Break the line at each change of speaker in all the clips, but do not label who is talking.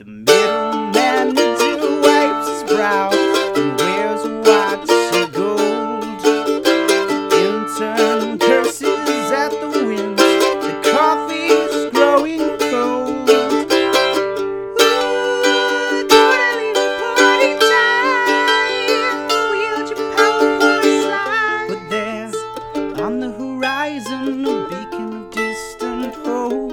The middleman needs to wipe his brow and wears a watch of gold. Intern curses at the wind. The coffee's growing cold. Ooh, totally party time. Wield your powerful slide. But there, on the horizon, a beacon of distant hope.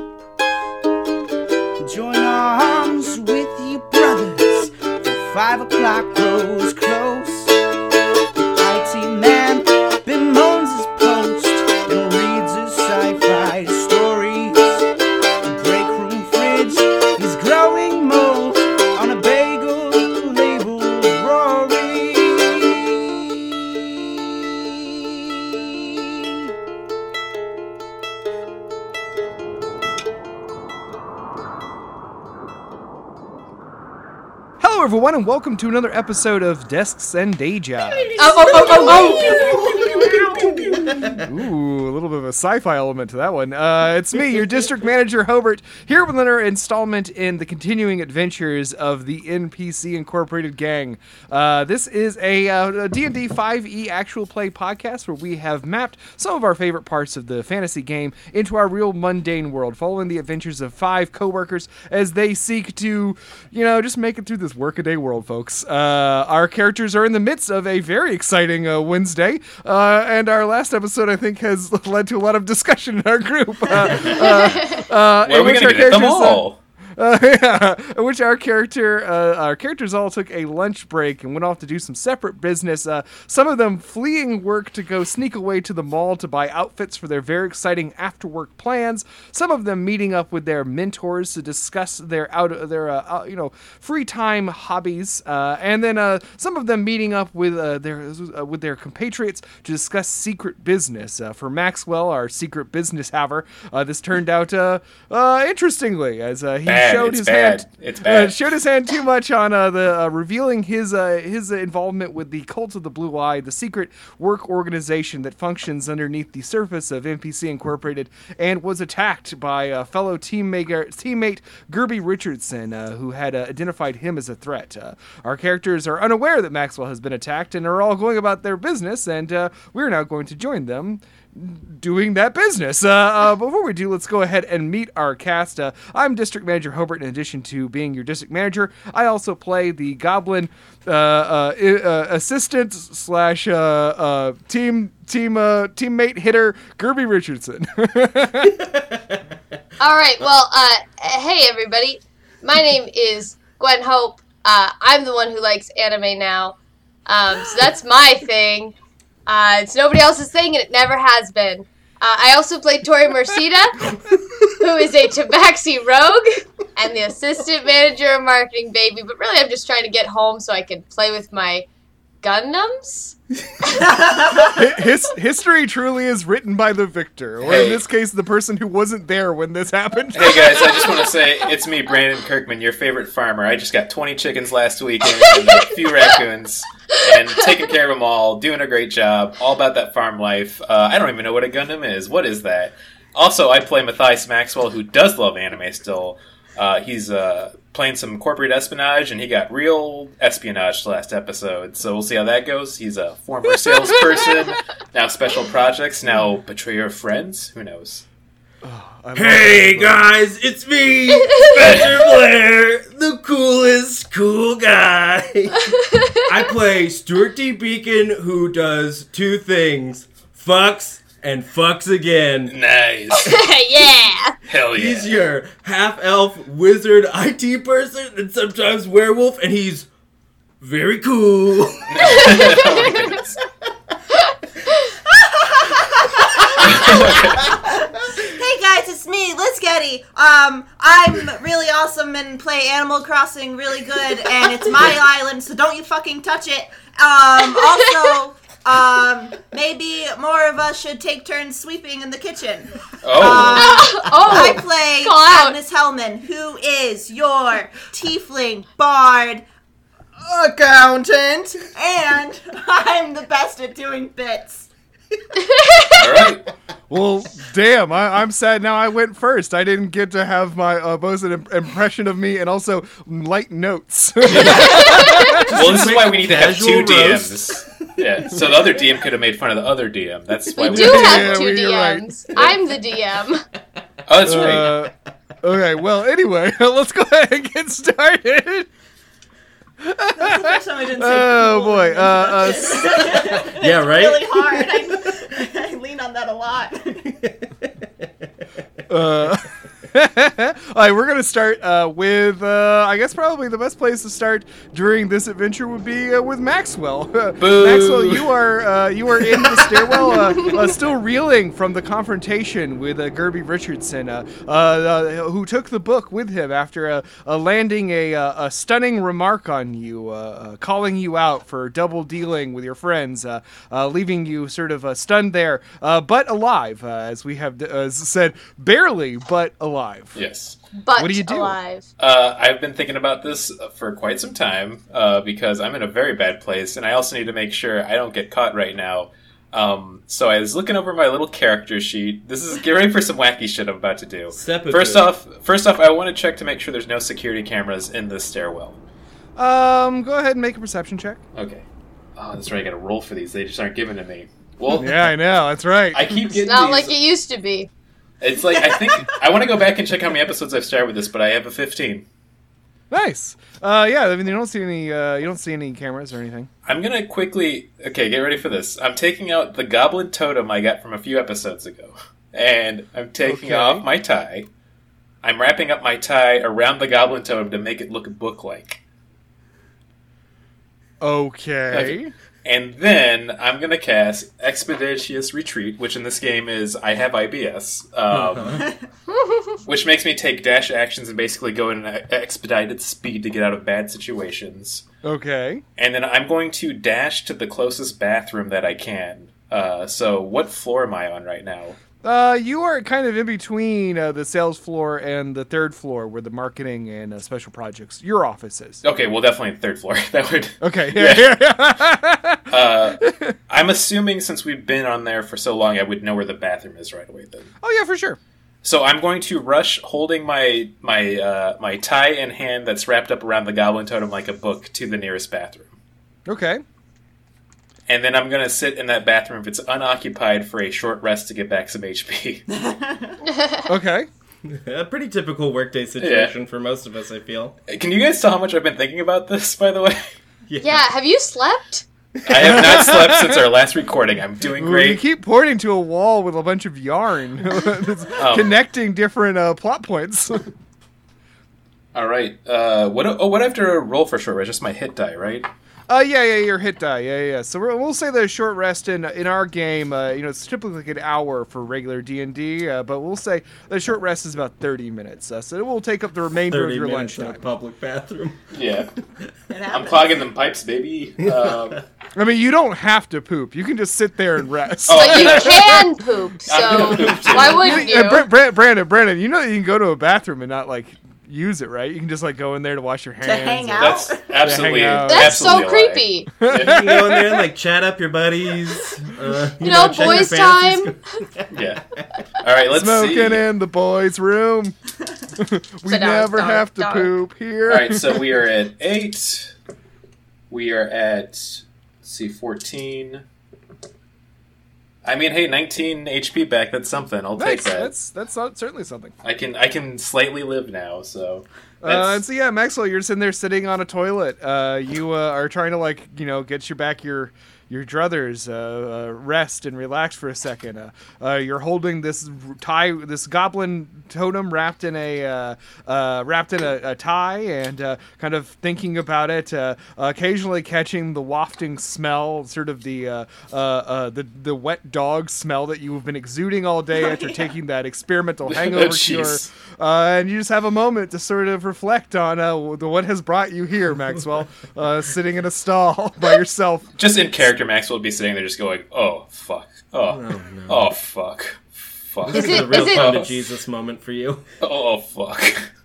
Join arms with your brothers. The five o'clock grows close. The IT man bemoans his post and reads his sci-fi stories. The break room fridge is growing mold on a bagel labeled Rory.
Hello, everyone, and welcome to another episode of Desks and Day Jobs.
Oh, oh, oh, oh,
Ooh, a little bit of a sci-fi element to that one. Uh, it's me, your district manager Hobart, here with another installment in the continuing adventures of the NPC Incorporated gang. Uh, this is a, uh, a D&D 5e E actual play podcast where we have mapped some of our favorite parts of the fantasy game into our real mundane world, following the adventures of five coworkers as they seek to, you know, just make it through this workaday world, folks. Uh, our characters are in the midst of a very exciting uh, Wednesday, uh, and our last episode, I think, has led to a lot of discussion in our group. Uh, uh, uh,
Where are
in
we
which
going
our
to get them
characters, uh,
all?
uh, yeah, in which our character, uh, our characters all took a lunch break and went off to do some separate business. Uh, some of them fleeing work to go sneak away to the mall to buy outfits for their very exciting after work plans. Some of them meeting up with their mentors to discuss their out their uh, out- you know free time hobbies, uh, and then uh, some of them meeting up with uh, their uh, with their compatriots to discuss secret business. Uh, for Maxwell, our secret business haver, uh, this turned out uh, uh, interestingly as uh, he
Bad,
showed
it's
his
bad,
hand.
it's bad.
uh, showed his hand too much on uh, the uh, revealing his uh, his involvement with the Cult of the Blue Eye, the secret work organization that functions underneath the surface of NPC Incorporated, and was attacked by a fellow teammate teammate Gerby Richardson, uh, who had uh, identified him as a threat. Uh, our characters are unaware that Maxwell has been attacked and are all going about their business, and uh, we're now going to join them doing that business. Uh, uh, before we do, let's go ahead and meet our cast. Uh, I'm District Manager Hobart. In addition to being your district manager, I also play the Goblin uh, uh, i- uh, assistant slash uh, uh, team team uh, teammate hitter Gerby Richardson.
All right. Well, uh, hey everybody. My name is Gwen Hope. Uh, I'm the one who likes anime now. Um, so that's my thing. Uh, it's nobody else's thing, and it never has been. Uh, I also play Tori Mercida, who is a Tabaxi rogue and the assistant manager of marketing, baby. But really, I'm just trying to get home so I can play with my Gundams.
His, history truly is written by the victor, or in
Hey.
this case, the person who wasn't there when this happened.
Hey guys, I just want to say it's me, Brandon Kirkman, your favorite farmer. I just got 20 chickens last weekend and a few raccoons, and taking care of them all, doing a great job. All about that farm life. Uh, I don't even know what a Gundam is. What is that? Also, I play Matthias Maxwell, who does love anime still. Uh, he's uh, playing some corporate espionage, and he got real espionage last episode. So we'll see how that goes. He's a former salesperson, now special projects, now betrayer of friends. Who knows?
I love
Hey
it.
guys, it's me, Spencer Blair, the coolest cool guy. I play Stuart D. Beacon, who does two things fucks and fucks again.
Nice.
yeah.
Hell yeah.
He's your half elf wizard IT person and sometimes werewolf, and he's very cool.
Oh my goodness.
Hey guys, it's me, Liz Getty. Um, I'm really awesome and play Animal Crossing really good, and it's my island, so don't you fucking touch it. Um, also, um, maybe more of us should take turns sweeping in the kitchen.
Oh,
I
Oh.
play
Call out.
Agnes Hellman, who is your tiefling bard accountant, and I'm the best at doing bits.
Uh,
All right.
Well, damn, I, I'm sad now I went first. I didn't get to have my uh, both an im- impression of me and also light notes.
Well, this is why we need to have two
Casual roast.
DMs. Yeah. So the other DM could have made fun of the other DM. That's why
We
we.
do have
Yeah,
two
well, you're right.
DMs. I'm the DM.
Oh, that's right.
Uh, okay, well, anyway, let's go ahead and get started.
That's the first time I didn't say
Oh,
cool
boy,
in an
uh, uh,
introduction.
Yeah, right?
really hard. I, I lean on that a lot.
Uh, all right, we're gonna start uh, with uh, I guess probably the best place to start during this adventure would be uh, with Maxwell.
Boo.
Maxwell, you are uh, you are in the stairwell, uh, uh, still reeling from the confrontation with uh, Gerby Richardson, uh, uh, uh, who took the book with him after uh, uh, landing a, uh, a stunning remark on you, uh, uh, calling you out for double dealing with your friends, uh, uh, leaving you sort of uh, stunned there, uh, but alive, uh, as we have uh, said, barely but alive.
Yes.
But
do you do?
alive.
Uh, I've been thinking about this for quite some time uh, because I'm in a very bad place, and I also need to make sure I don't get caught right now. Um, so I was looking over my little character sheet. This is get ready for some wacky shit I'm about to do.
Sepulchre.
First off, first off, I want to check to make sure there's no security cameras in this stairwell.
Um, go ahead and make a perception check.
Okay. Oh, that's right. I got to roll for these. They just aren't given to me. Well,
Yeah, I know. That's right.
I keep getting
It's not
these-
like it used to be.
It's like I think I want to go back and check how many episodes I've started with this, but I have a 15.
Nice. Uh, yeah. I mean, you don't see any. Uh, you don't see any cameras or anything.
I'm gonna quickly. Okay, get ready for this. I'm taking out the goblin totem I got from a few episodes ago, and I'm taking
Okay.
off my tie. I'm wrapping up my tie around the goblin totem to make it look book-like,
Okay.
and then I'm gonna cast expeditious retreat, which in this game is I have IBS, um, which makes me take dash actions and basically go in an e-, expedited speed to get out of bad situations.
Okay.
And then I'm going to dash to the closest bathroom that I can. Uh, so, what floor am I on right now?
Uh, you are kind of in between uh, the sales floor and the third floor, where the marketing and uh, special projects, your office is.
Okay, well, definitely the third floor. that would.
Okay.
Uh, I'm assuming since we've been on there for so long, I would know where the bathroom is right away. Then,
oh yeah, for sure.
so I'm going to rush, holding my my uh, my tie in hand that's wrapped up around the goblin totem like a book, to the nearest bathroom.
Okay.
And then I'm going to sit in that bathroom if it's unoccupied for a short rest to get back some HP.
Okay.
A pretty typical workday situation for most of us, I feel.
Can you guys tell how much I've been thinking about this, by the way?
Yeah, have you slept?
I have not slept since our last recording. I'm doing
Ooh, you
great.
keep pointing to a wall with a bunch of yarn, It's connecting different uh, plot points.
All right. Uh, what? Oh, what I have to roll for short rest? Just my hit die, right?
Uh, yeah, yeah, your hit die, yeah, yeah. yeah. So we're, we'll say that a short rest in in our game, uh, you know, it's typically like an hour for regular D and D, uh, but we'll say that short rest is about thirty minutes. Uh, so it will take up the remainder of
30
your
minutes in a
lunchtime.
public bathroom.
Yeah.
It
I'm
happens.
clogging them pipes, baby. Um,
I mean, you don't have to poop; you can just sit there and rest.
Oh,
But you can poop, so
gonna poop too.
why wouldn't
Uh, Bra-
you?
Bra- Brandon, Brandon, you know that you can go to a bathroom and not like use it, right? You can just like go in there to wash your hands.
hang out.
that's absolutely.
Yeah, hang out.
That's so
absolutely a lie.
creepy.
You can go in there and, like, chat up your buddies. Uh, you
You know,
know, check their
boys'
fantasies.
time.
Yeah. All right. Let's
Smoking
see.
in the boys' room. we
So now it's
never
dark,
have to
dark.
poop here.
All right. So we are at eight. We are at let's see fourteen. I mean, hey, 19 HP back. That's something. I'll take
Nice.
that.
That's that's not- certainly something.
I can I can slightly live now. So.
Uh,
that's-
and so yeah, Maxwell, you're sitting there sitting on a toilet. Uh, you uh, are trying to like you know get your back your your druthers, uh, uh, rest and relax for a second. Uh, uh, you're holding this r- tie, this goblin totem wrapped in a uh, uh, wrapped in a, a tie, and uh, kind of thinking about it. Uh, occasionally catching the wafting smell, sort of the uh, uh, uh, the the wet dog smell that you've been exuding all day after taking that experimental hangover cure.
jeez.
Uh, and you just have a moment to sort of reflect on uh, w- the- what has brought you here, Maxwell, uh, sitting in a stall by yourself.
just in character, Maxwell would be sitting there just going, "Oh fuck, oh, oh fuck, fuck,
Is
This is
it-
a real
is it-
come to Jesus moment for you.
oh fuck."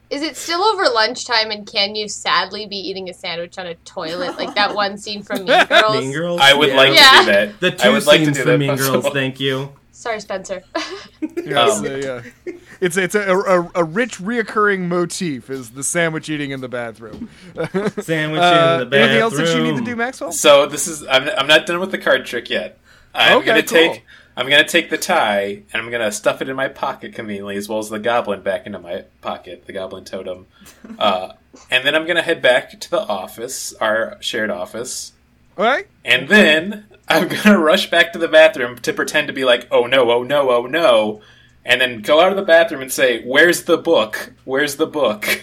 Is it still over lunchtime and can you sadly be eating a sandwich on a toilet like that one scene from Mean Girls?
Mean Girls.
I would like
Yeah.
to do that.
the
I
two
would
scenes
like to do
from
that
Mean Girls.
possible.
Thank you.
Sorry, Spencer.
Yeah,
Um,
so, yeah. uh, It's it's a, a, a rich reoccurring motif is the sandwich eating in the bathroom.
Sandwich
Uh,
in the bathroom.
anything else that you need to do, Maxwell?
So this is I'm, I'm not done with the card trick yet. I'm
Okay,
gonna
cool.
take I'm gonna take the tie and I'm gonna stuff it in my pocket conveniently as well as the goblin back into my pocket, the goblin totem. Uh, and then I'm gonna head back to the office, our shared office,
All right.
and then I'm gonna rush back to the bathroom to pretend to be like, oh no, oh no, oh no, and then go out of the bathroom and say, "Where's the book? Where's the book?"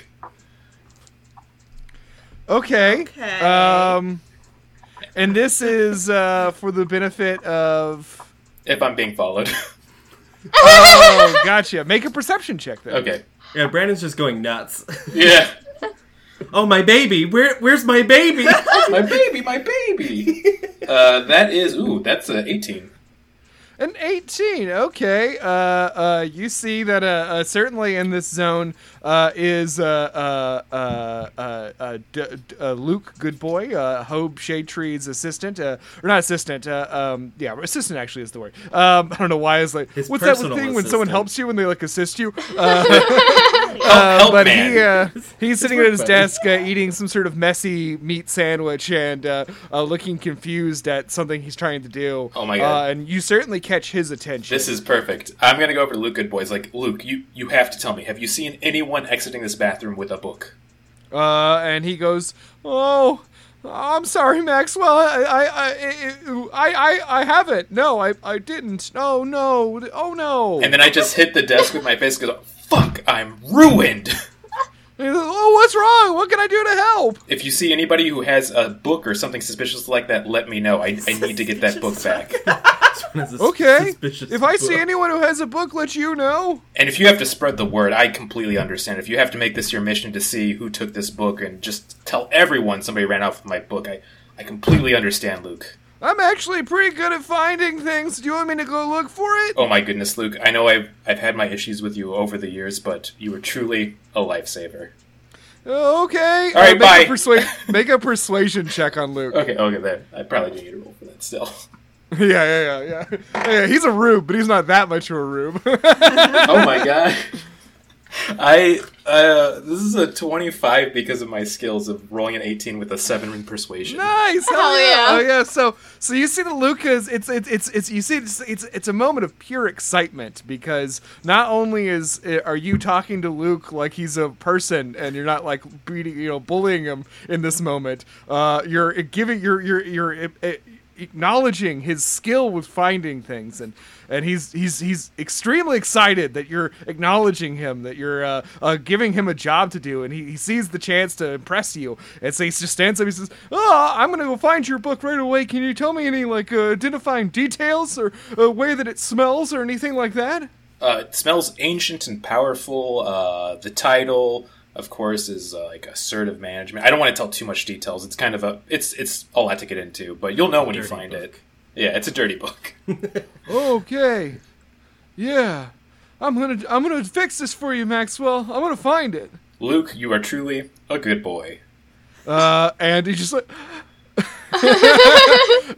Okay.
Okay.
Um, and this is uh, for the benefit of.
If I'm being followed.
Oh, gotcha. Make a perception check then.
okay.
Yeah, Brandon's just going nuts.
Yeah.
oh my baby, where where's my baby?
my baby, my baby. Uh, that is ooh, that's a eighteen.
An 18. Okay. Uh, uh, you see that uh, uh, certainly in this zone uh, is uh, uh, uh, uh, uh, D- D- uh, Luke Goodboy, uh, Hobe Shadetree's assistant, uh, or not assistant. Uh, um, yeah, assistant actually is the word. Um, I don't know why. It's like
His
what's that thing
personal
when someone
assistant.
helps you when they like assist you? Uh,
Help, help
but
man.
he uh, he's sitting at his
work buddy.
desk uh, eating some sort of messy meat sandwich and uh, uh, looking confused at something he's trying to do.
Oh my God.
Uh, and you certainly catch his attention.
this is perfect. I'm gonna go over to Luke Goodboy's. Like Luke, you you have to tell me. Have you seen anyone exiting this bathroom with a book?
uh, and he goes, "Oh, I'm sorry, Maxwell. I I I I, I, I haven't. No, I, I didn't. Oh no. Oh no.
And then I just hit the desk with my face. Go, fuck! I'm ruined.
And he goes, oh, what's wrong? What can I do to help?
If you see anybody who has a book or something suspicious like that, let me know. I, I need to get that book back.
Okay.
Suspicious
If I see
book.
anyone who has a book, let you know.
And if you have to spread the word, I completely understand. If you have to make this your mission to see who took this book and just tell everyone somebody ran off with my book, I, I completely understand, Luke.
I'm actually pretty good at finding things. Do you want me to go look for it?
Oh my goodness, Luke. I know I've I've had my issues with you over the years, but you were truly a lifesaver.
Okay.
Oh. All right,
make
bye.
A persua- make a persuasion check on Luke.
Okay, okay, there. I probably do need to roll for that still.
yeah, yeah, yeah, yeah. Yeah, he's a rube, but he's not that much of a rube.
oh my god. I uh this is a 25 because of my skills of rolling an 18 with a 7 in persuasion.
nice. Hell,
Hell
yeah.
yeah.
Oh yeah. So so you see that Luke is it's it's it's, it's you see it's, it's it's a moment of pure excitement because not only is eh, are you talking to Luke like he's a person and you're not like beating you know bullying him in this moment. Uh, you're giving you're you're you're. eh, eh, acknowledging his skill with finding things and and he's he's he's extremely excited that you're acknowledging him that you're uh, uh, giving him a job to do and he, he sees the chance to impress you and so he just stands up he says oh i'm gonna go find your book right away can you tell me any like uh, identifying details or uh, way that it smells or anything like that
Uh, it smells ancient and powerful. Uh, the title, of course, is uh, like assertive management. I don't want to tell too much details. It's kind of a it's it's a lot to get into, but you'll know when you
Dirty
find
book.
it. Yeah, it's a dirty book.
okay yeah i'm gonna i'm gonna fix this for you maxwell i'm gonna find it
Luke, you are truly a good boy.
uh, and he just like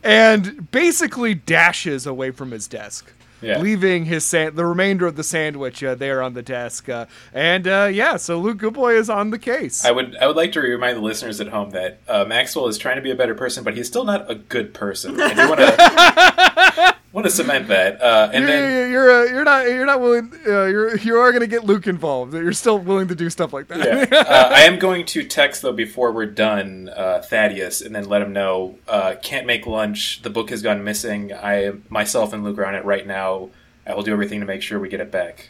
and basically dashes away from his desk
Yeah.
leaving his sand the remainder of the sandwich uh, there on the desk uh, and uh, yeah so luke goodboy is on the case
I would I would like to remind the listeners at home that uh, Maxwell is trying to be a better person, but he's still not a good person. I do want to want to cement that. Uh, and
you're, you're,
then
you're, uh, you're not you're not willing uh, you're you are gonna get Luke involved. You're still willing to do stuff like that.
yeah, uh, I am going to text though before we're done uh, Thaddeus and then let him know uh, can't make lunch. The book has gone missing. I myself and Luke are on it right now. I will do everything to make sure we get it back.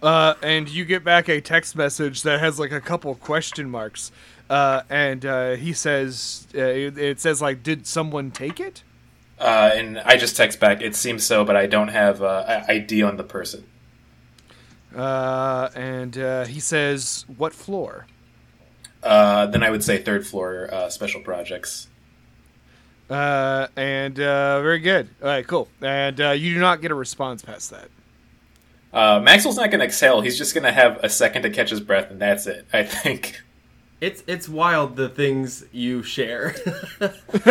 uh, and you get back a text message that has like a couple question marks, uh, and uh, he says uh, it, it says like, "Did someone take it?"
Uh, and I just text back. It seems so, but I don't have uh, I- ID on the person.
Uh, and uh, he says, "What floor?"
Uh, then I would say third floor uh, special projects.
Uh, and uh, very good. All right, cool. And uh, you do not get a response past that.
Uh, Maxwell's not going to exhale. He's just going to have a second to catch his breath, and that's it. I think.
It's it's wild the things you share.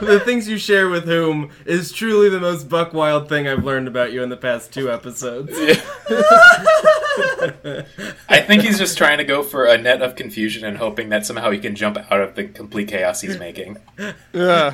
the things you share with whom is truly the most buck wild thing I've learned about you in the past two episodes.
I think he's just trying to go for a net of confusion and hoping that somehow he can jump out of the complete chaos he's making.
Yeah.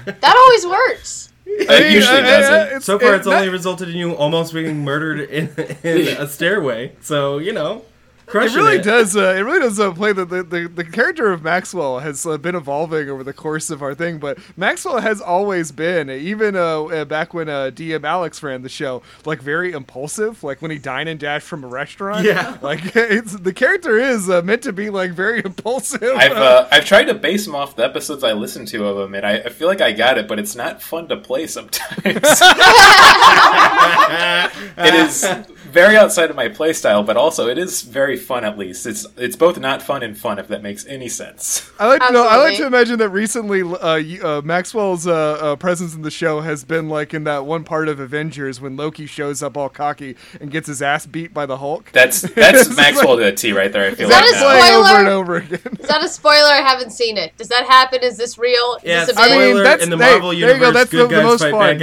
That always works.
It usually
Hey, uh, uh,
doesn't.
it's-
So far,
it-
it's
not-
only resulted in you almost being murdered in, in a stairway. So you know,
It
crushing
really does. Uh, it really does uh, play the, the the the character of Maxwell has uh, been evolving over the course of our thing, but Maxwell has always been, even uh, uh, back when uh, DM Alex ran the show, like very impulsive. Like when he dine and dash from a restaurant.
Yeah.
Like it's the character is uh, meant to be like very impulsive.
I've uh, I've tried to base him off the episodes I listened to of him, and I, I feel like I got it, but it's not fun to play sometimes. it is very outside of my playstyle, but also it is very fun. At least it's it's both not fun and fun, if that makes any sense.
I like, no, I like
Absolutely.
to imagine that recently uh, you- uh, Maxwell's uh, uh, presence in the show has been like in that one part of Avengers when Loki shows up all cocky and gets his ass beat by the Hulk.
That's
It's
that's
like-
Maxwell to a T right there. I feel
Is that
like
a
now.
spoil-
playing over
Spoiler!
and over again.
Is that a spoiler? I haven't seen it. Does that happen? Is this real? Is
Yeah,
this a
I
spoiler
mean,
bit?
that's-
in the
hey,
Marvel
there you go,
universe.
that's
good
the- the
guys
most
fight
fun.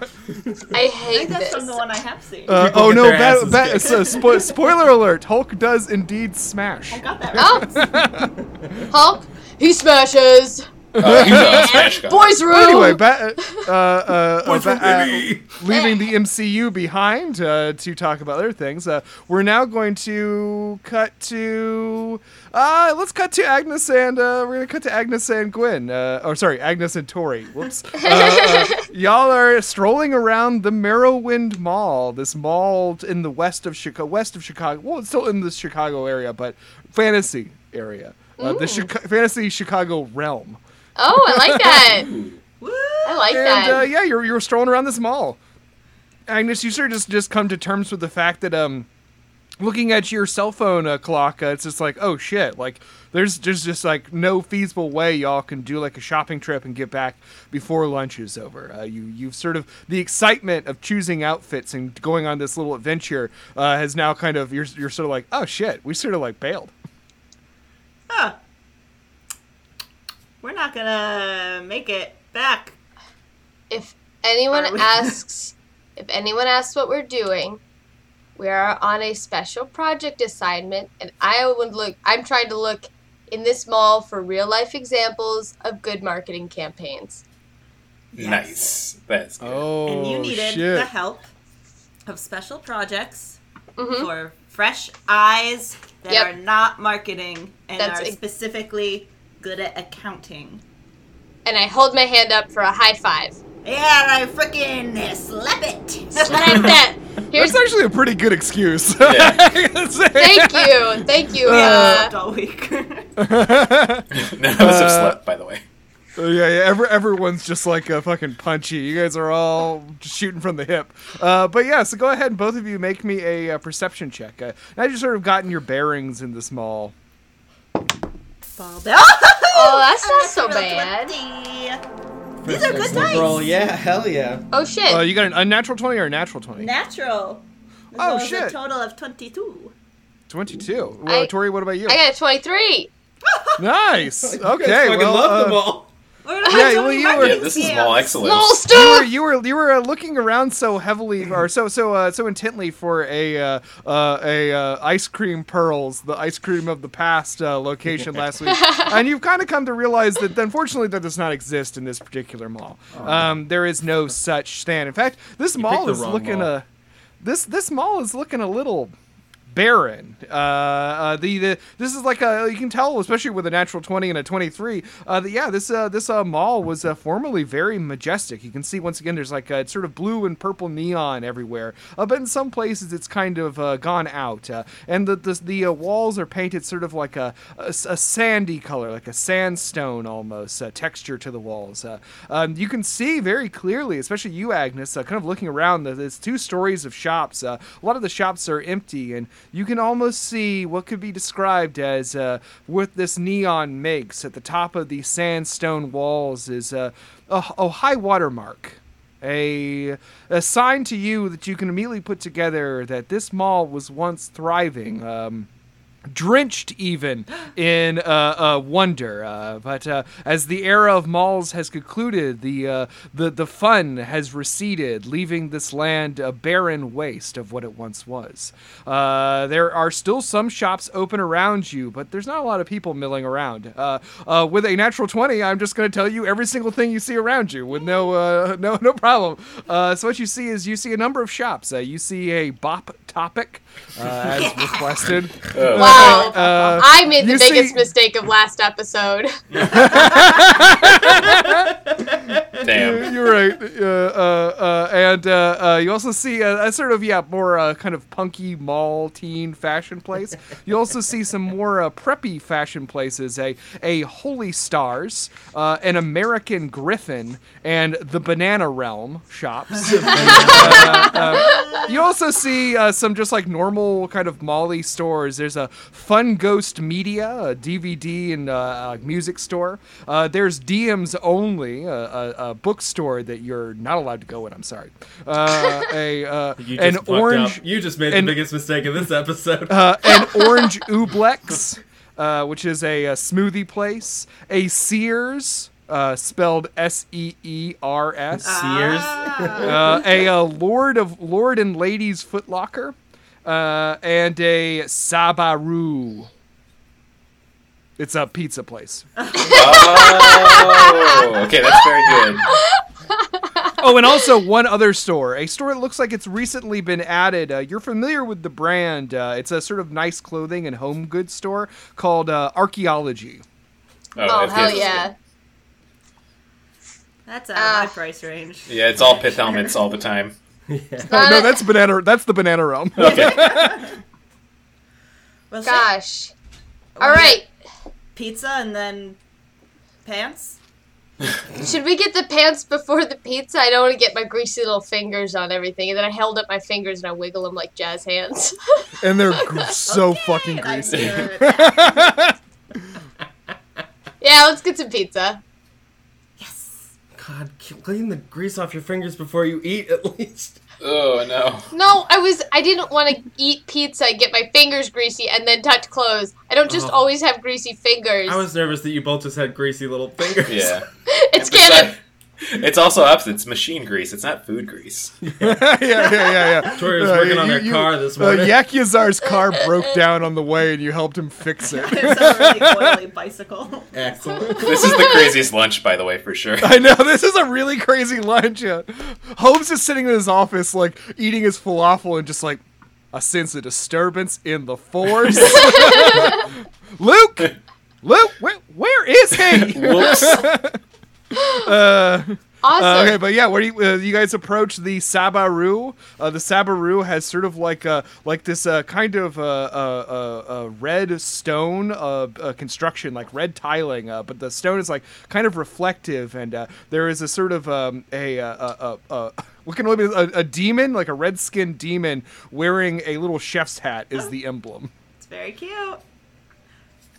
guys.
I
I
hate
think that's from
this.
the one I have seen.
Uh,
People
oh
get
no!
their
Ba-
asses
ba-
kicked.
so, spo- spoiler alert: Hulk does indeed smash.
I got that right.
Oh, Hulk, he smashes.
Uh, he's a Smash guy.
Boys' room.
Anyway, ba- uh, uh, uh,
What's
ba-
with me?
uh, leaving the MCU behind uh, to talk about other things, uh, we're now going to cut to. Uh, let's cut to Agnes and uh, we're gonna cut to Agnes and Gwen. Uh, or sorry, Agnes and Tori. Whoops. Uh, uh, y'all are strolling around the Merrowind Mall, this mall in the west of Chicago, west of Chicago. Well, it's still in the Chicago area, but fantasy area, uh, the Chica- fantasy Chicago realm.
Oh, I like that. I like
And uh,
that.
yeah, you're you're strolling around this mall. Agnes, you sort of just just come to terms with the fact that um, looking at your cell phone uh, clock, uh, it's just like oh shit, like there's there's just like no feasible way y'all can do like a shopping trip and get back before lunch is over. Uh, you you've sort of the excitement of choosing outfits and going on this little adventure uh, has now kind of you're you're sort of like oh shit, we sort of like bailed.
Huh. We're not gonna make it back.
If anyone
Are we-
asks, if anyone asks what we're doing, we are on a special project assignment, and I would look. I'm trying to look in this mall for real life examples of good marketing campaigns.
Nice. That's good.
Oh
and you needed
shit.
the help of special projects
Mhm.
for fresh eyes that
Yep.
are not marketing and
That's
are
ex-
specifically good at accounting.
And I hold my hand up for a high five.
Yeah, I freaking slap it.
Slap that. Here's
That's actually a pretty good excuse.
Yeah.
thank you, thank you. Uh,
Slept all week.
None of us have slept, by the way.
Uh, yeah, yeah. Every, everyone's just like uh, fucking punchy. You guys are all just shooting from the hip. Uh, but yeah, so go ahead and both of you make me a, uh perception check. Uh, now you've sort of gotten your bearings in this mall.
Fall down.
oh, that's not so
Real
bad.
twenty. These are good dice.
Roll, yeah, hell yeah.
Oh
Uh,
shit.
you got an unnatural 20 or a natural 20?
Natural. As
Oh,
well as
shit.
A total of twenty-two.
22.
I-
Well, Tori, what about you?
I got a 23.
nice.
You guys
Okay.
fucking
well,
love
uh,
them all.
We're not
Yeah,
doing
well, you
marketing
Yeah, this is
scams.
mall excellence.
Lol,
you were
Stu!
you were you were uh, looking around so heavily or so so uh, so intently for a uh, uh, a uh, ice cream pearls the ice cream of the past uh, location last week and you've kind of come to realize that unfortunately that does not exist in this particular mall um, there is no such stand in fact this mall
picked the
is
wrong
looking
mall.
a this this mall is looking a little barren. Uh, uh, the, the this is like a you can tell, especially with a natural twenty and a twenty three. Uh, that yeah, this uh, this uh, mall was uh, formerly very majestic. You can see once again, there's like uh, it's sort of blue and purple neon everywhere. Uh, but in some places, it's kind of uh, gone out, uh, and the the, the uh, walls are painted sort of like a, a s- a sandy color, like a sandstone almost uh, texture to the walls. Uh, um, you can see very clearly, especially you, Agnes, uh, kind of looking around. that There's two stories of shops. Uh, a lot of the shops are empty, and you can almost see what could be described as uh, what this neon makes at the top of these sandstone walls is uh, a, a high water mark. a a sign to you that you can immediately put together that this mall was once thriving. Um, drenched even in uh, uh, wonder. Uh, but uh, as the era of malls has concluded, the uh, the the fun has receded, leaving this land a barren waste of what it once was. Uh, there are still some shops open around you, but there's not a lot of people milling around. Uh, uh, with a natural twenty, I'm just going to tell you every single thing you see around you with no uh, no no problem. Uh, so what you see is you see a number of shops. Uh, you see a Bop Topic uh, as requested.
Oh.
Wow.
Uh,
I made the
you
biggest
see-
mistake of last episode.
Yeah,
Damn.
You're right. Uh, uh, uh, and uh, uh, you also see a, a sort of yeah more uh, kind of punky mall teen fashion place. You also see some more uh, preppy fashion places. A a Holy Stars, uh, an American Griffin, and the Banana Realm shops. Uh, uh, you also see uh, some just like normal kind of Molly stores. There's a Fun Ghost Media, a DVD and uh, a music store. Uh, there's DM's Only, a, a, a bookstore that you're not allowed to go in. I'm sorry. Uh, a uh,
You just
an
fucked
orange
Up. You just made
and-
the biggest mistake in this episode.
uh, an orange ooblex, uh, which is a, a smoothie place. A Sears, uh, spelled S E E R S
Sears.
uh, a uh, Lord of Lord and Ladies Footlocker, uh, and a Sabaru. It's a pizza place.
Oh, okay, that's very good. Oh,
Oh, and also one other store, a store that looks like it's recently been added. Uh, you're familiar with the brand. Uh, it's a sort of nice clothing and home goods store called uh, Archaeology.
Oh,
that's
hell
good.
yeah.
That's out of my
Ah.
price range.
Yeah, it's all pith helmets all the time.
Oh
Not
no,
a-
that's banana. That's the banana realm.
Okay.
Was it
Gosh. All right.
pizza and then pants?
Should we get the pants before the pizza? I don't want to get my greasy little fingers on everything. And then I held up my fingers and I wiggle them like jazz hands.
and they're gr- so fucking
I'm
greasy.
here with that.
yeah, let's get some pizza.
God, c- clean the grease off your fingers before you eat, at least.
oh no.
No, I was I didn't want to eat pizza, get my fingers greasy, and then touch clothes. I don't just
Oh.
always have greasy fingers.
I was nervous that you both just had greasy little fingers.
Yeah.
it's canon.
It's also opposite. It's machine grease. It's not food grease.
yeah, yeah, yeah, yeah.
Tori was working on their car this morning.
Uh, Yakuzar's car broke down on the way, and you helped him fix it.
It's a really oily bicycle.
Excellent.
This is the craziest lunch, by the way, for sure.
I know this is a really crazy lunch. Yeah. Holmes is sitting in his office, like eating his falafel, and just like I sense a disturbance in the force. Luke, Luke, where, where is he?
Whoops.
Uh, Uh,
Awesome.
okay, but yeah, where you, uh, you guys approach the Sabaru. Uh, the Sabaru has sort of like a like this uh, kind of uh, uh, uh, uh, red stone uh, uh, construction, like red tiling, uh, but the stone is like kind of reflective, and uh, there is a sort of um, a. Uh, uh, uh, uh, what can only be a, a demon, like a red-skinned demon, wearing a little chef's hat is the emblem.
It's very cute.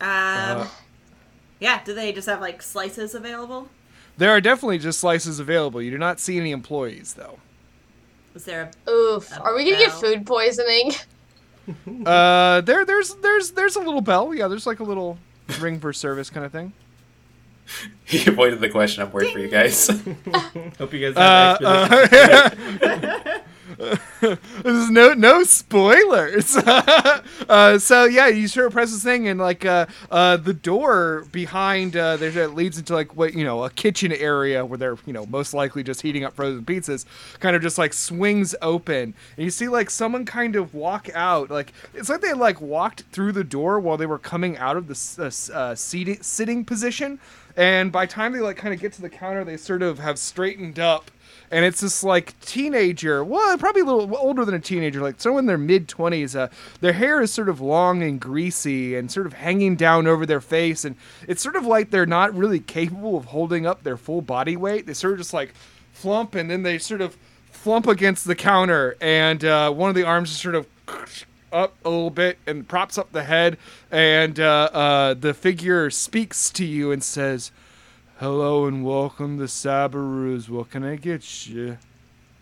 Um,
Uh,
yeah, do they just have like slices available?
There are definitely just slices available. You do not see any employees, though.
Is there
Oof. Are we gonna get
Ow.
food poisoning?
Uh, there, there's, there's, there's a little bell. Yeah, there's like a little ring for service kind of thing.
He avoided the question. I'm worried for you guys.
Hope you guys
Uh,
have
uh,
expedition.
There's no, no spoilers. uh, so yeah, you sort of press this thing, and like, uh, uh, the door behind uh, there's that leads into like what you know a kitchen area where they're you know most likely just heating up frozen pizzas, kind of just like swings open, and you see like someone kind of walk out. Like it's like they like walked through the door while they were coming out of the s- uh, s- uh, seating, sitting position, and by the time they like kind of get to the counter, they sort of have straightened up and it's this like teenager, well, probably a little older than a teenager, like someone in their mid twenties. Uh, their hair is sort of long and greasy and sort of hanging down over their face, and it's sort of like they're not really capable of holding up their full body weight. They sort of just like flump, and then they sort of flump against the counter, and uh, one of the arms is sort of up a little bit and props up the head, and uh, uh, the figure speaks to you and says. Hello and welcome to Sabaroo's. What can I get you?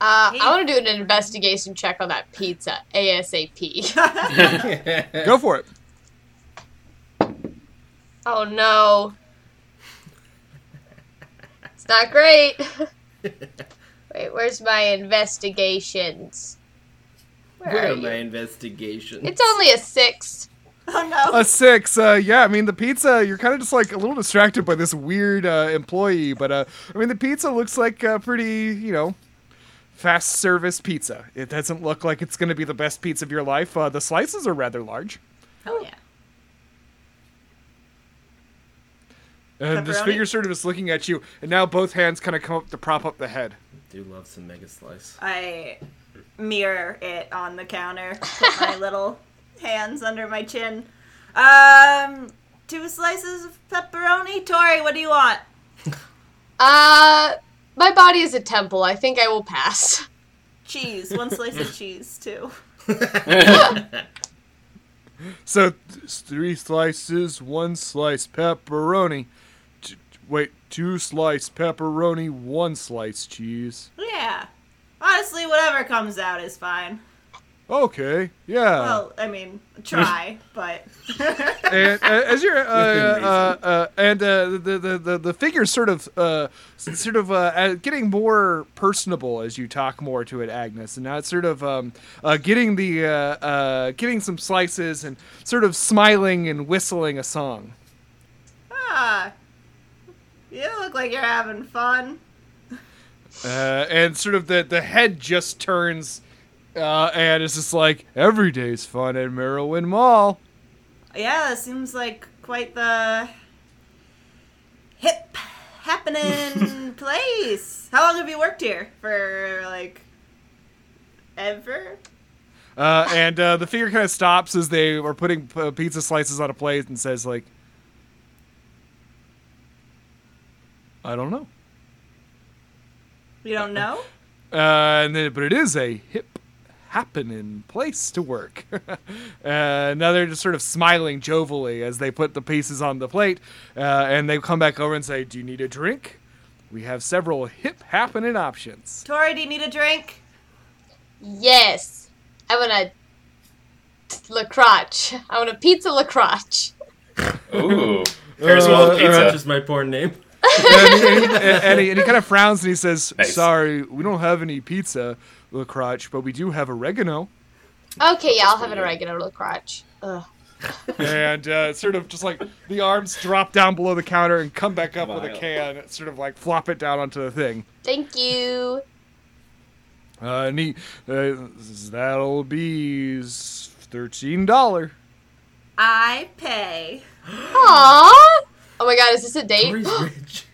Uh,
Hey.
I want to do an investigation check on that pizza ASAP.
uh-huh. Go for it.
oh no. It's not great. Wait, where's my investigations? Where
Where
are
are my
you?
investigation?
It's only a six.
Oh no.
A six. Uh, yeah, I mean the pizza. You're kind of just like a little distracted by this weird uh, employee, but uh, I mean the pizza looks like a pretty, you know, fast service pizza. It doesn't look like it's going to be the best pizza of your life. Uh, the slices are rather large.
Oh yeah.
And this
Pepperoni?
figure sort of is looking at you, and now both hands kind of come up to prop up the head.
do love some mega slice.
I mirror it on the counter. Put my little hands under my chin. Um, two slices of pepperoni. Tori, what do you want?
Uh, my body is a temple. I think I will pass.
Cheese. One slice of cheese too.
So th- three slices, one slice pepperoni. T- t- wait, two slice pepperoni, one slice cheese.
Yeah. Honestly, whatever comes out is fine.
Okay, yeah.
Well, I mean, try, but
and uh, as you're uh,
Within
uh, uh, and uh, the, the the the figure's sort of uh, s- sort of uh, uh, getting more personable as you talk more to it, Agnes, and now it's sort of um, uh, getting the uh, uh, getting some slices and sort of smiling and whistling a song.
ah, you look like you're having fun.
uh, and sort of the the head just turns uh, and it's just like every day's fun at Merrowin Mall.
Yeah, that seems like quite the hip happening place. How long have you worked here? For like ever?
Uh, and uh, the figure kind of stops as they are putting uh, pizza slices on a plate and says like, "I don't know,"
You don't know?
uh, and then, but it is a hip happening place to work. uh, now they're just sort of smiling jovially as they put the pieces on the plate, uh, and they come back over and say, "Do you need a drink?" We have several hip happening options.
Tori, do you need a drink?
Yes. I want a lacroche. I want a pizza lacroche.
Ooh. Carswell
Uh,
pizza.
That's just my porn name.
and, and he, and he kind of frowns and he says,
Nice.
"Sorry, we don't have any pizza, LaCroix, but we do have oregano."
Okay, yeah, I'll have an oregano lacroche. Ugh.
And uh, sort of just like the arms drop down below the counter and come back up with a
Vile.
can, sort of like flop it down onto the thing.
Thank you.
Uh, and he, uh, that'll be s- thirteen dollar.
I pay.
Aww. Oh my god, is this a date?
Tori's rich.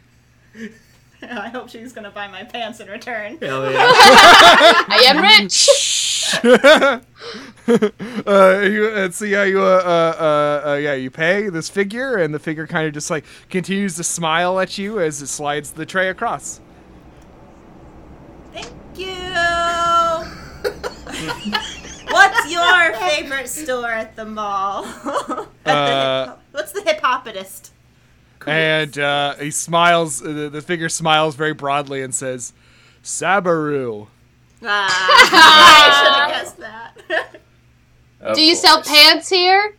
I hope she's gonna buy my pants in return.
Hell yeah.
I am rich.
Uh, you, and so yeah, you uh, uh, uh, uh, yeah, you pay this figure, and the figure kind of just like continues to smile at you as it slides the tray across.
Thank you. What's your favorite store at the mall? At the hip- What's the hip hopitist?
And uh, he smiles. uh, The, the figure smiles very broadly and says, "Sabaru."
Ah, I should have guessed that.
Of
Do you
course.
sell pants here?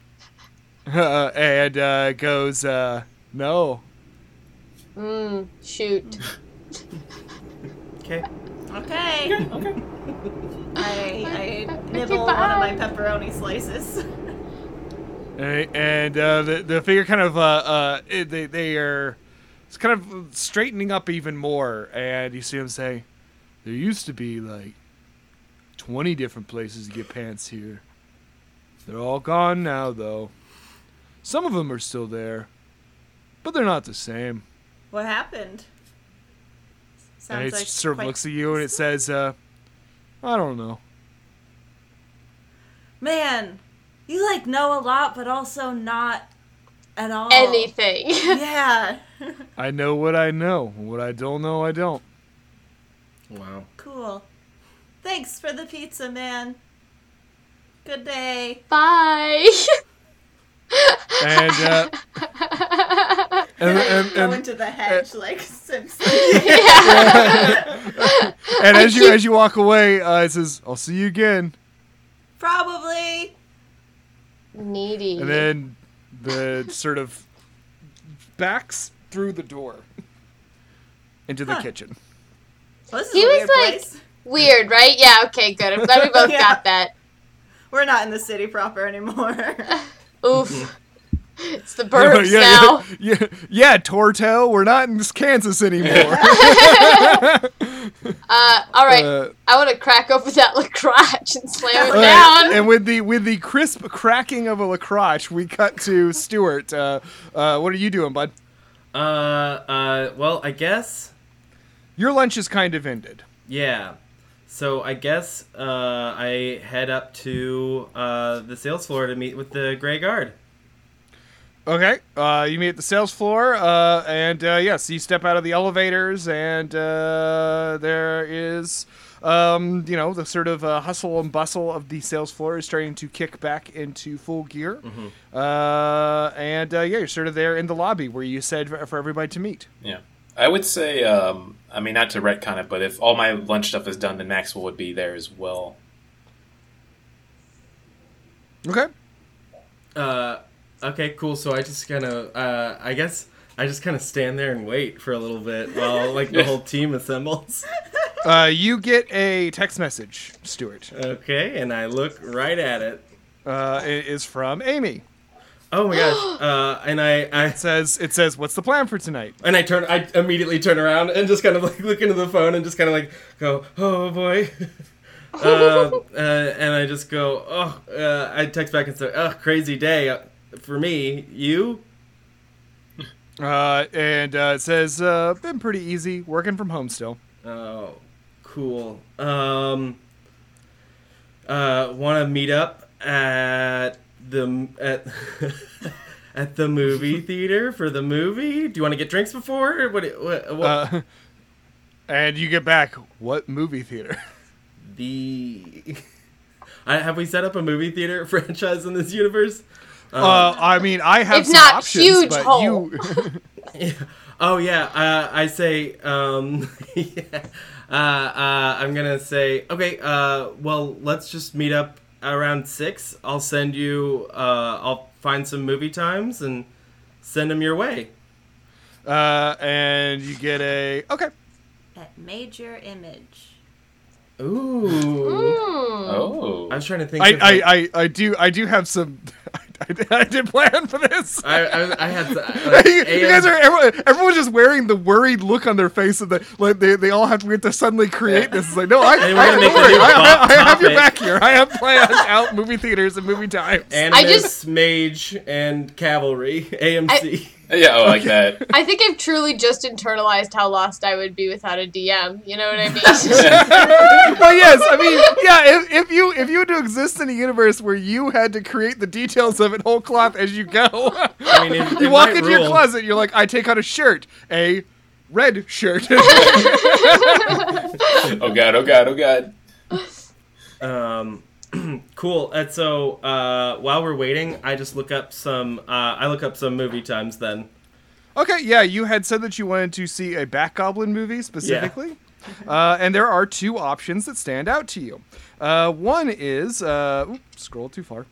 and uh, goes, uh, "No."
Mm, shoot.
Okay.
Okay.
Okay.
I, I nibble one of my pepperoni slices.
Alright, And uh, the the figure kind of uh, uh, it- they they are it's kind of straightening up even more, and you see him say, "There used to be like twenty different places to get pants here. They're all gone now, though. Some of them are still there, but they're not the same."
What happened?
and
Sounds
it sort of
quite-
looks e- at you and it says, uh, I don't know.
Man, you like know a lot, but also not at all.
Anything.
Yeah.
I know what I know. What I don't know, I don't.
Wow.
cool. Thanks for the pizza, man. Good day.
Bye.
And uh, and,
I
and,
go
and,
into the hedge like Simpson.
and as you as you walk away, uh, it says, "I'll see you again."
Probably.
Needy.
And then the sort of backs through the door into the kitchen.
Well, this is
He
a
was
weird
like-
place.
Weird, right? Yeah, okay, good. I'm glad we both
Yeah.
got that.
We're not in the city proper anymore.
Oof. it's the burbs
yeah,
now.
yeah, yeah, yeah, Torto, we're not in Kansas anymore.
Uh, all right,
Uh,
I want to crack open that lacrosse and slam it
All right,
down.
And with the with the crisp cracking of a lacrosse, we cut to Stuart. Uh, uh, what are you doing, bud?
Uh, uh, well, I guess.
Your lunch is kind of ended.
Yeah. So I guess uh, I head up to uh, the sales floor to meet with the Grey Guard.
Okay. Uh, you meet at the sales floor, uh, and uh, yes, you step out of the elevators, and uh, there is, um, you know, the sort of uh, hustle and bustle of the sales floor is starting to kick back into full gear. Uh, and uh, yeah, you're sort of there in the lobby where you said for for everybody to meet.
Yeah. I would say, um, I mean, not to retcon it, but if all my lunch stuff is done, then Maxwell would be there as well.
Okay.
Uh, okay, cool. So I just kind of, uh, I guess I just kind of stand there and wait for a little bit while like the whole team assembles.
Uh, you get a text message, Stuart.
Okay, and I look right at it.
uh, i- is from Amy.
Oh my gosh! Uh, and I, I
It says it says what's the plan for tonight?
and I turn, I immediately turn around and just kind of like look into the phone and just kind of like go, oh boy. uh, uh, and I just go, oh, uh, I text back and say, oh, crazy day uh, for me. You?
Uh, and uh, it says uh, been pretty easy working from home still.
Oh, cool. Um, uh, want to meet up at the at at the movie theater for the movie? Do you want to get drinks before? Or what? What? what
Uh, and you get back what movie theater?
the I, have we set up a movie theater franchise in this universe? Uh-huh.
Uh, I mean I have
If
some
not,
options,
huge
but
hole.
you
Oh yeah, uh, I say um, yeah, uh, uh, I'm gonna say okay. Uh, well, let's just meet up around six. I'll send you. Uh, I'll find some movie times and send them your way.
uh, and you get a okay.
At major image.
Ooh,
Hmm.
Oh.
I was trying to think.
I,
of, like-
I, I, I do I do have some. I, I, did plan for this.
I, I, I had. To,
you,
like,
you guys
AM
are everyone, everyone's just wearing the worried look on their face, and the, like they, they all have to, we have to suddenly create this. It's like, no, I, I,
They wanna
don't
make a
worry,
new
I, I-
pop
I have your
topic.
back here. I have plans out movie theaters and movie times.
Animus,
I just-
mage and cavalry AMC.
Yeah, I like that.
I think I've truly just internalized how lost I would be without a DM. You know what I mean?
well, yes, I mean, yeah. If, if you if you had to exist in a universe where you had to create the details of it whole cloth as you go,
I, mean, it-
you
it
walk
might
into your
rule.
closet, you're like, I take out a shirt, a red shirt.
oh god, oh god, oh god.
Um, cool. And so uh, while we're waiting, I just look up some. Uh, I look up some movie times. Then
Okay, yeah, you had said that you wanted to see a Bat Goblin movie specifically. Uh, and there are two options that stand out to you. Uh, one is, uh, oop, scroll too far.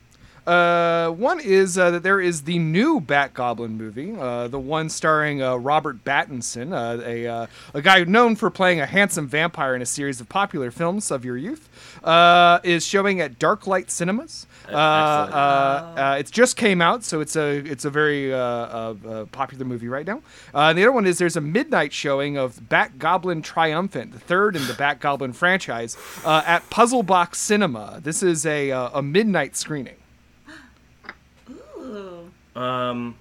Uh, one is uh, that there is the new Bat Goblin movie, uh, the one starring uh, Robert Pattinson, uh, a, uh, a guy known for playing a handsome vampire in a series of popular films of your youth, uh, is showing at Darklight Cinemas. Uh,
Excellent.
uh, uh, it's just came out, so it's a it's a very uh, uh, uh, popular movie right now. Uh, and the other one is there's a midnight showing of Bat Goblin Triumphant, the third in the Bat Goblin franchise, uh, at Puzzle Box Cinema. This is a uh, a midnight screening.
Ooh.
Um,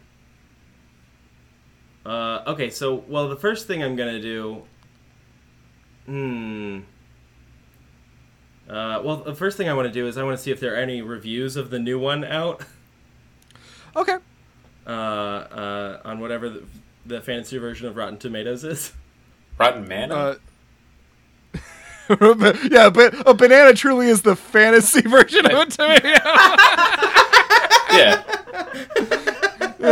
uh, okay, so, well, the first thing I'm gonna do. Hmm. Uh, well, the first thing I want to do is I want to see if there are any reviews of the new one out
Okay.
uh, uh, on whatever the, the fantasy version of Rotten Tomatoes is.
Rotten man.
Uh, yeah, but a banana truly is the fantasy version of a tomato.
yeah.
uh,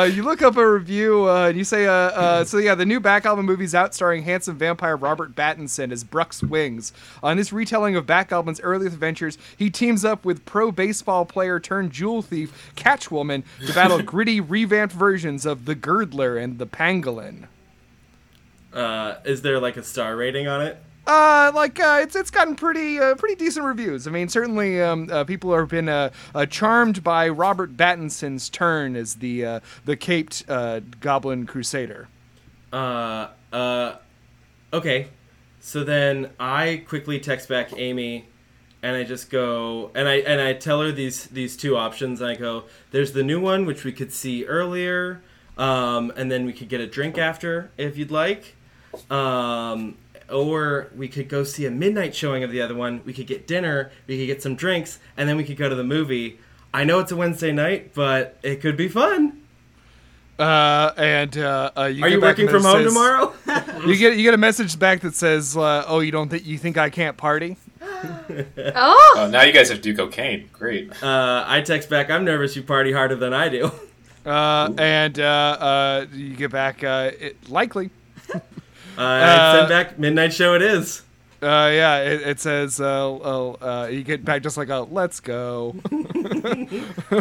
uh, you look up a review uh, and you say, uh, uh, so yeah, the new back album movie's out starring handsome vampire Robert Pattinson as Brux Wings. On this retelling of Back Album's earliest adventures, he teams up with pro baseball player turned jewel thief Catchwoman to battle gritty revamped versions of the Girdler and the Pangolin.
Uh, is there like a star rating on it?
Uh, like uh, it's it's gotten pretty uh, pretty decent reviews. I mean, certainly um, uh, people have been uh, uh, charmed by Robert Battinson's turn as the uh, the caped uh, Goblin Crusader.
Uh, uh, okay. So then I quickly text back Amy, and I just go and I and I tell her these these two options. I go, "There's the new one, which we could see earlier, um, and then we could get a drink after if you'd like, um, or we could go see a midnight showing of the other one. We could get dinner, we could get some drinks, and then we could go to the movie. I know it's a Wednesday night, but it could be fun.
Uh, and uh, uh, you
Are
get
you
back
working
a
from
message
home
says-
tomorrow?"
You get you get a message back that says, uh, "Oh, you don't think you think I can't party?"
Oh,
Oh, now you guys have to do cocaine. Great.
Uh, I text back, I'm nervous you party harder than I do.
Uh, and uh, uh, you get back uh, it, likely.
Uh, I
Uh,
send back, midnight show it is.
Uh, yeah, it, it says uh, oh, uh, you get back just like a "Let's go" with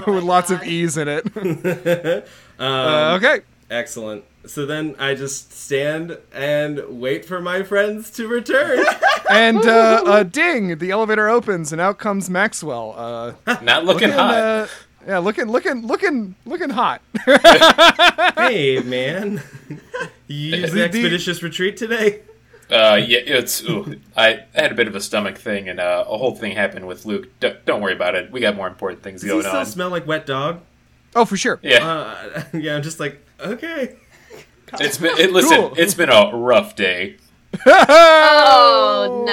lots of e's in it.
Um,
Uh, okay.
Excellent. So then I just stand and wait for my friends to return.
And uh, uh, ding, the elevator opens, and out comes Maxwell. Uh,
Not looking
and,
hot.
uh, yeah, looking, looking, looking, looking hot.
hey, man. You use the expeditious retreat today?
Uh, yeah, it's. Ooh, I had a bit of a stomach thing, and uh, a whole thing happened with Luke. D- don't worry about it. We got more important things
Does he
going
still
on.
smell like wet dog?
oh, for sure.
yeah,
Uh, yeah, I'm just like, okay.
it's been. It, listen,
Cool.
it's been a rough day.
oh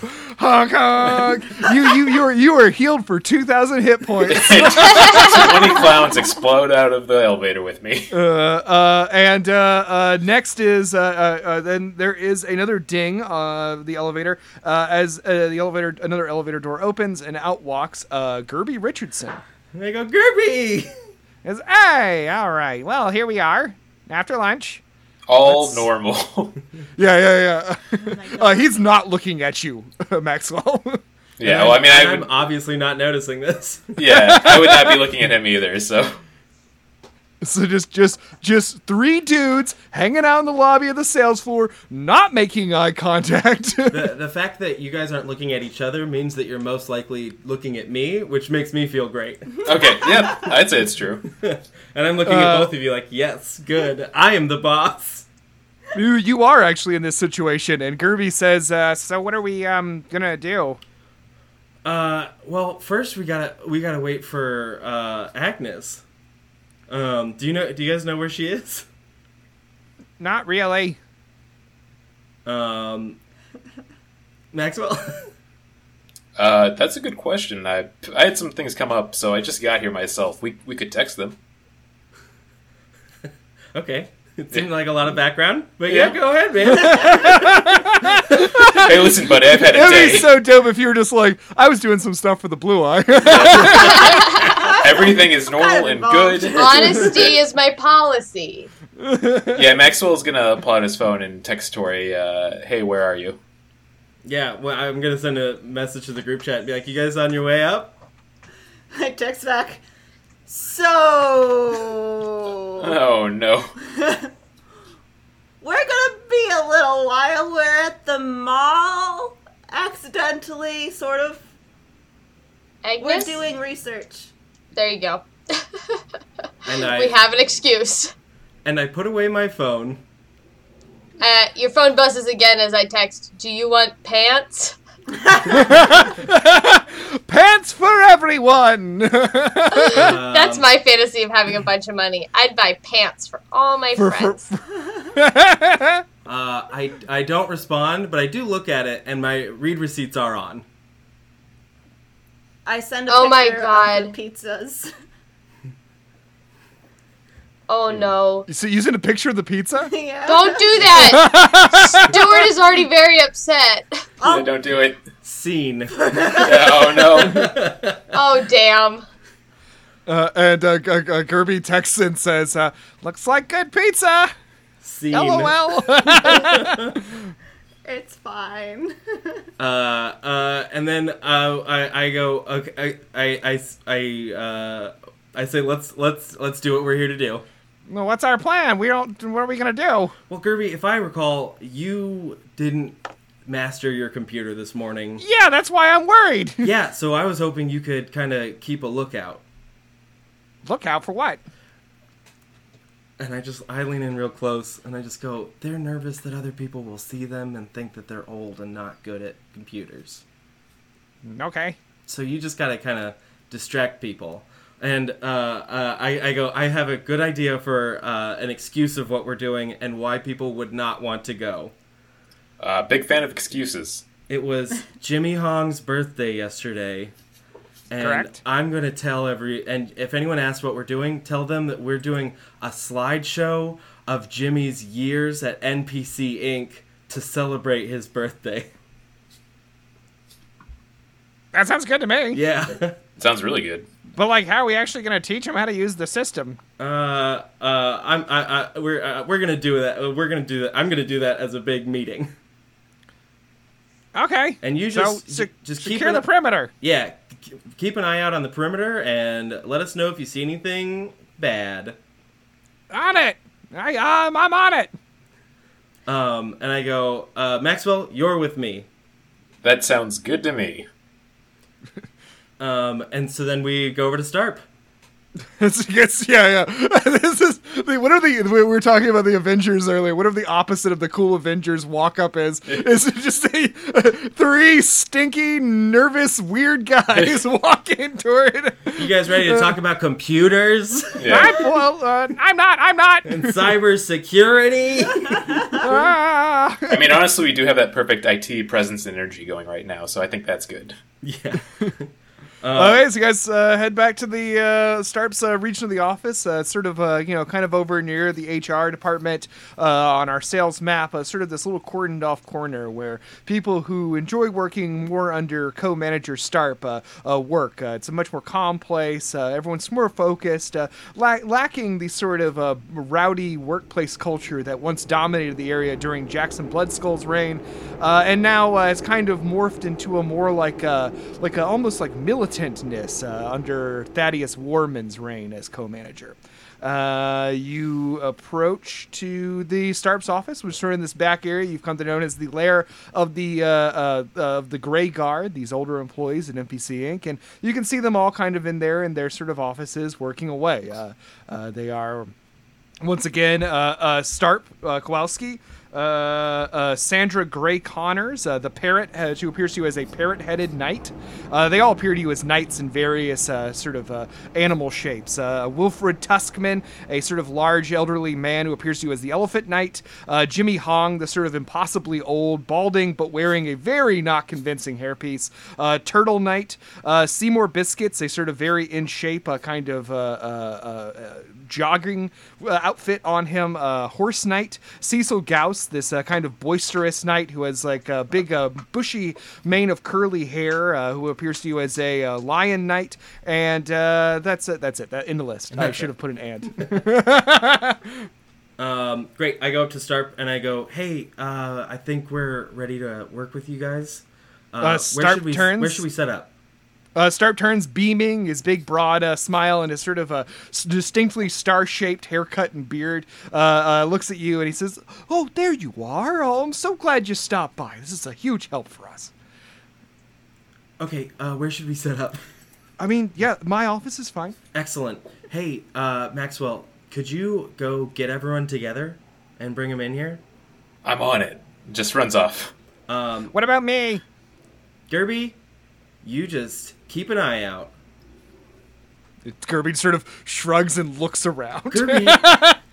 no.
Honk, honk. you, you, you are, you are healed for two thousand hit points.
Twenty clowns explode out of the elevator with me.
Uh, uh, and uh, uh, next is uh, uh, uh, then there is another ding uh, the elevator uh, as uh, the elevator another elevator door opens and out walks uh, Gerby Richardson.
And I go, Gerby!
As hey, all right, well here we are after lunch.
All normal.
Yeah, yeah, yeah. uh, he's not looking at you, Maxwell.
yeah. Well, I mean, I
I'm
would.
obviously not noticing this.
Yeah, I would not be looking at him either. So.
so just, just, just three dudes hanging out in the lobby of the sales floor, not making eye contact.
The, the fact that you guys aren't looking at each other means that you're most likely looking at me, which makes me feel great.
Okay. Yep. I'd say it's true.
And I'm looking
Uh,
at both of you like, yes, good. I am the boss.
you, you are actually in this situation, and Gerby says, uh, "So what are we um gonna do?"
Uh, well, first we gotta we gotta wait for uh, Agnes. Um, do you know? Do you guys know where she is?
Not really.
Um, Maxwell.
Uh, that's a good question. I I had some things come up, so I just got here myself. We we could text them.
okay, it seemed like a lot of background, but yeah, go ahead, man.
Hey, listen, buddy. I've had a
It'd be
day.
so dope if you were just like, "I was doing some stuff for the blue eye."
Everything is normal and
involved.
good.
Honesty is my policy.
Yeah, Maxwell's gonna pull out his phone and text Tori, uh, "Hey, where are you?"
yeah, well, I'm gonna send a message to the group chat and be like, "You guys on your way up?"
I text back. So
Oh no!
we're gonna be a little while. We're at the mall, accidentally, sort of. We're
Agnes,
doing research.
there you go.
And I
we have an excuse.
and I put away my phone.
Uh, your phone buzzes again as I text. Do you want pants?
Pants for everyone. Um,
That's my fantasy of having a bunch of money. I'd buy pants for all my
For- for-
friends.
Uh, I I don't respond, but I do look at it, and my read receipts are on.
I send a
Oh my
picture
God.
of the pizzas.
oh no.
so you sent a picture of the pizza.
yeah.
Don't do that. Stuart is already very upset.
Yeah, don't do it.
Scene.
Yeah, oh no!
Oh damn.
Uh, and uh, G- G- Kirby texts and says, uh, "Looks like good pizza."
Scene.
LOL.
It's fine.
Uh, uh, and then uh, I, I go. Okay, I, I, I, I, uh, I say let's let's let's do what we're here to do.
well, what's our plan? We don't. What are we gonna do?
Well, Gerby, if I recall, you didn't master your computer this morning.
Yeah, that's why I'm worried.
Yeah, so I was hoping you could kind of keep a lookout.
Look out for what?
And I just I lean in real close and I just go, they're nervous that other people will see them and think that they're old and not good at computers.
Okay.
So you just gotta kind of distract people. And uh, uh, I, I go, I have a good idea for uh, an excuse of what we're doing and why people would not want to go.
Uh, big fan of excuses.
It was Jimmy Hong's birthday yesterday. And
Correct.
I'm going to tell every. And if anyone asks what we're doing, tell them that we're doing a slideshow of Jimmy's years at NPC Inc. to celebrate his birthday.
That sounds good to me.
Yeah.
Sounds really good.
But like, how are we actually gonna teach them how to use the system?
Uh, uh, I'm, I, I, we're, uh, we're gonna do that. uh, We're gonna do that. I'm gonna do that as a big meeting.
Okay.
And you
so,
just,
se-
just keep
secure
an-
the perimeter.
Yeah, k- keep an eye out on the perimeter and let us know if you see anything bad.
On it. I um, I'm on it.
Um, and I go, uh, Maxwell, you're with me.
That sounds good to me.
Um, and so then we go over to Starp.
It's, it's, yeah, yeah. this is the, what are the we were talking about the Avengers earlier. What are the opposite of the cool Avengers walk up is? Is it just a, three stinky, nervous, weird guys walking toward it.
You guys ready to talk about computers
Yeah.
I'm, well, uh, I'm not. I'm not.
and cybersecurity?
Ah.
I mean, honestly, we do have that perfect IT presence and energy going right now, so I think that's good.
yeah.
okay, so you guys uh, head back to the uh, Starp's uh, region of the office, uh, sort of, uh, you know, kind of over near the HR department uh, on our sales map, uh, sort of this little cordoned off corner where people who enjoy working more under co manager Starp uh, uh, work. Uh, it's a much more calm place. Uh, everyone's more focused, uh, la- lacking the sort of uh, rowdy workplace culture that once dominated the area during Jackson Bloodskull's reign, uh, and now uh, has kind of morphed into a more like a, like a, almost like militantness uh, under Thaddeus Warman's reign as co-manager. Uh, you approach to the Starp's office, which is sort of in this back area. You've come to known as the lair of the uh, uh, of the Gray Guard, these older employees at NPC Inc. And you can see them all kind of in there in their sort of offices working away. Uh, uh, they are once again, uh, uh, Starp uh, Kowalski, uh, uh, Sandra Gray Connors, uh, the parrot, uh, who appears to you as a parrot headed knight. Uh, they all appear to you as knights in various uh, sort of uh, animal shapes. Uh, Wilfred Tuskman, a sort of large elderly man who appears to you as the elephant knight. Uh, Jimmy Hong, the sort of impossibly old, balding, but wearing a very not convincing hairpiece. Uh, Turtle Knight, uh, Seymour Biscuits, a sort of very in shape, uh, kind of uh, uh, uh, uh, jogging uh, outfit on him. Uh, Horse Knight, Cecil Gauss, this uh, kind of boisterous knight who has like a big, uh, bushy mane of curly hair, uh, who appears to you as a uh, lion knight. And uh, that's it. That's it. That in the list. I should have put an and.
Um, great. I go up to Starp and I go, hey, uh, I think we're ready to work with you guys. Uh, where
Starp
should we,
turns.
Where should we set up?
Uh, Starp turns beaming, his big broad uh, smile and his sort of uh, s- distinctly star-shaped haircut and beard. Uh, uh, looks at you and he says, "Oh, there you are! Oh, I'm so glad you stopped by. This is a huge help for us."
Okay, uh, where should we set up?
I mean, yeah, my office is fine.
Excellent. Hey, uh, Maxwell, could you go get everyone together and bring them in here?
I'm on it. Just runs off.
Um,
What about me?
Derby, you just keep an eye out.
Kirby sort of shrugs and looks around.
Derby,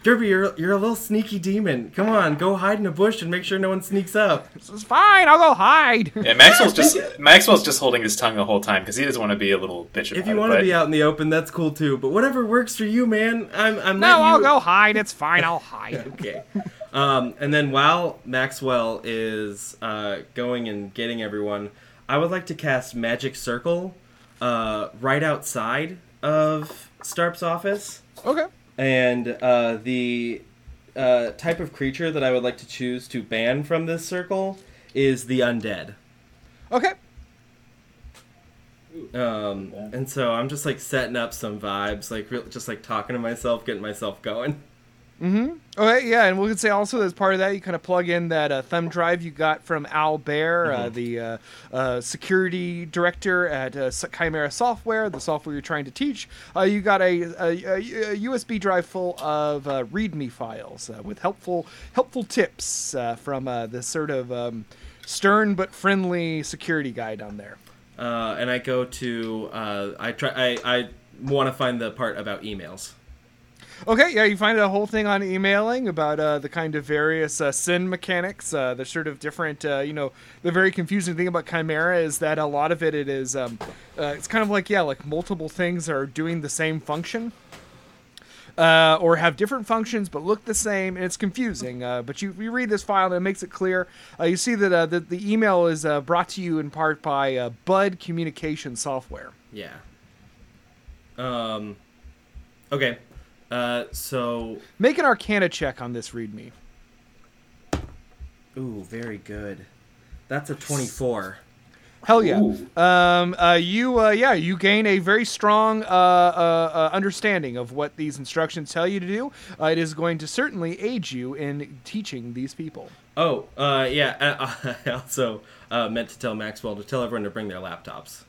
Derby, you're you're a little sneaky demon. Come on, go hide in a bush and make sure no one sneaks up.
it's fine. I'll go hide.
Yeah, Maxwell's just Maxwell's just holding his tongue the whole time because he doesn't want to be a little bitch. About
If you
it,
want to
but- um,
be out in the open, that's cool too. But whatever works for you, man. I'm I'm
no,
letting
I'll
you-
go hide. It's fine. I'll hide.
Okay. Um, and then while Maxwell is uh, going and getting everyone, I would like to cast Magic Circle uh, right outside of Starp's office,
Okay.
and uh, the uh, type of creature that I would like to choose to ban from this circle is the undead.
Okay.
Um, and so I'm just like setting up some vibes, like real, just like talking to myself, getting myself going.
Okay, yeah, and we could say also as part of that, you kind of plug in that uh, thumb drive you got from Al Bear, uh, the uh, uh, security director at uh, S- Chimera Software, the software you're trying to teach. Uh, you got a, a, a- a USB drive full of uh, README files uh, with helpful helpful tips uh, from uh, this sort of um, stern but friendly security guide on there.
Uh, and I go to uh, I try I I want to find the part about emails.
Okay, yeah, you find a whole thing on emailing about uh, the kind of various uh, sin mechanics. Uh, the sort of different, uh, you know, the very confusing thing about Chimera is that a lot of it, it is, um, uh, it's kind of like yeah, like multiple things are doing the same function. Uh, or have different functions but look the same, and it's confusing. Uh, but you, you read this file and it makes it clear. Uh, you see that uh, the, the email is uh, brought to you in part by uh, Bud Communication Software.
Yeah. Um. Okay. Uh. So.
Make an Arcana check on this README.
Ooh, very good. That's a twenty-four.
Hell yeah.
Ooh.
Um, uh, you, uh, yeah, you gain a very strong uh, uh, uh, understanding of what these instructions tell you to do. Uh, it is going to certainly aid you in teaching these people.
Oh. Uh. Yeah. I, I also uh, meant to tell Maxwell to tell everyone to bring their laptops.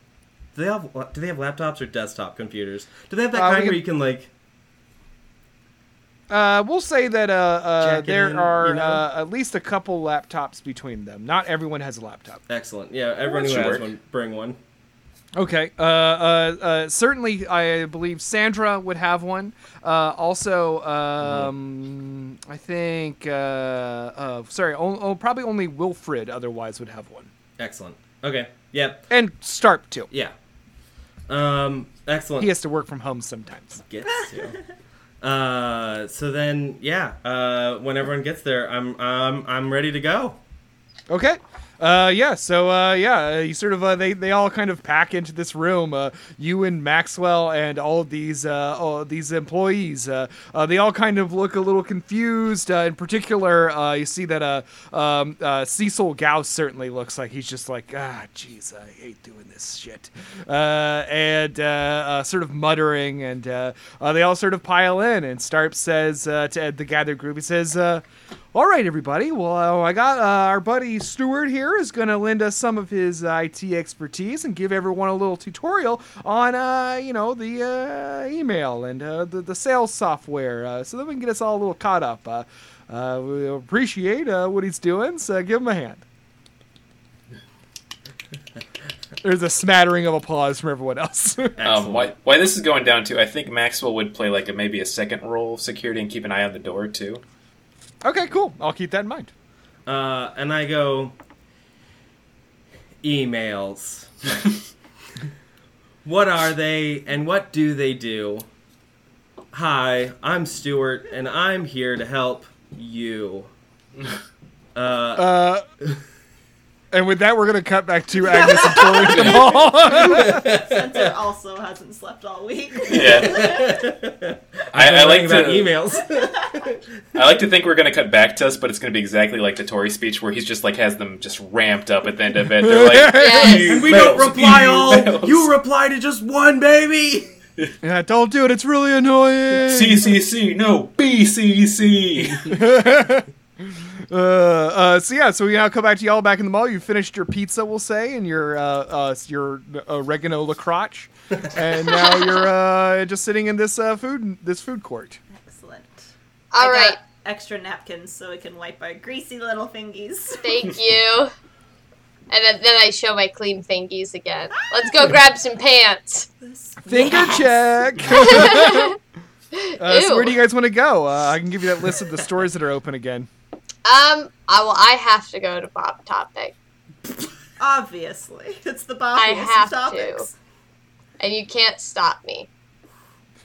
Do they have Do they have laptops or desktop computers? Do they have that
Uh, we
kind
can-
where you can like?
Uh, we'll say that uh, uh,
Jack it
there
in,
are
you know?
uh, at least a couple laptops between them. Not everyone has a laptop.
Excellent. Yeah. Everyone
that
who
should
has
work.
one, bring one.
Okay. Uh, uh, uh, certainly, I believe Sandra would have one. Uh, also, um,
Mm-hmm.
I think, uh, uh, sorry, oh, oh, probably only Wilfred otherwise would have one.
Excellent. Okay. Yep.
And Starp, too.
Yeah. Um. Excellent.
He has to work from home sometimes.
gets to. Uh, so then, yeah. Uh, when everyone gets there, I'm um, I'm ready to go.
Okay. Uh, yeah. So uh, yeah, you sort of uh, they they all kind of pack into this room. Uh, you and Maxwell and all of these uh, all of these employees. Uh, uh, they all kind of look a little confused. Uh, in particular, uh, you see that uh, um, uh, Cecil Gauss certainly looks like he's just like ah, jeez, I hate doing this shit, uh, and uh, uh, sort of muttering. And uh, uh, they all sort of pile in. And Starp says uh, to the gathered group, he says. Uh, all right, everybody. Well, I got uh, our buddy Stuart here is going to lend us some of his IT expertise and give everyone a little tutorial on, uh, you know, the uh, email and uh, the, the sales software uh, so that we can get us all a little caught up. Uh, uh, we appreciate uh, what he's doing, so give him a hand. There's a smattering of applause from everyone else.
Um, why, why this is going down to, I think Maxwell would play like a, maybe a second role of security and keep an eye on the door too.
okay, cool. I'll keep that in mind.
Uh, and I go. Emails. what are they, and what do they do? Hi, I'm Stuart, and I'm here to help you.
Uh, and with that, we're going to cut back to Agnes and Tori at the mall.
Spencer also hasn't slept all week.
Yeah,
I've been
I like
writing about
to-
emails.
I like to think we're going to cut back to us, but it's going to be exactly like the Tory speech where he's just like has them just ramped up at the end of it. They're like,
Yes.
"You
we
bells,
don't reply
you
all.
bells."
You reply to just one, baby.
Yeah, don't do it. It's really annoying.
CCC, no BCC.
Uh, uh, so yeah, so we now come back to y'all back in the mall. You finished your pizza, we'll say, and your uh, uh, your oregano lacroche, and now you're uh, just sitting in this uh, food this food court.
Excellent.
All
I
right.
got Extra napkins so we can wipe our greasy little fingies.
Thank you. And then- then I show my clean fingies again. Let's go grab some pants.
Finger
Yes.
check. uh, so where do
Ew.
you guys want to go? Uh, I can give you that list of the stores that are open again.
Um, I well, I have to go to Bob Topic,
Obviously, it's the
I
bobbiest
have to.
topics.
and you can't stop me.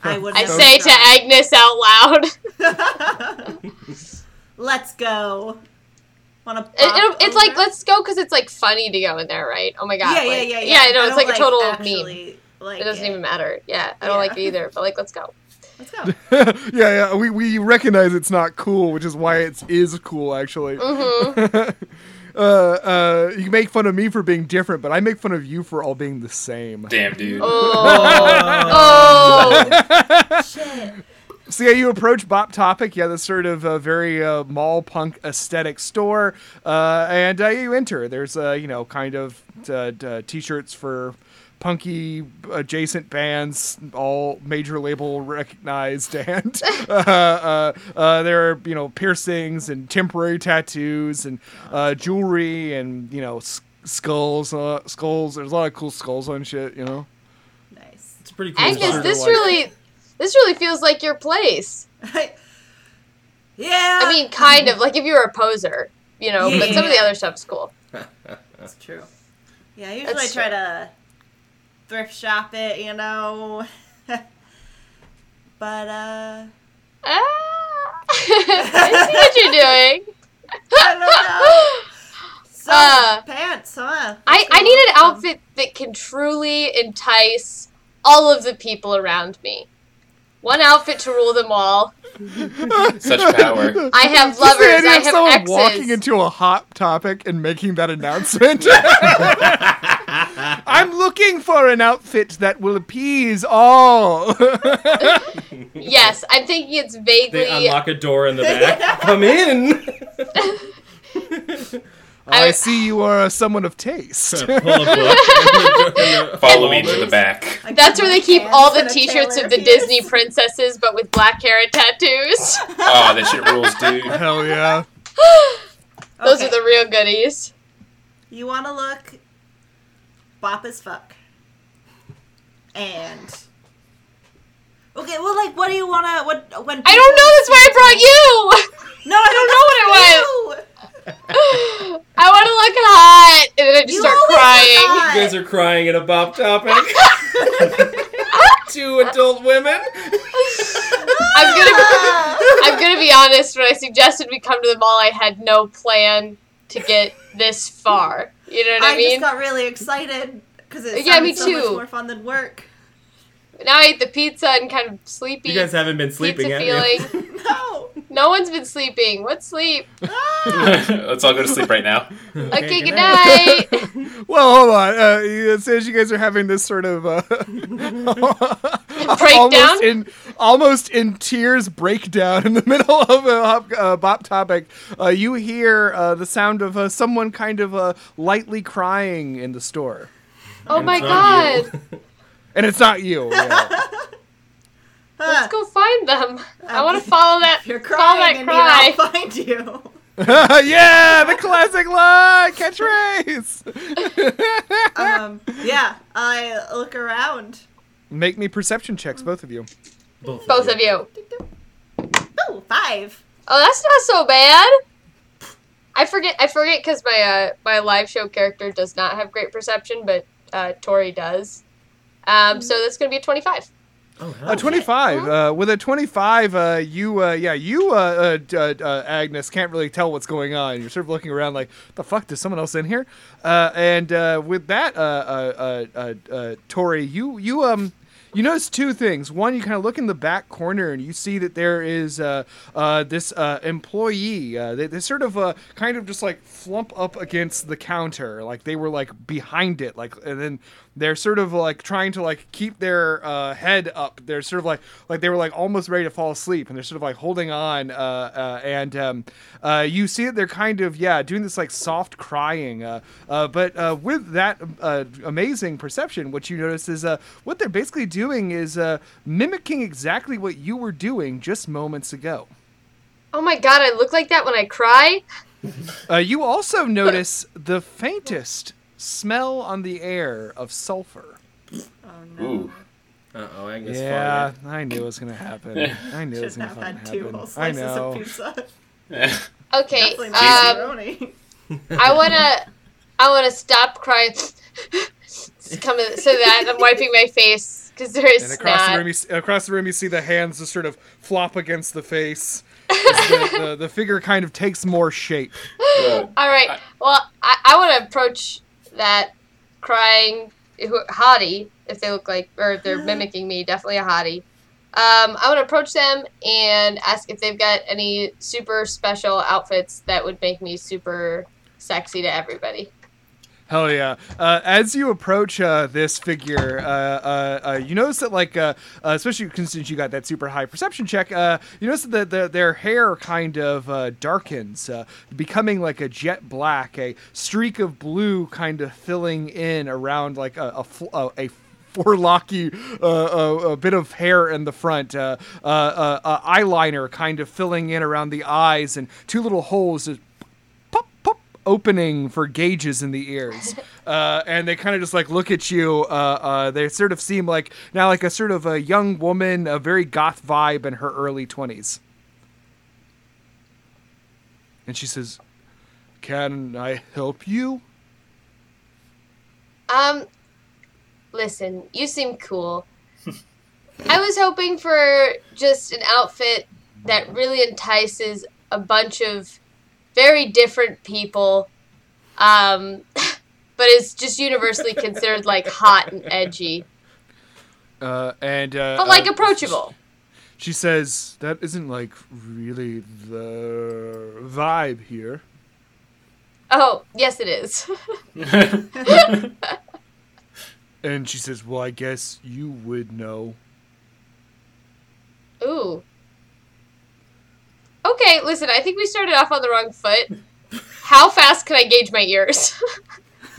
I would.
I
never
say to
try.
Agnes out loud. It,
Let's go. Want to?
it'll, it's like let's go because it's like funny to go in there, right? Oh my god.
Yeah, yeah,
like-
yeah, yeah.
Yeah, I know
I
it's like
don't,
a total meme.
actually Like
It doesn't even matter. Yeah, I don't
Yeah.
like it either. But like, let's go.
Let's go.
yeah, yeah. We, we recognize it's not cool, which is why it is cool, actually. uh, uh, you make fun of me for being different, but I make fun of you for all being the same.
Damn, dude.
Oh.
Oh, oh,
So yeah, you approach Bop Topic, yeah, this sort of uh, very uh, mall punk aesthetic store, uh, and uh, you enter. There's uh, you know kind of uh, d- uh, t-shirts for punky adjacent bands, all major label recognized, and uh, uh, uh, there are you know piercings and temporary tattoos and uh, jewelry and you know s- skulls, uh, skulls. There's a lot of cool skulls on shit, you know.
Nice.
It's pretty cool.
Agnes,
Sort of
this
like-
really, this really feels like your place.
yeah.
I mean, kind of like if you were a poser, you know. But some of the
Uh, mm-hmm. Yeah.
other stuff's cool.
That's true. Yeah, usually
That's
I try to thrift shop it, you know. but uh
Ah. I see what you're doing.
I don't know. So
Uh,
pants, huh?
I,
That's
I need an
awesome.
outfit that can truly entice all of the people around me. One outfit to rule them all.
Such power.
I have
Just
lovers.
the idea
I
of someone
have
walking
exes.
into a hot topic and making that announcement. I'm looking for an outfit that will appease all.
yes, I'm thinking it's vaguely.
They unlock a door in the back. Come in.
I see you are someone of taste.
Pull a book.
Follow me to the back.
Like
That's where they keep
pants
all the
and a
T-shirts of
Taylor
the
Swift.
Disney princesses, but with black hair and tattoos.
Oh, that shit rules, dude.
Hell yeah.
Those
Okay.
are the real goodies.
You want to look bop as fuck. And okay, well, like, what do you wanna? What when?
I don't know. That's why I brought you.
No, I don't know what I want.
I want to look hot, and then I just
You
start
always look
crying.
hot.
You guys are crying at a bop topic. Two adult women.
I'm gonna. I'm gonna be honest. When I suggested we come to the mall, I had no plan to get this far. You know what I,
I
mean?
just got really excited because it
Yeah,
sounded
me
so
too.
much more fun than work.
now I ate the pizza and kind of sleepy.
You guys haven't been sleeping,
pizza feeling.
have you?
No.
No one's been sleeping. What sleep?
Let's all go to sleep right now.
Okay, good night.
Well, hold on. Uh, it says you guys are having this sort of uh, almost
Breakdown?
in almost in tears breakdown in the middle of a hop, uh, bop topic. Uh, you hear uh, the sound of uh, someone kind of uh, lightly crying in the store,
Oh my
on
god.
and it's not you. yeah.
Huh.
Let's go Oh find them. I want to follow that.
You're
follow
crying
that
and I'll
cry.
find you.
yeah, the classic line catchphrase.
Um, yeah, I look around.
Make me perception checks, both of you.
Both of you.
Oh, five.
Oh, that's not so bad. I forget. I forget because my uh, my live show character does not have great perception, but uh, Tori does. Um, so that's gonna be a twenty-five.
Oh,
Uh, 25. Uh, with a 25, uh, you, uh, yeah, you, uh, uh, d- uh, uh, Agnes, can't really tell what's going on. You're sort of looking around like, the fuck, there's someone else in here? Uh, and uh, with that, uh, uh, uh, uh, uh, Tori, you, you, um, you notice two things. One, you kind of look in the back corner and you see that there is uh, uh, this uh, employee. Uh, they, they sort of uh, kind of just like flump up against the counter, like they were like behind it, like and then they're sort of like trying to like keep their uh, head up. They're sort of like like they were like almost ready to fall asleep, and they're sort of like holding on. Uh, uh, and um, uh, you see that they're kind of yeah doing this like soft crying. Uh, uh, but uh, with that uh, amazing perception, what you notice is uh, what they're basically doing is uh, mimicking exactly what you were doing just moments ago.
Oh my god! I look like that when I cry.
Uh, you also notice the faintest smell on the air of sulfur.
Ooh.
Uh oh, Agnes.
yeah,
farted.
I knew it was gonna happen. I knew it was
Should
gonna
have
fucking
had two
happen.
whole
I
slices of
know.
pizza.
Okay.
Definitely not
Um,
pepperoni.
I wanna, I wanna stop crying. It's coming so that I'm wiping my face because there is
And across the
snot.
room, you see, across the room, you see the hands just sort of flop against the face. As the, the, the figure kind of takes more shape.
All right. Well, I, I want to approach that crying who- hottie if they look like or if they're mimicking me. Definitely a hottie. Um, I would approach them and ask if they've got any super special outfits that would make me super sexy to everybody.
Hell yeah! Uh, as you approach uh, this figure, uh, uh, uh, you notice that, like, uh, uh, especially since you got that super high perception check, uh, you notice that the, the, their hair kind of uh, darkens, uh, becoming like a jet black, a streak of blue kind of filling in around like a a, fl- a, a forelocky, uh, a, a bit of hair in the front, uh, uh, uh, uh, eyeliner kind of filling in around the eyes, and two little holes. uh, Just pop pop opening for gauges in the ears uh, and they kind of just like look at you uh, uh, they sort of seem like now like a sort of a young woman a very goth vibe in her early 20s and she says can i help you
Um, listen, you seem cool. I was hoping for just an outfit that really entices a bunch of very different people, um, but is just universally considered like hot and edgy,
uh, and uh,
but like
uh,
approachable.
she says that isn't like really the vibe here
Oh, yes, it is.
and she says well i guess you would know
Ooh. Okay, listen, I think we started off on the wrong foot. How fast can I gauge my ears?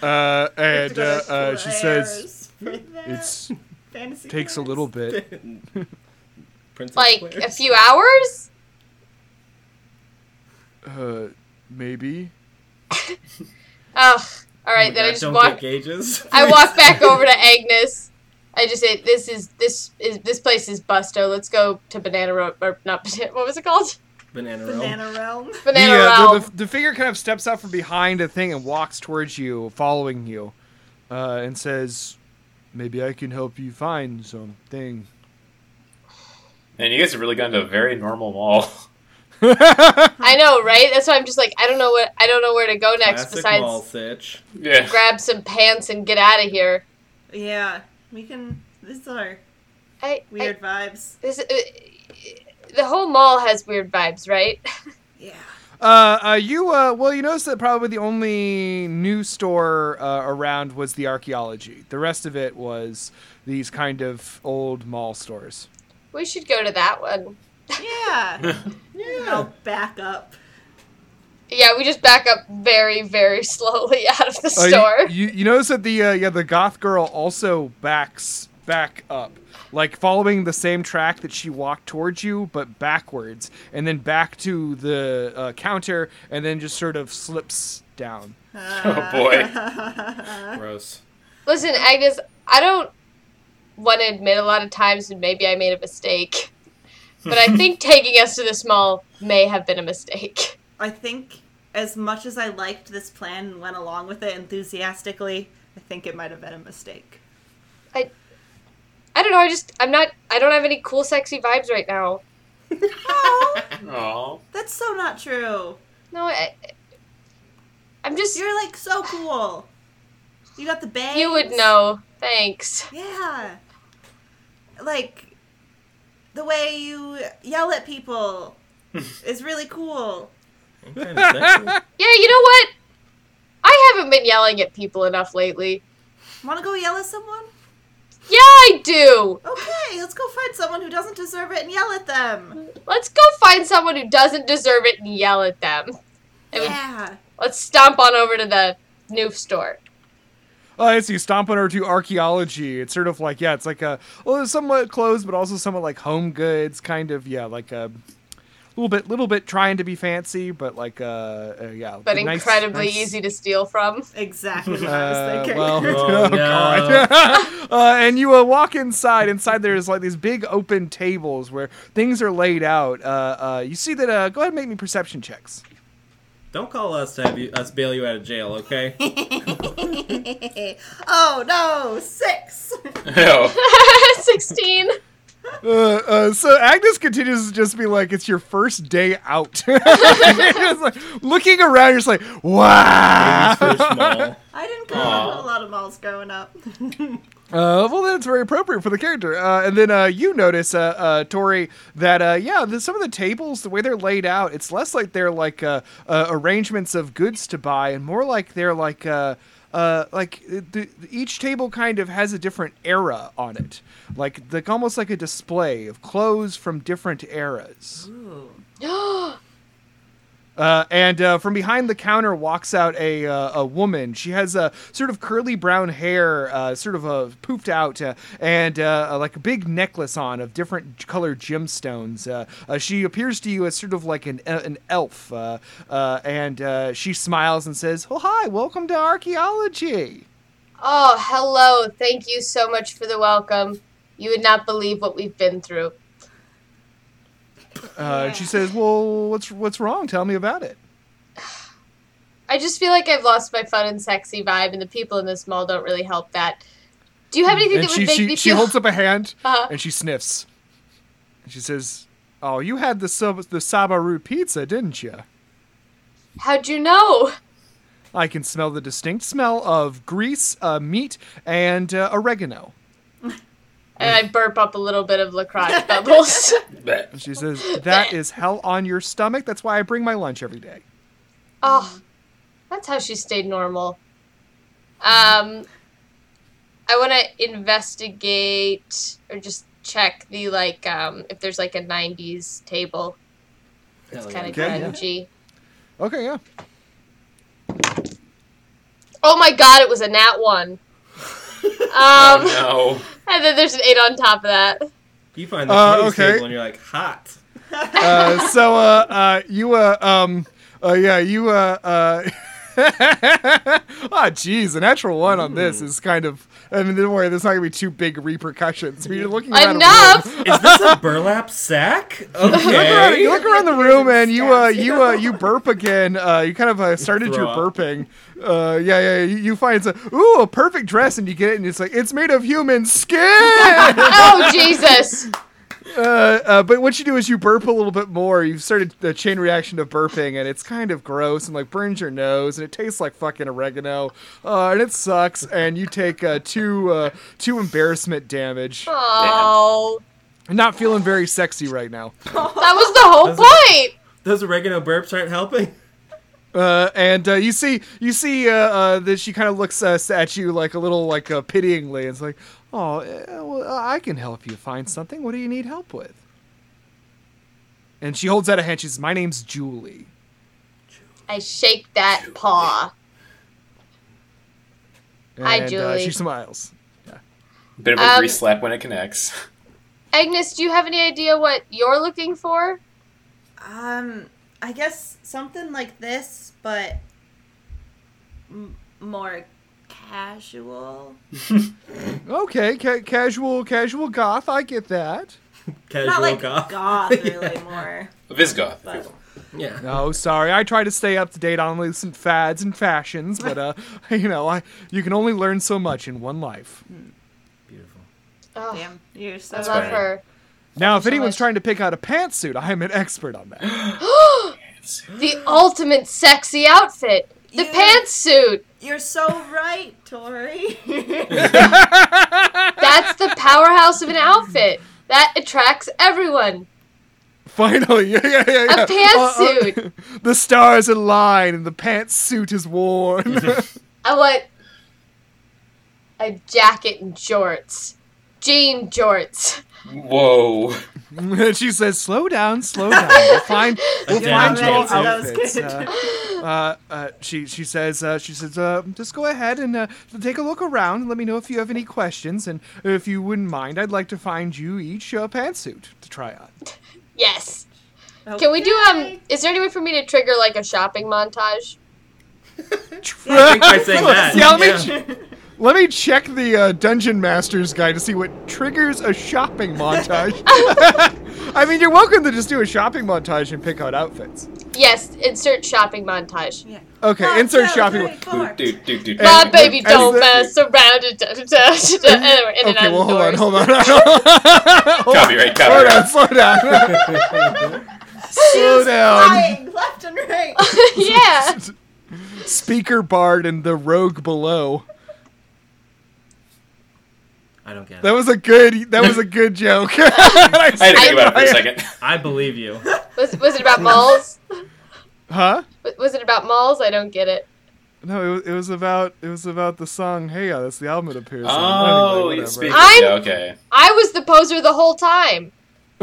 uh, and uh,
Go to
uh, she says
Claire's for that.
it's
Fantasy
takes a
Claire's.
little bit.
Princess Oh
like a
Claire's.
few hours?
Uh, maybe.
Ugh. All
Oh my
right, then
God,
I just
don't
walk.
get gauges.
I walk back over to Agnes. I just say, "This is this is this place is Busto. Let's go to Banana Road or not Banana. What was it called?
Banana roll.
Banana realm.
Banana
the, uh,
Road.
the, the, the figure kind of steps out from behind a thing and walks towards you, following you, uh, and says, "Maybe I can help you find something."
And you guys have really gone to a very normal mall.
I know, right? That's why I'm just like, I don't know what I don't know where to go next
Classic
besides
mall sitch.
yeah.
grab some pants and get out of here.
Yeah, we can. This is our
I, I
weird vibes.
this uh, the whole mall has weird vibes, right?
Yeah.
Uh, uh, you uh, well, you notice that probably the only new store uh, around was the archaeology. The rest of it was these kind of old mall stores.
We should go to that one.
Yeah. yeah. I'll back up.
Yeah, we just back up very, very slowly out of the
Uh, you-
store.
You, you notice that the uh, yeah the goth girl also backs back up, like following the same track that she walked towards you, but backwards, and then back to the uh, counter, and then just sort of slips down.
Oh boy.
Gross.
Listen, Agnes, I don't want to admit a lot of times that maybe I made a mistake, but I think taking us to this mall may have been a mistake.
I think as much as I liked this plan and went along with it enthusiastically, I think it might have been a mistake.
I don't know. I just I'm not. I don't have any cool, sexy vibes right now.
Oh,
Aw.
that's so not true.
No, I, I'm just. you
You're like so cool. You got the bang.
would know. Thanks.
Yeah. Like the way you yell at people is really cool.
I'm kind of sexy.
Yeah, you know what? I haven't been yelling at people enough lately.
Want to go yell at someone?
Yeah, I do.
Okay, let's go find someone who doesn't deserve it and yell at them.
Let's go find someone who doesn't deserve it and yell at them. And
Yeah.
let's stomp on over to the new store.
Oh, I see. Stomping over to archaeology. It's sort of like yeah, it's like a well, it's somewhat closed, but also somewhat like home goods, kind of yeah, like a little bit, little bit trying to be fancy, but like uh, uh yeah,
but
nice-
incredibly
nice-
easy to steal from.
Exactly what I was
Uh,
thinking.
well,
Oh,
oh,
no.
God. uh, and you uh, walk inside. Inside there's like these big open tables where things are laid out. Uh, uh, you see that? Uh, go ahead and make me perception checks.
Don't call us to have you, us bail you out of jail, okay?
oh no, six.
Um,
Ew.
16.
Uh, uh, so Agnes continues to just be like, "It's your first day out." Just like, looking around, you're just like, "Wow."
Small.
I didn't go to a lot of malls growing up.
Uh, well, that's very appropriate for the character. Uh, and then uh, you notice, uh, uh, Tori, that uh, yeah, the, some of the tables, the way they're laid out, it's less like they're like uh, uh, arrangements of goods to buy, and more like they're like uh, uh, like the, each table kind of has a different era on it, like like almost like a display of clothes from different eras. Uh, and uh, from behind the counter walks out a uh, a woman. She has a uh, sort of curly brown hair, uh, sort of uh, poofed out, uh, and uh, uh, like a big necklace on of different colored gemstones. Uh, uh, she appears to you as sort of like an an elf, uh, uh, and uh, she smiles and says, "Oh hi, welcome to archaeology."
Oh, hello. Thank you so much for the welcome. You would not believe what we've been through.
Uh, and She
Yeah.
says, "Well, what's what's wrong? Tell me about it."
I just feel like I've lost my fun and sexy vibe, and the people in this mall don't really help that. Do you have anything
Mm. and
that
she
would make
she,
me
she
feel?
holds up a hand
Uh-huh.
and she sniffs. And she says, "Oh, you had the sub- the Sabaru pizza, didn't you?
How'd you know?
I can smell the distinct smell of grease, uh, meat, and uh, oregano."
And
Mm.
I burp up a little bit of lacrosse bubbles.
But
And she says, "That is hell on your stomach. That's why I bring my lunch every day."
Oh, that's how she stayed normal. Um, I want to investigate or just check the like um if there's like a '90s table. It's kind of
Okay, yeah.
grungy.
Okay, yeah.
Oh my god, it was a nat one. Um,
oh
and then there's an eight on top of that.
You find the
Uh,
uh,
okay.
table and you're like, hot.
Uh, so uh, uh, you uh, um uh, yeah you uh, uh ah jeez a natural one on
Hmm.
this is kind of I mean don't worry there's not gonna be too big repercussions. But you're looking around a room-
Enough.
Is this a burlap sack?
around-
Okay.
you look around the room and you uh you uh you burp again. Uh, you kind of uh, started your
Throw up.
burping. Uh, yeah, yeah. You, you find it's a ooh a perfect dress and you get it and it's like it's made of human skin. uh,
Oh Jesus!
uh, but what you do is you burp a little bit more. You've started the chain reaction of burping and it's kind of gross and like burns your nose and it tastes like fucking oregano uh, and it sucks and you take uh, two uh, two embarrassment damage.
Oh,
Not feeling very sexy right now.
that was the whole point.
Those oregano burps aren't helping.
Uh, and uh, you see, you see uh, uh, that she kind of looks uh, at you like a little like uh, pityingly. And it's like, oh, eh, well, I can help you find something. What do you need help with? And she holds out a hand. She says, "My name's Julie."
I shake that paw.
And,
Hi,
Uh,
Julie.
she smiles.
bit of a
Um,
grease slap when it connects.
Agnes, do you have any idea what you're looking for?
Um, I guess something like this, but m- more casual.
Okay, ca- casual, casual goth. I get that.
Casual
Not like
goth.
goth, really more.
Visgoth. if you
But
will.
Yeah.
No, "Oh, sorry. I try to stay up to date on recent fads and fashions, but uh, you know, I you can only learn so much in one life.
Beautiful.
Oh,
damn, you're so
I love
right.
her.
Now, if
so
anyone's
much.
trying to pick out a pantsuit, I am an expert on that.
The ultimate sexy outfit. The
Yeah.
pantsuit.
You're so right, Tori.
That's the powerhouse of an outfit. That attracts everyone.
Finally, yeah, yeah, yeah. yeah.
A pantsuit.
Uh, uh, the stars align and the pantsuit is worn.
I want a jacket and jorts. Jean jorts.
Whoa.
and she says, "Slow down, slow down. We'll find, we'll
Down,
find your
Nancy. That
was
outfits."
good.
Uh, uh, uh, she she says uh, she says uh, just go ahead and uh, take a look around and let me know if you have any questions and if you wouldn't mind I'd like to find you each uh, pantsuit to try on.
Yes. Can we do um is there any way for me to trigger like a shopping montage?
I think by saying that.
Yeah, let me
yeah.
ch- let me check the uh, Dungeon Master's Guide to see what triggers a shopping montage. I mean, you're welcome to just do a shopping montage and pick out outfits.
Yes, insert shopping montage.
Yeah.
Okay,
One,
insert
two,
shopping.
three, four.
Do, do, do, do.
My
And-
baby
and
don't
the-
mess around. and da- da- da- da- da- anyway, in and
okay,
out
well,
of
hold on,
doors.
hold on, hold on.
Copyright,
Slow down,
copyright.
slow down. slow down.
Flying left and right.
yeah.
Speaker Bard and the Rogue Below.
I don't get
That
it.
was a good. That was a good joke. I
I had to
I-
think about it for a second.
I believe you.
Was, was it about malls?
Huh?
Was- Was it about malls? I don't get it.
No, it was, it was about it was about the song "Hey Ya." That's the album it appears. on.
Oh,
Anyway,
you
whatever.
speak.
I'm-
Yeah, okay.
I was the poser the whole time.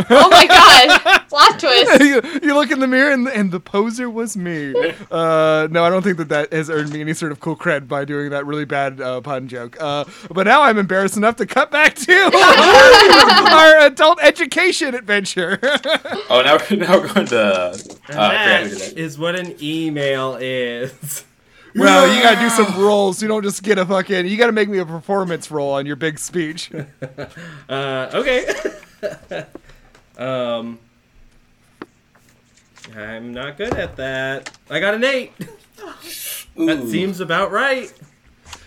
Oh my god. Plot twist.
you, you look in the mirror and, and the poser was me. Uh, no, I don't think that that has earned me any sort of cool cred by doing that really bad uh, pun joke. Uh, but now I'm embarrassed enough to cut back to our adult education adventure.
Oh, now we're, now we're going to. Uh, crap,
That
we did that.
is what an email is.
well, you gotta do some rolls. You don't just get a fucking. You gotta make me a performance roll on your big speech.
Uh, okay. um, I'm not good at that. I got an eight. That
Ooh.
seems about right.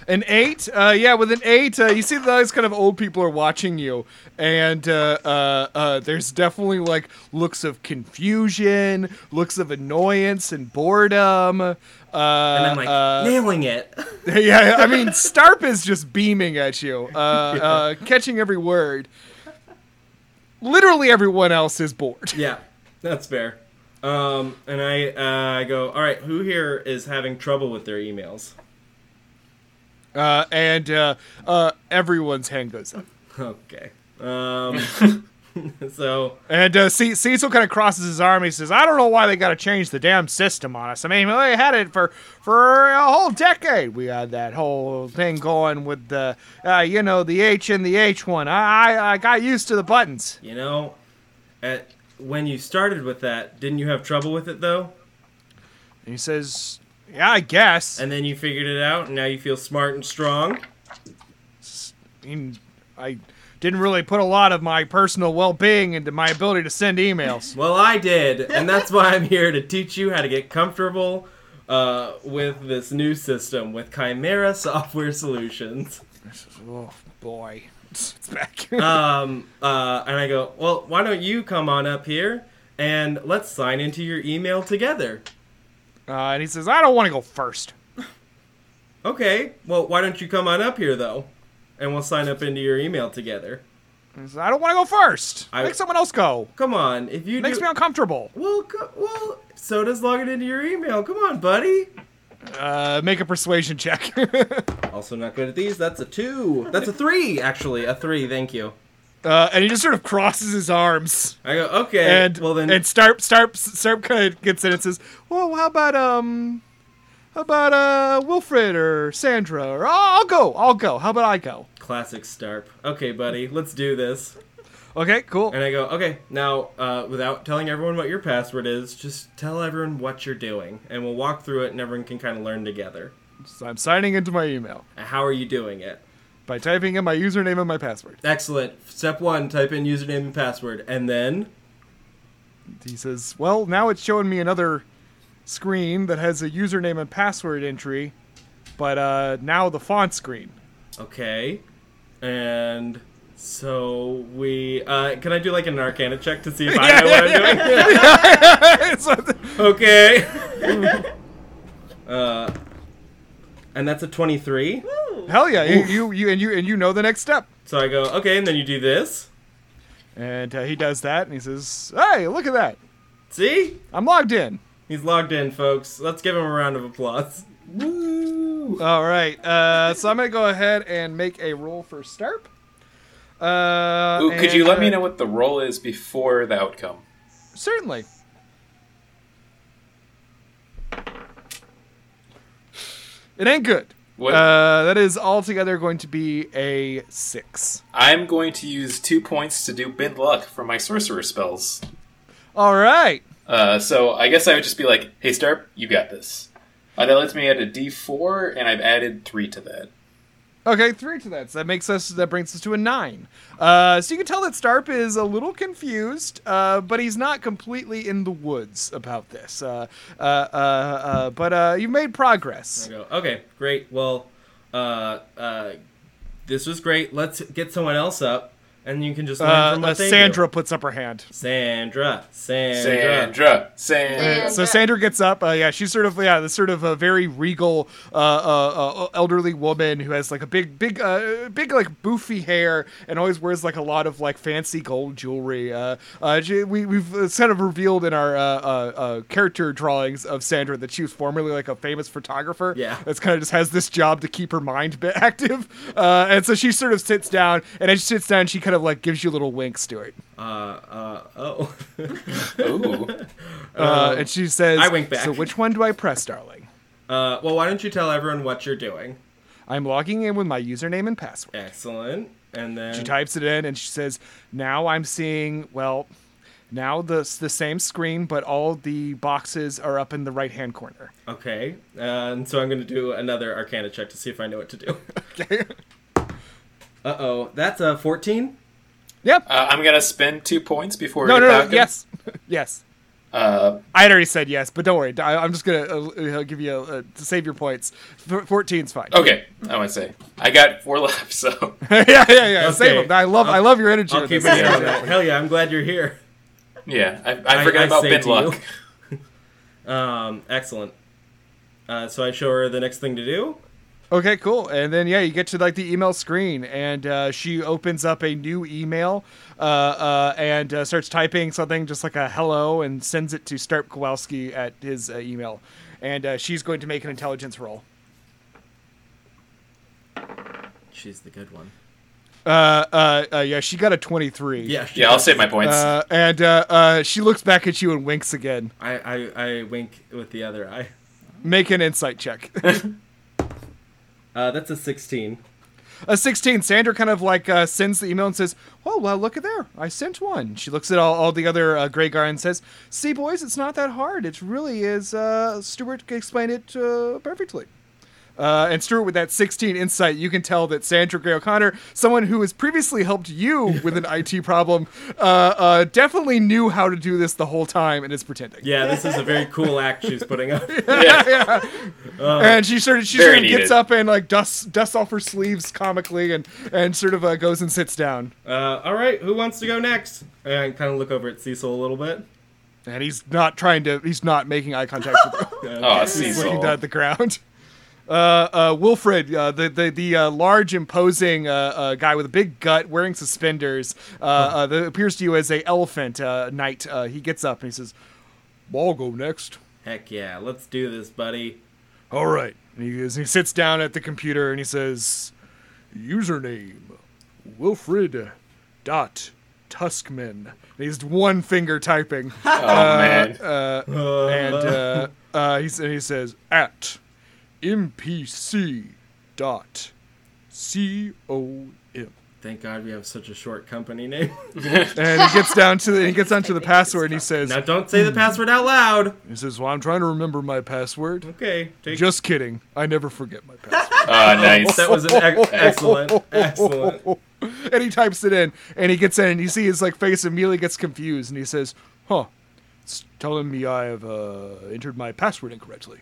An eight? Uh, yeah, with an eight, uh, you see that those kind of old people are watching you, and uh, uh, uh, there's definitely like looks of confusion, looks of annoyance and boredom. Uh,
And I'm like
uh,
nailing it.
yeah, I mean, Starp is just beaming at you, uh, uh, catching every word. Literally, everyone else is bored.
Yeah, that's fair. Um, and I uh, I go, all right. Who here is having trouble with their emails?
Uh, and uh, uh, everyone's hand goes up.
Okay. Um, so
And uh, Ce- Cecil kind of crosses his arm. He says, "I don't know why they got to change the damn system on us. I mean, we had it for for a whole decade. We had that whole thing going with the, uh, you know, the H and the H one. I, I I got used to the buttons.
you know, at when you started with that, didn't you have trouble with it though?
And he says, "Yeah, I guess.
And then you figured it out, and now you feel smart and strong.
I mean, I didn't really put a lot of my personal well-being into my ability to send emails.
Well, I did, and that's why I'm here to teach you how to get comfortable uh, with this new system with Chimera Software Solutions.
oh boy, it's back."
Um, uh, and I go, well, why don't you come on up here and let's sign into your email together?
uh, and he says, "I don't want to go first.
Okay, well, why don't you come on up here though, and we'll sign up into your email together?
He says, I don't want to go first.
I-
Make someone else go."
Come on, if you
Makes
do,
me uncomfortable.
well, co- well, so does logging into your email. Come on, buddy.
Uh, make a persuasion check. Uh,
Also not good at these. That's a two. That's a three, actually. A three. Thank you.
uh, and he just sort of crosses his arms.
I go, okay.
And
well then,
and Starp Starp Starp kind of gets in and says, "Well, how about um, how about uh, Wilfred or Sandra or "Oh, I'll go, I'll go. How about I go?
classic Starp. Okay, buddy, let's do this.
Okay, cool.
And I go, okay. Now, uh, without telling everyone what your password is, just tell everyone what you're doing, and we'll walk through it, and everyone can kind of learn together.
So I'm signing into my email
Uh, How are you doing it?
by typing in my username and my password.
Excellent. Step one: type in username and password, and then
He says, "Well, now it's showing me another screen that has a username and password entry, but uh, now the font screen."
okay, and so we. Uh, can I do like an Arcana check to see if I know what I'm doing?
So-
Okay. uh, and that's a 23.
Hell yeah! You, you you and you and you know the next step.
So I go, okay, and then you do this.
And uh, he does that, and he says, "Hey, look at that!
See?
I'm logged in."
He's logged in, folks. Let's give him a round of applause.
All right. Uh, so I'm gonna go ahead and make a roll for Starp. Uh,
Ooh, could
and,
you let me
uh,
know what the role is before the outcome?
Certainly. It ain't good.
What?
Uh, that is altogether going to be a six.
I'm going to use two points to do bend luck for my sorcerer spells.
All right.
Uh, so I guess I would just be like, "Hey, Starp, you got this." Uh, that lets me add a D4, and I've added three to that.
Okay, three to that. So that makes us. That brings us to a nine. Uh, so you can tell that Starp is a little confused, uh, but he's not completely in the woods about this. Uh, uh, uh, uh, but uh, you've made progress.
I go, okay, great. Well, uh, uh, this was great. Let's get someone else up, and you can just learn
Uh,
from
uh,
what they do.
Sandra puts up her hand.
Sandra, Sandra,
Sandra, Sandra.
So Sandra gets up. Uh, yeah, she's sort of yeah, this sort of a very regal, uh, uh, uh, elderly woman who has like a big, big, uh, big like boofy hair and always wears like a lot of like fancy gold jewelry. Uh, uh, she, we we've uh, sort of revealed in our uh, uh, uh, character drawings of Sandra that she was formerly like a famous photographer.
Yeah.
that's kind of just has this job to keep her mind bit active. Uh, and so she sort of sits down, and as she sits down, she kind of like gives you little winks, Stuart.
Uh, uh, oh,
Ooh.
Uh, and she says,
I wink back.
So which one do I press, darling?
uh, well, why don't you tell everyone what you're doing?
I'm logging in with my username and password.
Excellent. And then
She types it in and she says, "Now I'm seeing well, now the the same screen, but all the boxes are up in the right hand corner."
okay, Uh, and so I'm gonna do another Arcana check to see if I know what to do.
Okay.
Uh oh, that's a 14.
yep.
Uh, I'm gonna spend two points before.
no,
we
no, no.
talk.
Yes, yes.
Uh,
I had already said yes, but don't worry. I, I'm just gonna uh, uh, give you a, uh, to save your points. F- Fourteen's fine.
okay, I want to say I got four left, so
yeah, yeah, yeah. Save
Okay.
them. I love, I love your energy.
I'll
with
keep it
this.
in on that. Hell yeah, I'm glad you're here.
yeah, I, I forgot about
say
Ben
to you.
Luck.
um, excellent. Uh, so I show her the next thing to do.
Okay, cool. And then yeah, you get to like the email screen, and uh, she opens up a new email uh, uh, and uh, starts typing something, just like a hello, and sends it to Starp Kowalski at his uh, email. And uh, she's going to make an intelligence roll.
She's the good one.
Uh, uh, uh, yeah, she got a twenty-three.
Yeah. she
Yeah, I'll
does.
save my points.
Uh, and uh, uh, she looks back at you and winks again.
I, I I wink with the other eye.
Make an insight check.
Uh, that's a 16.
a 16 sandra kind of like uh, sends the email and says oh well look at there i sent one she looks at all, all the other uh, gray guard and says see boys it's not that hard it really is uh, stuart explained it uh, perfectly uh, and Stuart, with that 16 insight, you can tell that Sandra Gray O'Connor, someone who has previously helped you with an IT problem, uh, uh, definitely knew how to do this the whole time and is pretending.
Yeah, this is a very cool act she's putting up.
yeah.
Yeah. and she sort of she
Very
sort of gets
needed.
up and like dusts dusts off her sleeves comically and and sort of uh, goes and sits down.
Uh, all right, who wants to go next? And kind of look over at Cecil a little bit.
And he's not trying to. He's not making eye contact with you.
Oh,
He's
Cecil.
looking down at the ground. Uh, uh, Wilfred, uh, the the the uh, large, imposing uh, uh, guy with a big gut, wearing suspenders, uh, uh, that appears to you as a elephant uh, knight. Uh, he gets up and he says, "I'll go next."
Heck yeah, let's do this, buddy.
All right. And he, goes, he sits down at the computer and he says, "Username, Wilfred, dot Tuskman." And he's one finger typing.
Oh man.
uh, and uh, uh, he, sa- he says at mpc dot com
Thank God we have such a short company name.
and he gets down to the, he gets onto the password and he says
now don't say the password out loud.
he says well i'm trying to remember my password
Okay, take
just kidding i never forget my password
Oh, nice.
That was an ex- excellent, excellent.
and he types it in and he gets in and you see his like face immediately gets confused and he says huh it's telling me i have uh, entered my password incorrectly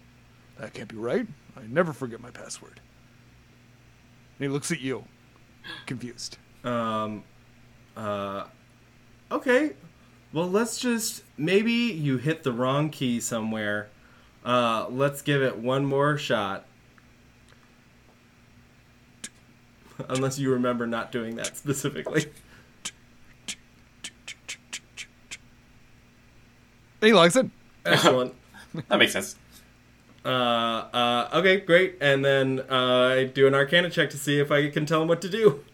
that can't be right i never forget my password and he looks at you confused
Um, uh, okay. Well, let's just maybe you hit the wrong key somewhere. Uh, let's give it one more shot. Unless you remember not doing that specifically.
and he logs in
Excellent.
that makes sense.
Uh, uh, okay, great. And then uh, I do an Arcana check to see if I can tell him what to do.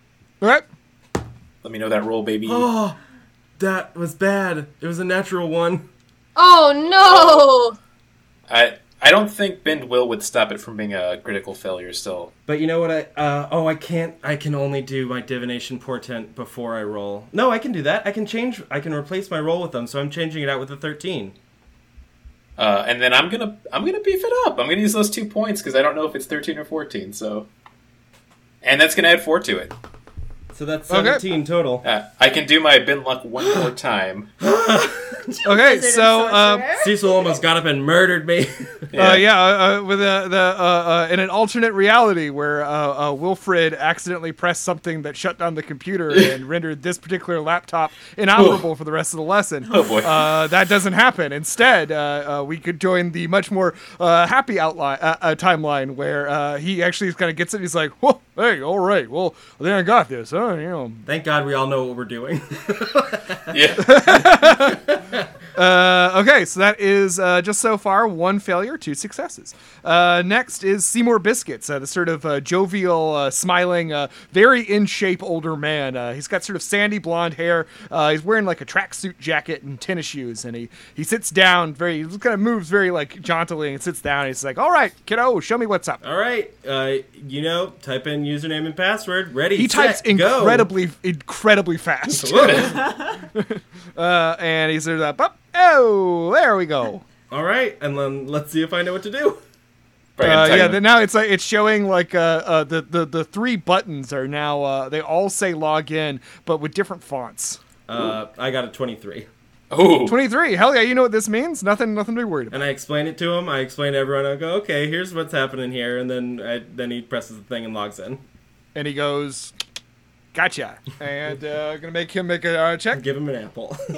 all right
Let me know that roll, baby.
Oh, that was bad. It was a natural one.
Oh no!
I I don't think Bend will would stop it from being a critical failure. Still,
But you know what? I uh, oh, I can't. I can only do my divination portent before I roll. No, I can do that. I can change. I can replace my roll with them. So I'm changing it out with a thirteen.
uh, and then I'm gonna I'm gonna beef it up. I'm gonna use those two points because I don't know if it's thirteen or fourteen. So, and that's gonna add four to it.
So that's
Okay.
17 total.
Uh, I can do my bin luck one more time.
Uh, Okay,
Wizard and
so um,
sorcerer.
Cecil almost got up and murdered me.
Uh, yeah, uh, uh, with uh, the uh, uh, in an alternate reality where uh, uh, Wilfred accidentally pressed something that shut down the computer and rendered this particular laptop inoperable for the rest of the lesson.
Oh, boy.
Uh, that doesn't happen. Instead, uh, uh, we could join the much more uh, happy outline uh, uh, timeline where uh, he actually kind of gets it. He's like, "Whoa, hey, all right, well, then I got this. Huh? You know,
Thank God we all know what we're doing.
Yeah,
Uh, okay, so that is uh, just so far one failure, two successes. Uh, next is Seymour Biscuits, uh, the sort of uh, jovial, uh, smiling, uh, very in shape older man. Uh, he's got sort of sandy blonde hair. Uh, he's wearing like a tracksuit jacket and tennis shoes, and he he sits down very, he kind of moves very like jauntily and sits down. And he's like, "All right, kiddo, show me what's up."
all right, uh, you know, type in username and password. Ready?
He types
set, go.
incredibly, incredibly fast,
Whoa.
uh, and he's sort of, "Up, oh, there we go."
all right, and then let's see if I know what to do.
Brian,
Uh,
tell
yeah,
me.
then now it's like it's showing like uh, uh the, the the three buttons are now uh they all say log in but with different fonts.
Uh, I got a 23.
Ooh.
Twenty three, hell yeah, you know what this means? Nothing, nothing to be worried about.
And I explain it to him. I explain to everyone. I go, okay, here's what's happening here, and then I, then he presses the thing and logs in.
And he goes, "Gotcha," and uh, gonna make him make a uh, check.
Give him an apple.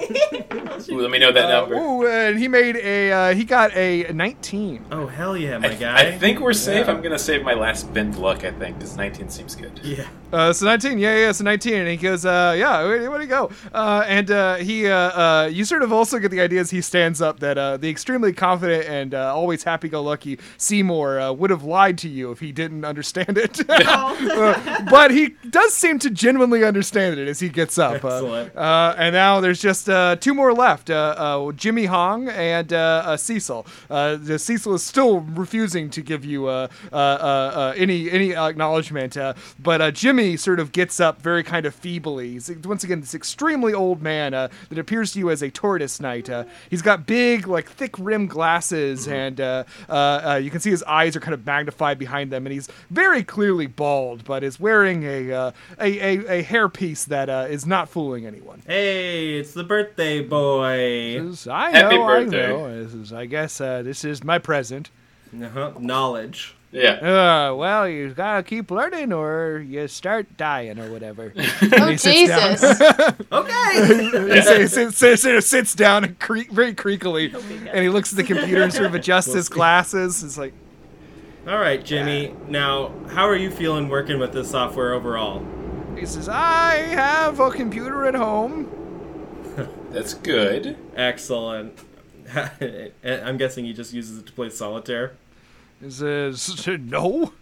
Ooh, let me know that
Uh,
number.
ooh, and he made a uh, he got a nineteen.
oh hell yeah,
I,
my
th-
guy.
I think we're safe.
Yeah.
I'm gonna save my last bend luck. I think because 19 seems good.
Yeah.
Uh, so 19, yeah, yeah, so 19. And he goes, uh, yeah, where, where'd he go? Uh, and uh, he, uh, uh, you sort of also get the idea as he stands up that uh, the extremely confident and uh, always happy go lucky Seymour uh, would have lied to you if he didn't understand it. Uh, but he does seem to genuinely understand it as he gets up. Uh,
Excellent.
Uh, and now there's just uh, two more left uh, uh, Jimmy Hong and uh, uh, Cecil. Uh, the Cecil is still refusing to give you uh, uh, uh, uh, any any acknowledgement, uh, but uh, Jimmy sort of gets up very kind of feebly. He's, once again, this extremely old man uh, that appears to you as a tortoise knight. Uh, he's got big, like thick rimmed glasses, and uh, uh, uh, you can see his eyes are kind of magnified behind them, and he's very clearly bald, but is wearing a uh, a, a, a hairpiece that uh, is not fooling anyone.
Hey, it's the birthday boy.
This is- I
Happy
know,
birthday.
I know. This is, I guess, uh, this is my present.
Uh-huh. Knowledge.
Yeah.
Uh, well, you gotta keep learning, or you start dying, or whatever.
Oh,
he sits down.
Jesus.
Okay.
He sits, sits, sits, sits down and creak, very creakily, and he looks at the computer and sort of adjusts his glasses. It's like,
All right, Jimmy. Now, how are you feeling working with this software overall?
he says, "I have a computer at home."
That's good.
Excellent. I'm guessing he just uses it to play solitaire.
He says, "No,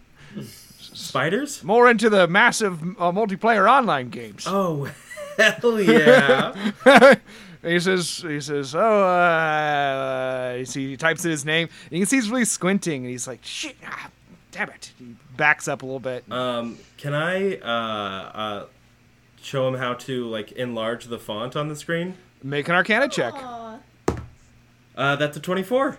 Spiders?
more into the massive uh, multiplayer online games."
Oh, hell yeah.
he says, he says, oh, uh, he- he types in his name, and you can see he's really squinting, and he's like, shit, ah, damn it. He backs up a little bit.
um, can I uh, uh, show him how to like enlarge the font on the screen?
Make an Arcana check.
Aw.
Uh, that's a 24.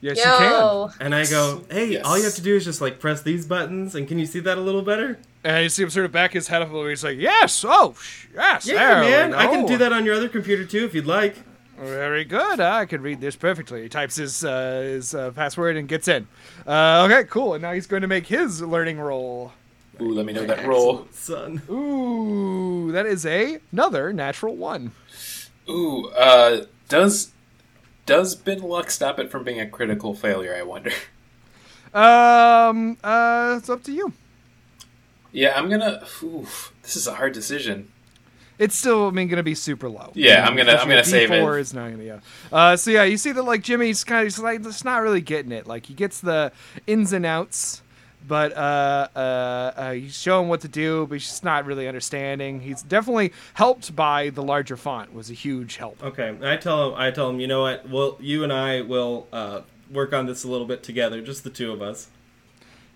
Yes, you can.
Yo.
And I go, hey,
Yes.
all you have to do is just like press these buttons, and can you see that a little better?
And you see him sort of back his head up a little bit. He's like, yes, oh, sh- yes.
Yeah,
there we
man, Oh. I can
go."
do that on your other computer too if you'd like.
Very good. I can read this perfectly. He types his, uh, his uh, password and gets in. Uh, okay, cool. And now he's going to make his learning roll.
Ooh, let me know that roll.
Son.
Ooh, that is a another natural one.
Ooh, uh, does does bin luck stop it from being a critical failure? I wonder.
Um, uh, it's up to you.
Yeah, I'm gonna. Oof, this is a hard decision.
It's still, I mean, going to be super low.
Yeah, I'm gonna- I'm gonna
Especially
save it.
D4 is not gonna, yeah. Uh, so yeah, you see that like Jimmy's kind of he's like just not really getting it. Like he gets the ins and outs, but uh, uh, uh, you show him what to do, but he's just not really understanding. He's definitely helped by the larger font was a huge help.
Okay, I tell him. I tell him. You know what? Well, you and I will uh, work on this a little bit together, just the two of us.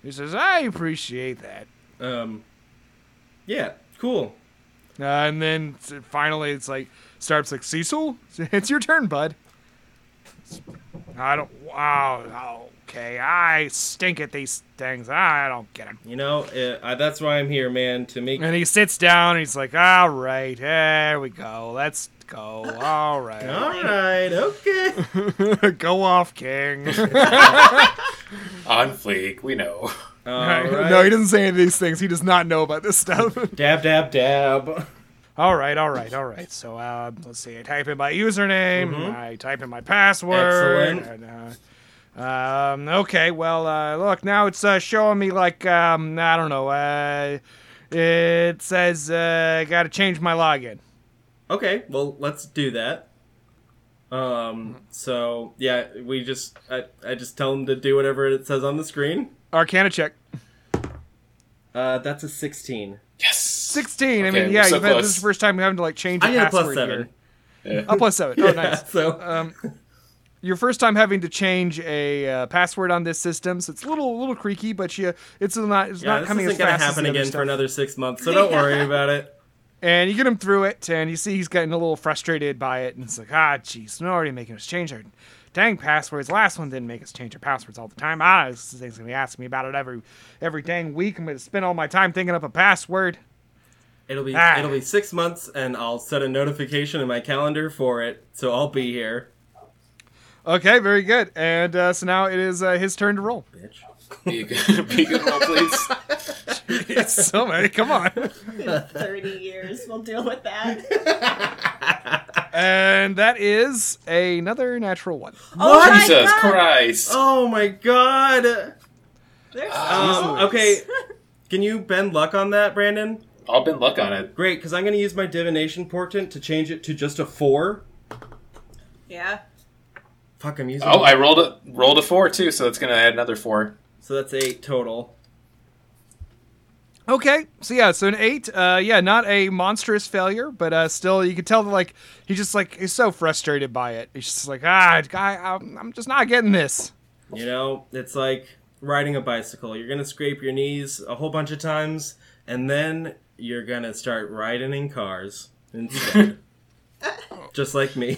He says, "I appreciate that."
Um, yeah, cool.
Uh, and then s- finally, it's like starts like Cecil, it's your turn, bud. I don't. Wow. Okay. I stink at these things. I don't get them.
You know, uh, I, that's why I'm here, man, to make
And he sits down and he's like, all right, there we go. Let's go. All
All
right.
right, okay.
go off, King.
On fleek, we know.
All right.
No, he doesn't say any of these things. He does not know about this stuff.
dab, dab, dab.
all right, all right, all right. So uh, let's see. I type in my username.
Mm-hmm.
I type in my password.
Excellent.
and, uh, um, okay, well, uh, look, now it's uh, showing me like, um, I don't know. Uh, it says uh, I got to change my login.
Okay, well, let's do that. Um. So yeah, we just I, I just tell him to do whatever it says on the screen.
Arcana check.
Uh, that's a sixteen.
Yes.
16. I
Okay,
mean, yeah,
we're so
you've had, this is
close.
the first time you're having to like change.
I
your
get a plus
password
seven.
Here.
Yeah.
Oh, plus seven. Oh,
Yeah,
nice.
So
Um, your first time having to change a uh, password on this system, so it's a little, little creaky, but you, it's not, it's
yeah,
not
this
coming
isn't
as
gonna
fast as
happen
the other
again
stuff.
for another six months. So don't worry about it.
And you get him through it, and you see he's getting a little frustrated by it, and it's like, ah, jeez, they're already making us change our dang passwords. Last one didn't make us change our passwords all the time. Ah, this thing's gonna be asking me about it every, every dang week. I'm gonna spend all my time thinking up a password.
It'll be
Ah.
it'll be six months, and I'll set a notification in my calendar for it. So I'll be here.
Okay, very good. And uh, so now it is uh, his turn to roll.
Bitch.
Be good, be good roll, please.
It's so many. Come on.
30 years. We'll deal with that.
And that is another natural one.
Oh my
Jesus
God.
Christ.
Oh my god.
There's-
Um, okay, can you bend luck on that, Brandon?
I'll bend luck on it.
Great, because I'm going to use my divination portent to change it to just a four.
yeah.
Fuck, I'm using.
Oh, I rolled a rolled a four too, so that's gonna add another four.
So that's eight total.
Okay, so yeah, so an eight. Uh, yeah, not a monstrous failure, but uh, still, you could tell that like he's just like he's so frustrated by it. He's just like, ah, guy, I'm, I'm just not getting this.
You know, it's like riding a bicycle. You're going to scrape your knees a whole bunch of times, and then you're going to start riding in cars instead. just like me.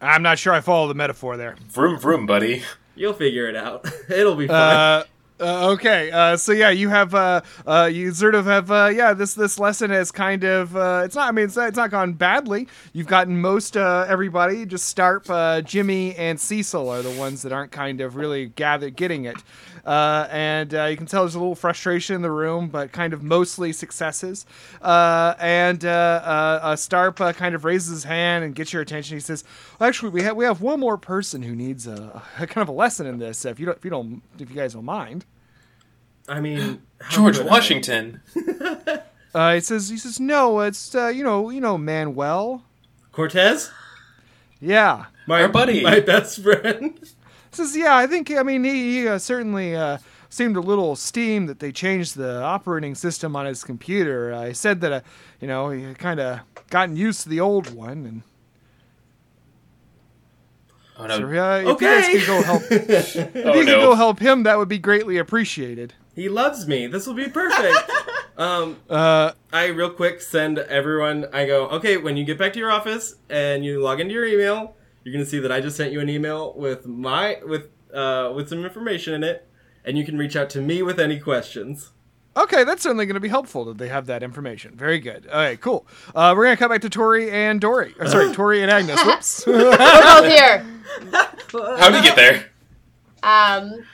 I'm not sure I follow the metaphor there.
Vroom vroom, buddy.
You'll figure it out. It'll be fine.
Uh, uh, okay, uh, so yeah, you have uh, uh, you sort of have uh, yeah this this lesson has kind of uh, it's not I mean it's not, it's not gone badly. You've gotten most uh, everybody. Just Starp, uh, Jimmy, and Cecil are the ones that aren't kind of really gather getting it, uh, and uh, you can tell there's a little frustration in the room, but kind of mostly successes. Uh, and uh, uh, uh, Starp uh, kind of raises his hand and gets your attention. He says, well, "Actually, we have we have one more person who needs a, a kind of a lesson in this. If you don't, if you don't, if you guys don't mind."
I mean, how
George
could I?
Washington.
Uh, he says, "He says no. It's uh, you know, you know, Manuel.
Cortez?
Yeah."
My
Our buddy.
My best friend.
says, "Yeah, I think. I mean, he, he uh, certainly uh, seemed a little steamed that they changed the operating system on his computer. Uh, he said that, uh, you know, he kind of gotten used to the old one, and
Oh
so,
no.
uh, if you guys
Okay.
could go help, if
Oh
you could go
no.
help him, that would be greatly appreciated."
He loves me. This will be perfect. um,
Uh,
I real quick send everyone. I go, okay. When you get back to your office and you log into your email, you're gonna see that I just sent you an email with my with uh, with some information in it, and you can reach out to me with any questions.
okay, that's certainly going to be helpful that they have that information. Very good. All right, cool. Uh, we're going to cut back to Tori and Dory. Or, sorry, Tori and Agnes. Whoops.
We're both here.
How'd you get there?
Um,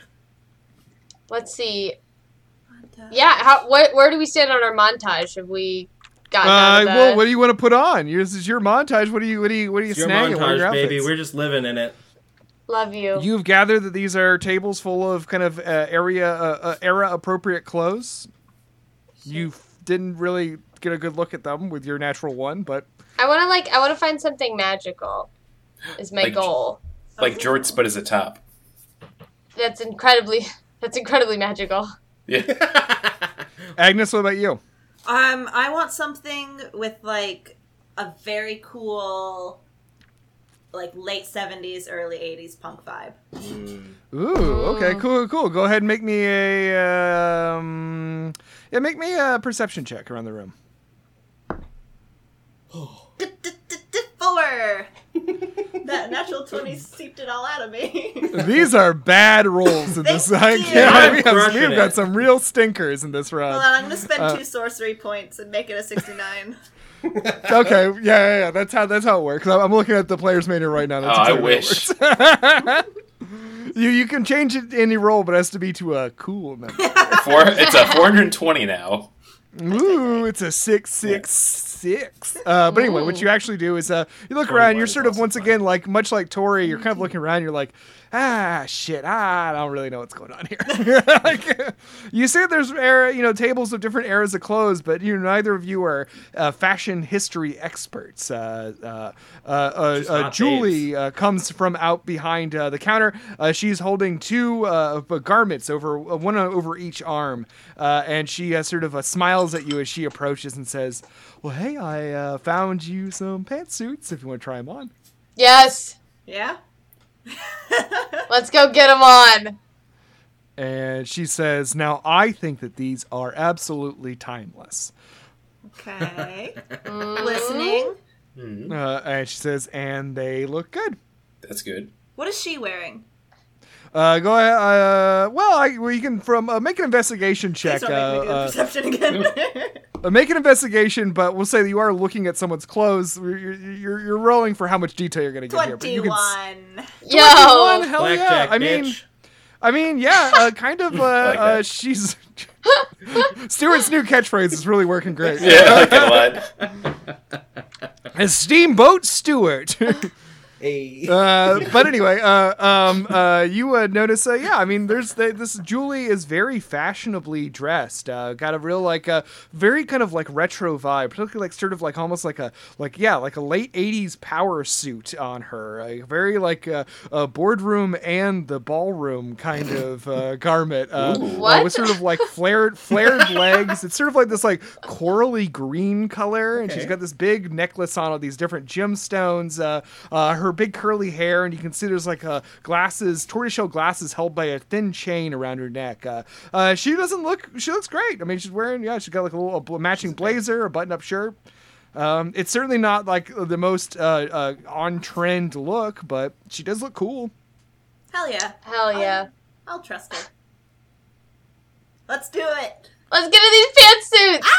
let's see. Yeah, how, what, where do we stand on our montage? Have we gotten out
Uh,
of the...
well, what do you want to put on? Yours is your montage. What do you? What do you? What do you
It's your
snagging? What are your
montage, baby.
outfits?
We're just living in it.
Love you.
You've gathered that these are tables full of kind of uh, area uh, uh, era appropriate clothes. You f- didn't really get a good look at them with your natural one, but
I want to like. I want to find something magical. Is my
Like-
goal.
Like jorts, but as a top.
That's incredibly. That's incredibly magical.
Yeah.
Agnes, what about you?
Um, I want something with like a very cool, like late seventies, early eighties punk vibe.
Ooh, okay,
Oh.
cool, cool. Go ahead and make me a um, yeah, make me a perception check around the room.
D- d- d- d- Four. That natural 20 seeped it all out of me.
These are bad rolls in this.
Thank
I
you.
can't,
I'm
we have,
crushing
we've got
it.
some real stinkers in this
Hold
round.
on, I'm gonna spend two sorcery points and make it a 69.
Okay, yeah, yeah, yeah, that's how that's how it works. I'm I'm looking at the player's manual right now. That's
Oh, I
exactly
wish.
how it works. you you can change it to any roll, but it has to be to a cool number.
Four, it's a 420 now.
Ooh, it's a six six six. Uh, but anyway, what you actually do is uh, you look around. You're
is
sort of
also
once
fine.
again like much like Tori. You're kind of looking around. You're like, ah, shit. I don't really know what's going on here. Like, you see, that there's era, you know, tables of different eras of clothes, but you neither of you are uh, fashion history experts. Uh, uh, uh, uh,
Just
uh,
not
Julie uh, comes from out behind uh, the counter. Uh, she's holding two uh, b- garments over uh, one over each arm, uh, and she uh, sort of uh, smiles at you as she approaches and says, "Well, hey, I uh, found you some pantsuits. If you want to try them on."
Yes,
Yeah?
let's go get him on.
And she says, "Now I think that these are absolutely timeless."
Okay. Listening.
Uh, and she says, "And they look good."
That's good.
What is she wearing?
Uh, go ahead. Uh, well, I, well, you can from uh, make an investigation check.
Please don't make me do the
uh,
perception again.
Uh, make an investigation, but we'll say that you are looking at someone's clothes. You're, you're- you're, you're rolling for how much detail you're going to get here. but you can s-
21.
Yo,
21, hell
Blackjack,
Oh, yeah. I mean,
bitch.
I mean, yeah, uh, kind of. Uh,
like
uh,
that.
she's Stuart's new catchphrase is really working great.
Yeah, I like it a lot.
Uh, Steamboat Stewart.
Hey.
Uh, but anyway, uh, um, uh, you uh, notice, uh, yeah, I mean, there's the, this Julie is very fashionably dressed. Uh, got a real like uh, very kind of like retro vibe, particularly like sort of like almost like a like yeah like a late '80s power suit on her. A very like uh, a boardroom and the ballroom kind of uh, garment. Uh,
Ooh.
uh,
What?
with sort of like flared flared legs. It's sort of like this like corally green color, and she's
Okay.
got got this big necklace on of these different gemstones. Uh, uh, her big curly hair, and you can see there's like uh, glasses, tortoiseshell glasses held by a thin chain around her neck. Uh, uh, she doesn't look. She looks great. I mean, she's wearing yeah. She's got like a little a bl- matching blazer, a button-up shirt. Um, it's certainly not like the most uh, uh, on-trend look, but she does look cool.
Hell yeah.
hell yeah.
I'll trust her. Let's do it.
Let's get in these pantsuits.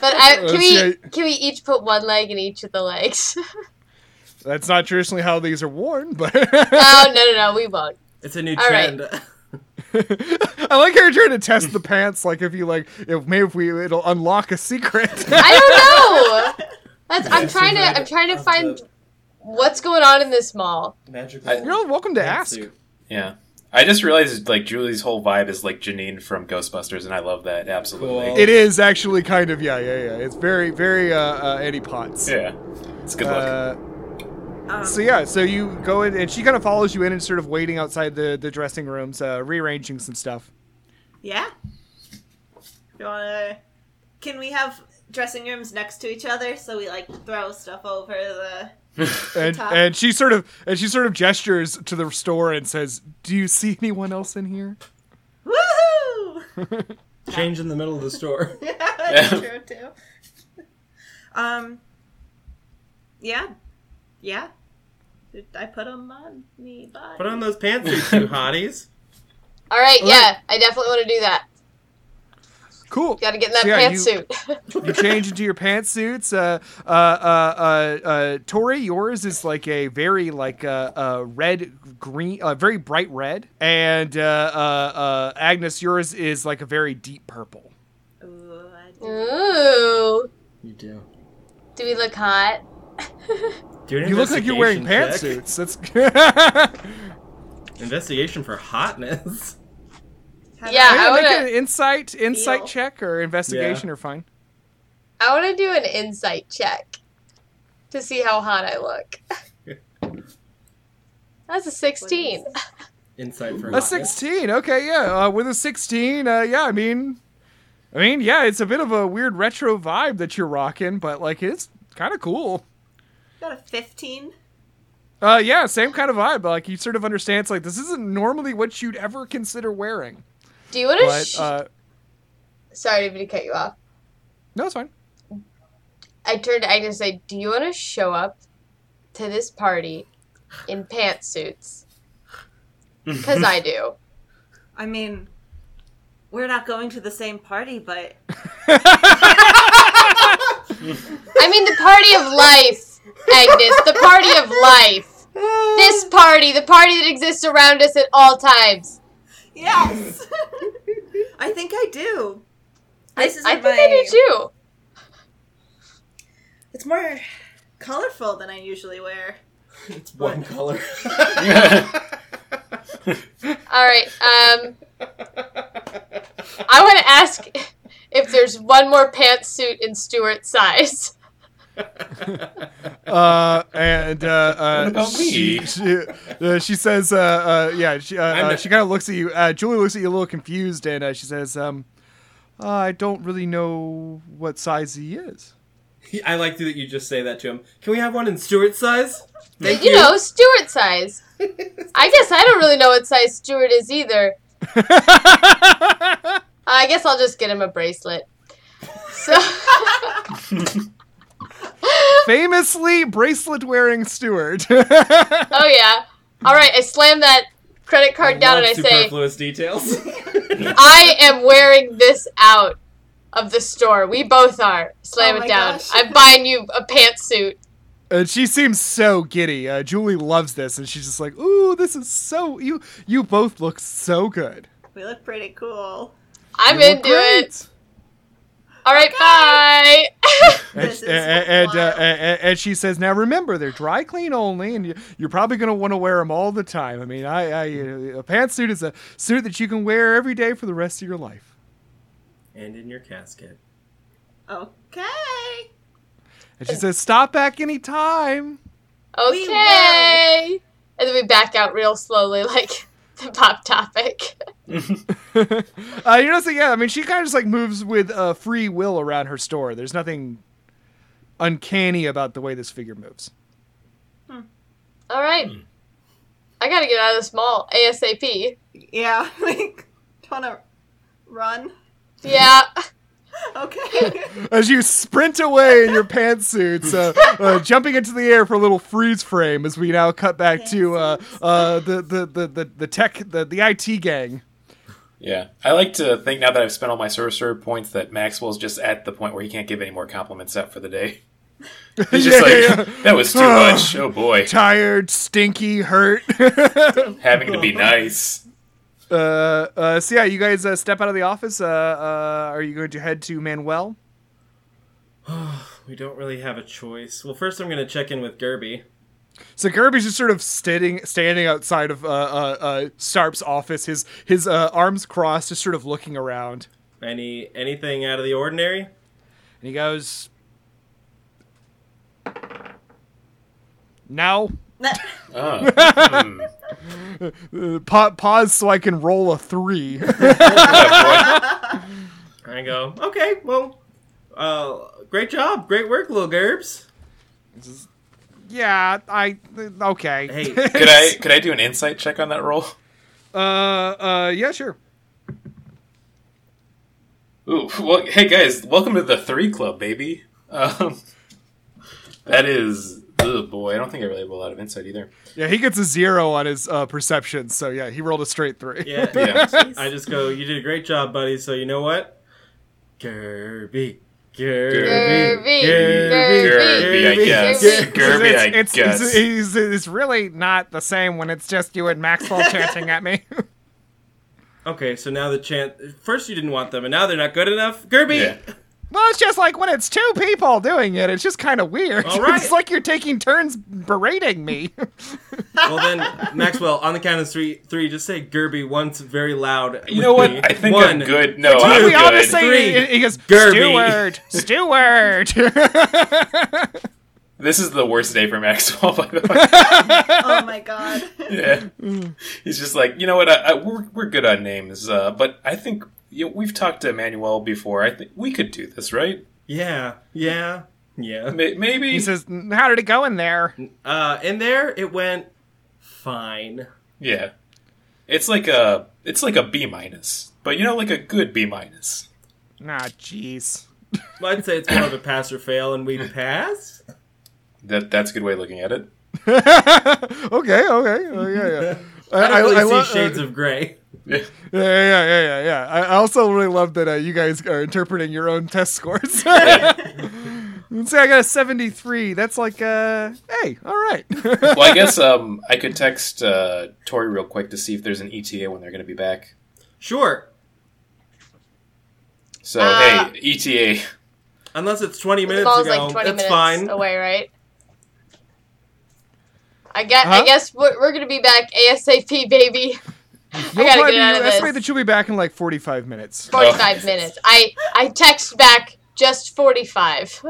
But I,
Let's
can
see.
we can we each put one leg in each of the legs?
That's not traditionally how these are worn, but
oh no no no, we won't.
It's a new
All right.
trend.
I like how you're trying to test the pants. Like if you like, if maybe if we it'll unlock a secret.
I don't know. That's, I'm
Yes,
trying to
you've read
I'm
it
trying to
of
find
the
what's going on in this mall.
magical.
You're all welcome to ask.
pantsuit.
Yeah. I just realized like Julie's whole vibe is like Janine from Ghostbusters, and I love that absolutely.
Cool.
It is actually kind of yeah, yeah, yeah. It's very, very uh, uh, Eddie Potts.
Yeah, it's a good look.
Uh,
Um,
so yeah, so you go in, and she kind of follows you in, and sort of waiting outside the the dressing rooms, uh, rearranging some stuff.
yeah. You wanna. Can we have dressing rooms next to each other so we like throw stuff over the.
And
Top.
and she sort of and she sort of gestures to the store and says, "Do you see anyone else in here?"
Woohoo!
Change in the middle of the store.
That's
Yeah.
true too. Um. Yeah, yeah. I put them on me body.
Put on those pantsuits, you hotties.
All right,
All right.
yeah, I definitely want to do that.
Cool.
Got to get in that
So, yeah, you-
pantsuit.
You change into your pantsuits. Uh, uh, uh, uh, uh, Tori, yours is like a very like uh, uh, red green, uh, very bright red, and uh, uh, uh, Agnes, yours is like a very deep purple.
Ooh, I do.
Ooh,
You do.
do we look hot?
Do an
You look like you're wearing
investigation
pantsuits. That's
check. Investigation for hotness.
Have
Yeah.
yeah.
I
Make
wanna-
an insight insight
Feel.
check or investigation
Yeah.
are fine.
I want to do an insight check to see how hot I look. That's a 16.
Insight for
A
hotness.
sixteen. Okay, yeah. Uh, with a sixteen, uh, yeah. I mean, I mean, yeah. It's a bit of a weird retro vibe that you're rocking, but like it's kind of cool.
I Got a fifteen.
Uh, yeah, same kind of vibe. Like you sort of understand, it's like this isn't normally what you'd ever consider wearing.
Do you want to?
But
Sh-
uh,
Sorry to cut you off.
no, it's fine.
I turned to Agnes and said, "Do you want to show up to this party in pantsuits. Because I do.
I mean, we're not going to the same party, but
I mean, the party of life, Agnes. The party of life. This party, the party that exists around us at all times.
yes, I think I do. This is
I
my,
think I do too.
It's more colorful than I usually wear.
It's one color.
All right. Um, I want to ask if there's one more pantsuit in Stuart's size.
Uh, and uh, uh,
about
she,
me?
she, uh, she says, uh, uh, yeah, she, uh,
I'm
uh,
not-
she kind of looks at you. Uh, Julie looks at you a little confused, and uh, she says, um, I don't really know what size he is.
I like that you just say that to him. Can we have one in Stuart's size? Thank
You know, Stuart's size. I guess I don't really know what size Stuart is either. Uh, I guess I'll just get him a bracelet. So, oh,
Famously bracelet wearing Stewart.
oh yeah. All right, I slam that credit card down and I say,
superfluous details.
I am wearing this out of the store. We both are. Slam
Oh
it
my
down.
gosh.
I'm buying you a pantsuit.
and she seems so giddy. Uh, Julie loves this, and she's just like, "Ooh, this is so you. You both look so good.
We look pretty cool.
I'm
You look
into
great."
it. All right, bye.
And,
This is
and, and, uh,
wild.
and, and she says, "Now remember, they're dry clean only, and you, you're probably going to want to wear them all the time. I mean, I, I a pantsuit is a suit that you can wear every day for the rest of your life."
and in your casket.
Okay.
And she says, "Stop back any time."
We will.
okay. And then we back out real slowly, like the pop topic.
uh, you know, so yeah, I mean, she kind of just like moves with uh, free will around her store. There's nothing uncanny about the way this figure moves.
All right. I gotta get out of this mall ASAP.
Yeah, like want to run.
Yeah.
Okay.
As you sprint away in your pantsuits, uh, uh, jumping into the air for a little freeze frame, as we now cut back to uh, uh, the, the, the, the the tech the, the IT gang.
Yeah, I like to think now that I've spent all my sorcerer points that Maxwell's just at the point where he can't give any more compliments out for the day. He's just
Yeah,
like, that was too much. Oh boy,
Tired, stinky, hurt.
having to be nice.
uh, uh, so yeah, you guys uh, step out of the office. Uh, uh, are you going to head to Manuel?
We don't really have a choice. Well, first I'm going to check in with Gerby.
So Kirby's just sort of standing standing outside of uh, uh, uh, Sarp's office, his his uh, arms crossed, just sort of looking around,
Any anything out of the ordinary?
and he goes, "Now,
Oh,
uh, pa- pause so I can roll a three.
Oh,
I go. Okay, well, uh, great job, great work, little Gerbs.
yeah, I okay.
Hey.
could I could I do an insight check on that roll?
Uh, uh, yeah, sure.
Ooh, well, hey guys, welcome to the three club, baby. Um, that is, oh boy, I don't think I really have a lot of insight either.
Yeah, he gets a zero on his uh, perception, so yeah, he rolled a straight three.
Yeah,
Yeah.
I just go. You did a great job, buddy. So you know what, Gerby, Gerby,
Gerby,
Gerby, I guess.
Gerby.
Gerby, I
it's,
guess.
It's, it's, it's really not the same when it's just you and Maxwell chanting at me.
Okay, so now the chant. First you didn't want them, and now they're not good enough. Gerby.
Yeah.
Well, it's just like when it's two people doing it, it's just kind of weird.
All right.
It's like you're taking turns berating me.
Well then, Maxwell, on the count of three, three, just say Gerby once very loud.
You know what? I think I'm good. No, I'm
we all
good.
just say,
Three.
he- he goes,
Gerby.
Steward, Steward.
This is the worst day for Maxwell, by the way.
oh my god.
Yeah. He's just like, you know what? I, I, we're, we're good on names, uh, but I think you know, we've talked to Emmanuel before. I think we could do this, right?
Yeah, yeah, yeah.
May- Maybe.
he says, "Mm, how did it go in there?
Uh, in there it went fine.
yeah. It's like a it's like a B minus, but you know, like a good B minus.
Ah, jeez.
Well, I'd say it's more of a pass or fail, and we passed.
That that's a good way of looking at it.
okay, okay, oh, yeah, yeah.
I don't really see
love- uh,
shades of gray.
yeah, yeah, yeah, yeah, yeah. I I also really love that uh, you guys are interpreting your own test scores. Let's say I got a 73. That's like, uh, hey, all right.
Well, I guess um, I could text uh, Tori real quick to see if there's an ETA when they're going to be back.
Sure.
So
Uh,
hey, E ETA.
Unless it's 20
The
minutes
ball's
ago.
like 20
That's
minutes
fine.
away, right? I guess,
Huh?
I guess we're, we're going to be back ASAP, baby. I got to get out of this.
estimate that you'll be back in like 45 minutes.
45 minutes. I, I text back just 45.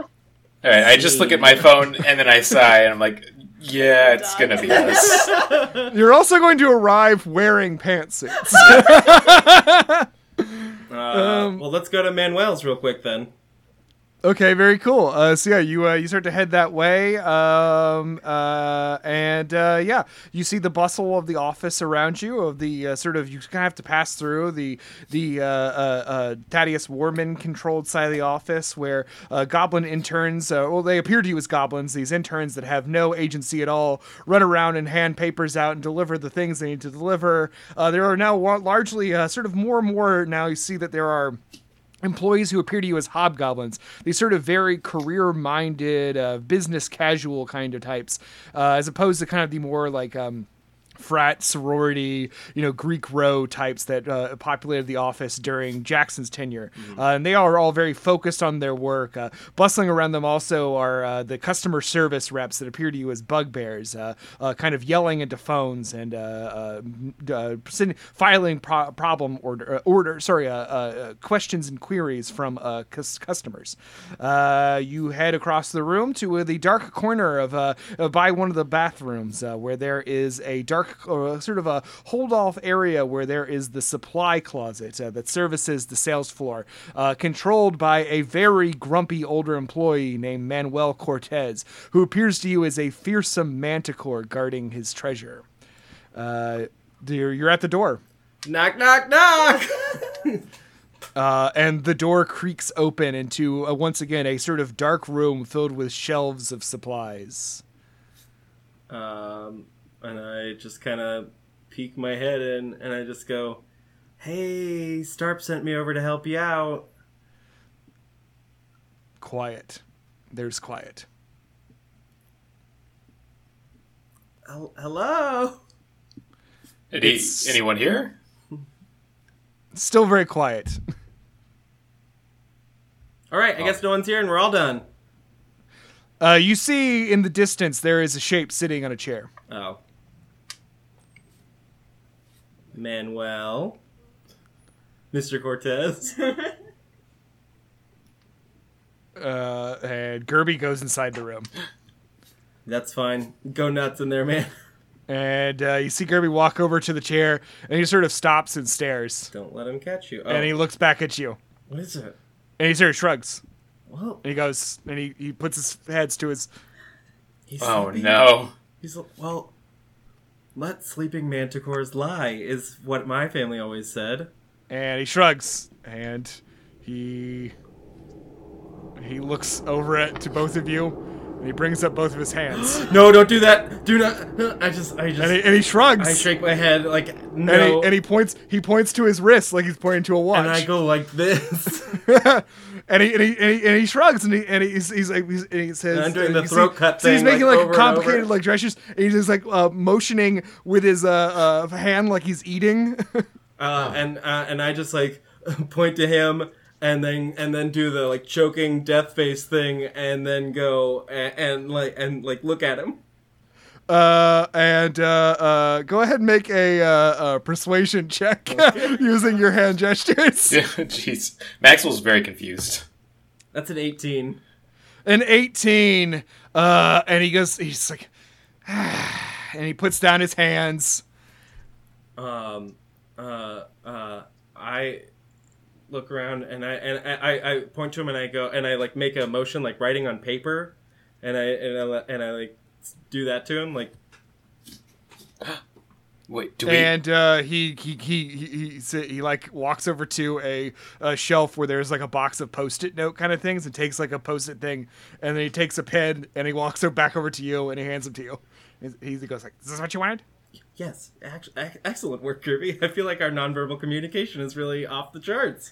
All right, I just look at my phone and then I sigh and I'm like, yeah, it's going to be us.
You're also going to arrive wearing pantsuits.
Uh, well, let's go to Manuel's real quick then.
okay, very cool. Uh, so yeah, you uh, you start to head that way, um, uh, and uh, yeah, you see the bustle of the office around you, of the uh, sort of you kind of have to pass through the the uh, uh, uh, Thaddeus Warman controlled side of the office where uh, goblin interns, uh, well, they appear to you as goblins, these interns that have no agency at all, run around and hand papers out and deliver the things they need to deliver. Uh, there are now wa- largely uh, sort of more and more now you see that there are employees who appear to you as hobgoblins these sort of very career minded uh, business casual kind of types uh, as opposed to kind of the more like um, frat sorority you know greek row types that uh, populated the office during jackson's tenure uh, and they are all very focused on their work uh, bustling around them also are uh, the customer service reps that appear to you as bugbears uh, uh, kind of yelling into phones and uh, uh, m- uh, send, filing pro- problem order, uh, order sorry uh, uh, uh, questions and queries from uh, cus- customers uh, you head across the room to uh, the dark corner of uh, uh, by one of the bathrooms uh, where there is a dark uh, sort of a hold off area where there is the supply closet uh, that services the sales floor uh, controlled by a very grumpy older employee named Manuel Cortez who appears to you as a fearsome manticore guarding his treasure uh, you're, you're at the door
Knock, knock, knock!
uh, and the door creaks open into uh, once again a sort of dark room filled with shelves of supplies
um, and I just kind of peek my head in and I just go, hey, Starp sent me over to help you out.
quiet there's quiet
Hel- hello?
Any,
It's-
anyone here?
still very quiet
All right, I guess no one's here and we're all done.
uh, you see in the distance there is a shape sitting on a chair
Oh. Manuel. Mr. Cortez.
uh, and gerby goes inside the room
That's fine. Go nuts in there, man.
and uh, you see gerby walk over to the chair and he sort of stops and stares
Don't let him catch you. Oh,
and he looks back at you
what is it?
and he sort of shrugs
Well,
and he goes and he, he puts his heads to his
he's
Oh
sleeping.
no.
He's well. Let sleeping manticores lie is what my family always said.
and he shrugs and he he looks over at to both of you and he brings up both of his hands
No, don't do that. Do not. I just, I just,
and he, and he shrugs
I shake my head like no,
and, he, and he points he points to his wrist like he's pointing to a watch
and I go like this. Uh,
and he and he, and he, and he shrugs and he and he's, he's like he's, and he says
And I'm doing the
you
throat cut
so he's
thing,
making
like,
like,
over and
complicated
over.
like gestures and he's just like uh, motioning with his uh, uh, hand like he's eating
uh, and uh, and I just like point to him and then and then do the like choking death face thing and then go and, and like and like look at him.
uh, and uh, uh, go ahead and make a uh, uh, persuasion check using your hand gestures
Jeez. Maxwell's very confused.
That's an 18.
an 18 uh and he goes he's like and he puts down his hands
Um, uh, uh, I look around and I and I, I, I point to him and I go and I like make a motion like writing on paper, and I and I and I like do that to him like
Wait, do we?
and uh he he he he, he, he, he like walks over to a, a shelf where there's like a box of post-it note kind of things and takes like a post-it thing and then he takes a pen and he walks over back over to you and he hands it to you He's- He goes like, "Is this what you wanted?"
Yes, act- ac- excellent work, Kirby. I feel like our nonverbal communication is really off the charts.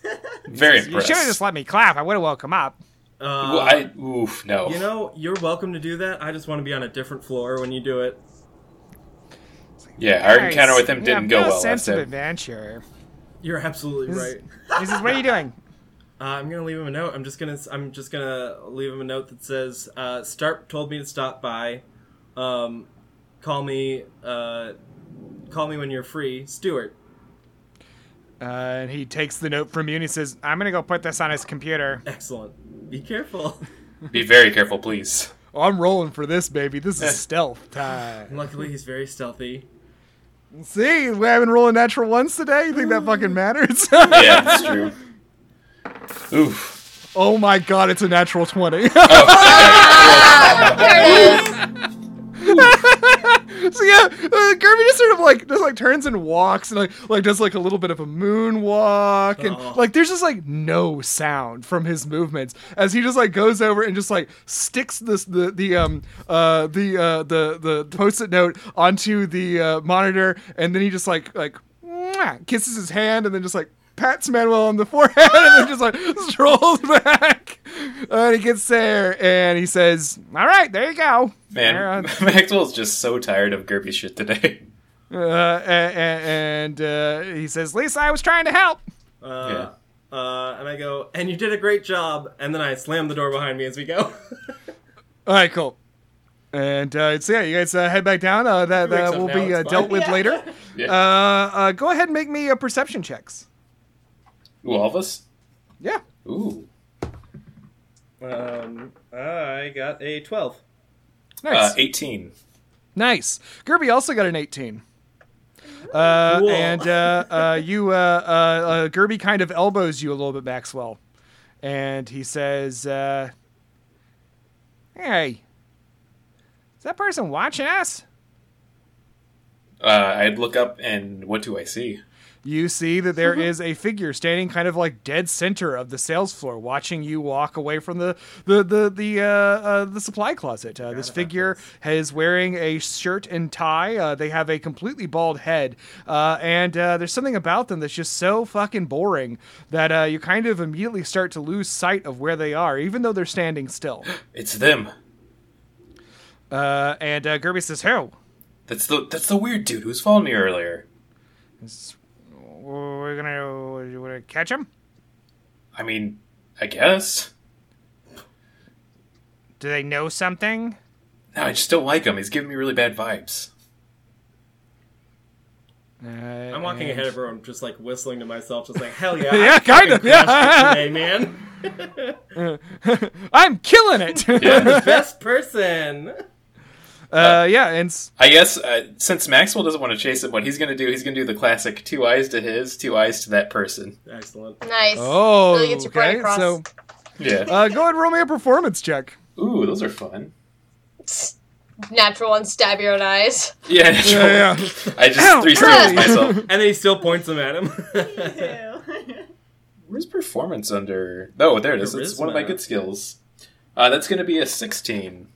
Very
You should have
impressed.
just let me clap. I would have woke him up.
Uh,
Well, I, oof, no.
you know, you're welcome to do that. I just want to be on a different floor when you do it.
yeah, our
Nice.
encounter with him
You
didn't
have
go
no
well
Sense
last
of
time.
adventure.
You're absolutely
This-
right.
He says, "What are you doing?"
Uh, I'm gonna leave him a note. I'm just gonna I'm just gonna leave him a note that says, uh, "Starp told me to stop by. Um, call me uh, call me when you're free, Stuart."
Uh, and he takes the note from you and he says, "I'm gonna go put this on his computer."
Excellent. Be careful.
Be very careful, please.
Oh, I'm rolling for this, baby. This is stealth time.
Luckily, he's very stealthy.
See, we haven't rolled natural ones today. You think that fucking matters?
Yeah, that's true. Oof.
oh my god, it's a natural twenty.
There it is.
So yeah, uh, Kirby just sort of like just like turns and walks and like like does like a little bit of a moonwalk and
Oh.
like there's just like no sound from his movements as he just like goes over and just like sticks this the the um uh the uh the the post-it note onto the uh, monitor and then he just like like mwah, kisses his hand and then just like pats Manuel on the forehead and then just like strolls back Uh, and he gets there and he says, "All right, there you go." There, uh,
Man, Maxwell's just so tired of Gerby shit today.
uh, and, and uh, he says, "Lisa, I was trying to help."
Uh, uh, and I go, and you did a great job. And then I slam the door behind me as we go.
All right, cool. And uh, so yeah, you guys uh, head back down. Uh, that
Wakes
uh,
up
will
now,
be
it's
uh,
fine.
dealt with
Yeah.
later.
Yeah.
Uh, uh, go ahead and make me uh, perception checks.
Ooh, all of us?
Yeah.
Ooh.
um, I got a 12.
Nice.
Uh, 18.
Nice. Gerby also got an 18. Uh,
Cool.
And uh, uh, you, uh, uh, uh, Gerby kind of elbows you a little bit, Maxwell. And he says, uh, Hey, is that person watching us?
Uh, I'd look up and what do I see?
you see that there is a figure standing kind of like dead center of the sales floor watching you walk away from the the the the uh, uh, the supply closet uh, this figure is wearing a shirt and tie uh, they have a completely bald head uh, and uh, there's something about them that's just so fucking boring that uh, you kind of immediately start to lose sight of where they are even though they're standing still
It's them.
uh, and uh, Gerby says who
That's the that's the weird dude who's following me earlier.
we're gonna, we're gonna catch him
I mean, I guess.
do they know something
No, I just don't like him. He's giving me really bad vibes.
I'm walking ahead of everyone, just like whistling to myself, just like, hell yeah.
Yeah,
I
kind
fucking
of, yeah.
crushed it Today, man.
I'm killing it.
Yeah.
Best person.
uh, yeah, and s-
I guess uh, since Maxwell doesn't want to chase him, what he's going to do, he's going to do the classic two eyes to his, two eyes to that person.
Excellent.
Nice.
oh,
Really gets your point
okay.
across.
So,
Yeah.
uh, go ahead and roll me a performance check.
Ooh, those are fun.
Natural one, stab your own eyes.
Yeah,
Yeah,
I just
Ow, really?
three stars myself.
And then he still points him at him.
Where's performance under? Oh, there it is. It's one of my
Charisma.
good skills. Uh, that's going to be a sixteen.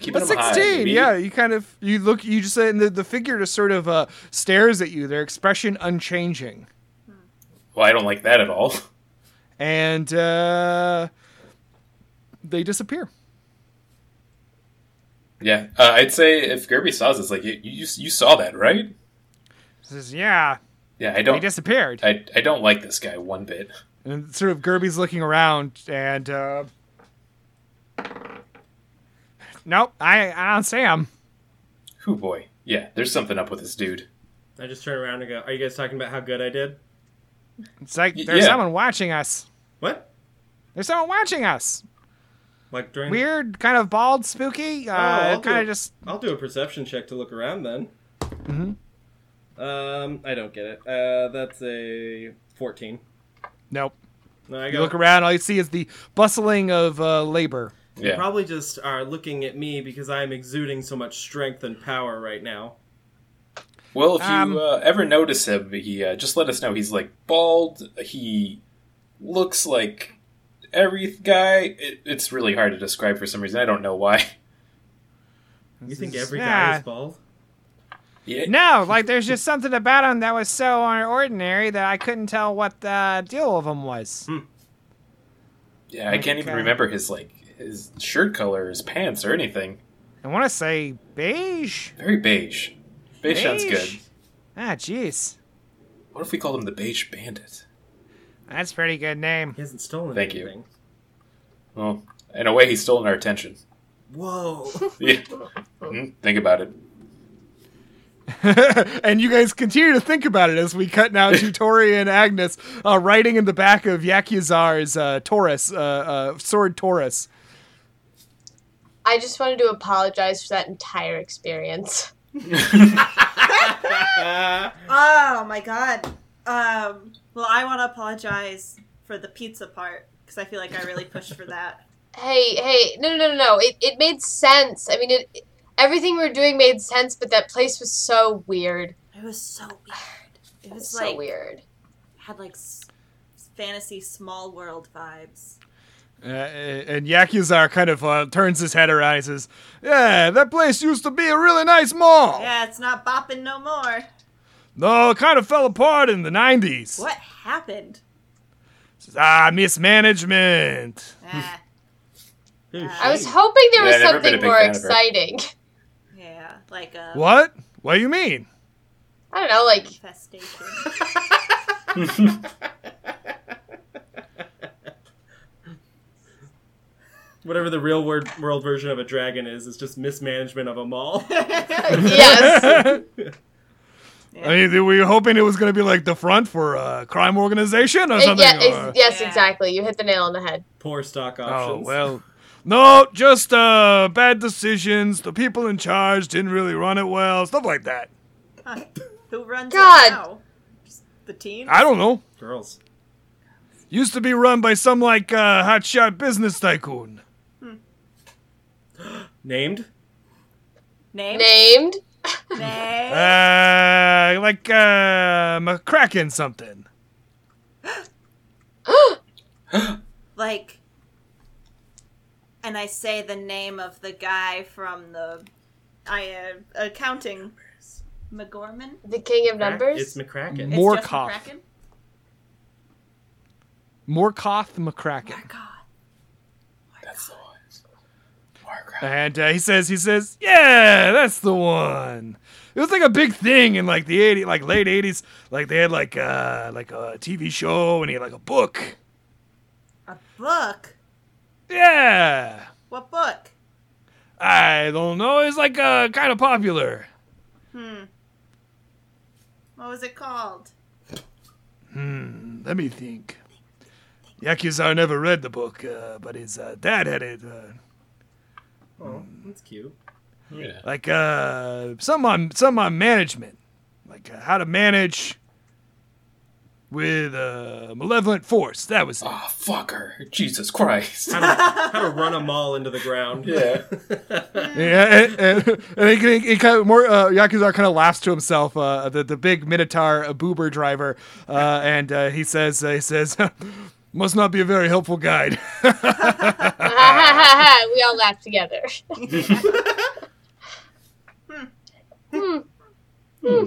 Keeping
A
him high,
sixteen.
baby.
yeah, you kind of you look. You just and the the figure just sort of uh, stares at you. Their expression unchanging.
Well, I don't like that at all.
and uh, they disappear.
Yeah, uh, I'd say if Gerby saw this, like you, you, you saw that, right?
Says, "Yeah,
Yeah, I
they
don't.
disappeared."
I, I don't like this guy one bit.
and sort of Gerby's looking around, and uh, nope, I I don't see him.
Who boy? Yeah, there's something up with this dude.
I just turn around and go, are you guys talking about how good I did?
It's like
Y-
there's
yeah.
someone watching us.
What?
There's someone watching us.
Like during. Oh,
Weird, kind of bald, spooky. Uh,
I'll do
kind
it.
of just.
I'll do a perception check to look around then. Mm-hmm. Um, I don't get it. Uh, that's a 14.
Nope.
No, I
You
go,
look around, all you see is the bustling of uh, labor.
You
Yeah,
probably just are looking at me because I am exuding so much strength and power right now.
Well, if you
Um,
uh, ever notice him, he uh, just let us know. He's like bald. He looks like every guy. It, it's really hard to describe for some reason. I don't know why.
You think every
Yeah.
guy is bald?
Yeah.
No, like there's just something about him that was so ordinary that I couldn't tell what the deal of him was.
Yeah, I can't even
Okay.
remember his like his shirt color, his pants, or anything.
I want to say beige.
Very beige. Beige sounds good.
Beige. Ah, jeez,
What if we called him the Beige Bandit?
that's a pretty good name.
He hasn't stolen
Thank you.
anything.
Well, in a way, he's stolen our attention.
Whoa.
Yeah. Mm, Think about it.
and you guys continue to think about it as we cut now to Tori and Agnes uh, riding in the back of Yakuzar's uh, Taurus, uh, uh, sword Taurus.
I just wanted to apologize for that entire experience.
Oh my god. Um, well, I want to apologize for the pizza part because I feel like I really pushed for that.
Hey, hey, no, no, no, no. It, it made sense. I mean, it, it- everything we were doing made sense, but that place was so weird.
It was so weird. It was
so
like
weird.
had like s- fantasy small world vibes.
Uh, and Yakuzar kind of uh, turns his head around and says, Yeah, that place used to be a really nice mall.
Yeah, it's not bopping no more.
No, it kind of fell apart in the 90s.
What happened?
Says, ah, mismanagement.
Ah,
I was hoping there
Yeah,
was
I've never been a
something
big
more
fan of her.
exciting.
yeah, like a
What? What do you mean?
I don't know, like
infestation.
Whatever the real word, world version of a dragon is, it's just mismanagement of a mall.
yes.
I mean, were you hoping it was going to be like the front for a crime organization or
It-
something?
Uh, yeah,
or-
ex- yes,
Yeah.
exactly. You hit the nail on the head.
Poor stock
Oh
options.
well. No, just uh, bad decisions. The people in charge didn't really run it well. Stuff like that.
Huh. Who runs
God.
it now? Just the team.
I don't know.
Girls.
Used to be run by some like uh, hotshot business tycoon.
Named?
Name.
Named
Name.
Ah. Uh, like uh, McCracken something.
like and i say the name of the guy from the i uh, accounting mcgorman
the king of numbers.
It's McCracken.
More
just
cough.
McCracken?
Morkoth McCracken.
god
That's the one. Warcraft.
And uh, he says, he says, yeah, that's the one. It was like a big thing in like the 80s, like late 80s. Like they had like uh, like a TV show and he had like a book.
a book
Yeah.
what book
I don't know. It's like uh, kind of popular.
hmm what was it called
Let me think. Yakuzar never read the book, uh, but his uh, dad had it. Uh,
Oh, that's cute.
Yeah.
like uh, some on some on management, like uh, how to manage with a malevolent force. That was it.
Ah, fucker. Jesus Christ.
How to, how to run a mall into the ground.
yeah.
Yeah, and, and, and he, he- he kind of more uh, Yakuza kind of laughs to himself. Uh, the the big Minotaur uh, boober driver, uh, and uh, he says uh, he says, "Must not be a very helpful guide."
ha ha ha ha! We all laughed together.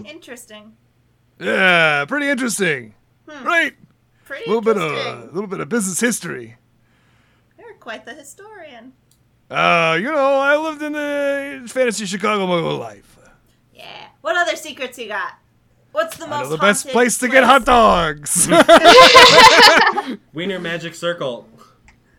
interesting
yeah, pretty interesting, right?
pretty
A little bit of
interesting.
little bit of business history.
you're quite the historian
Uh, you know, I lived in the fantasy Chicago my whole life.
yeah what other secrets you got what's the
I know
most
the best
haunted
place to get hot dogs.
Wiener Magic Circle.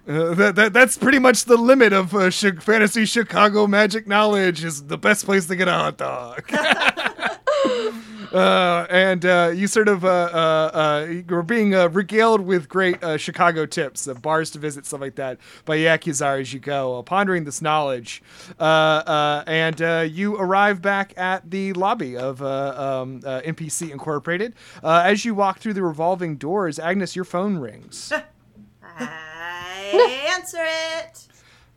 Uh, that, that that's pretty much the limit of uh, chi- fantasy Chicago magic knowledge. Is the best place to get a hot dog. uh, and uh, you sort of uh, uh, uh, you're being uh, regaled with great uh, Chicago tips, uh, bars to visit, stuff like that, by Yakuzar as you go, uh, pondering this knowledge. Uh, uh, and uh, you arrive back at the lobby of uh, um, uh, NPC Incorporated. Uh, as you walk through the revolving doors, Agnes, your phone rings.
i answer it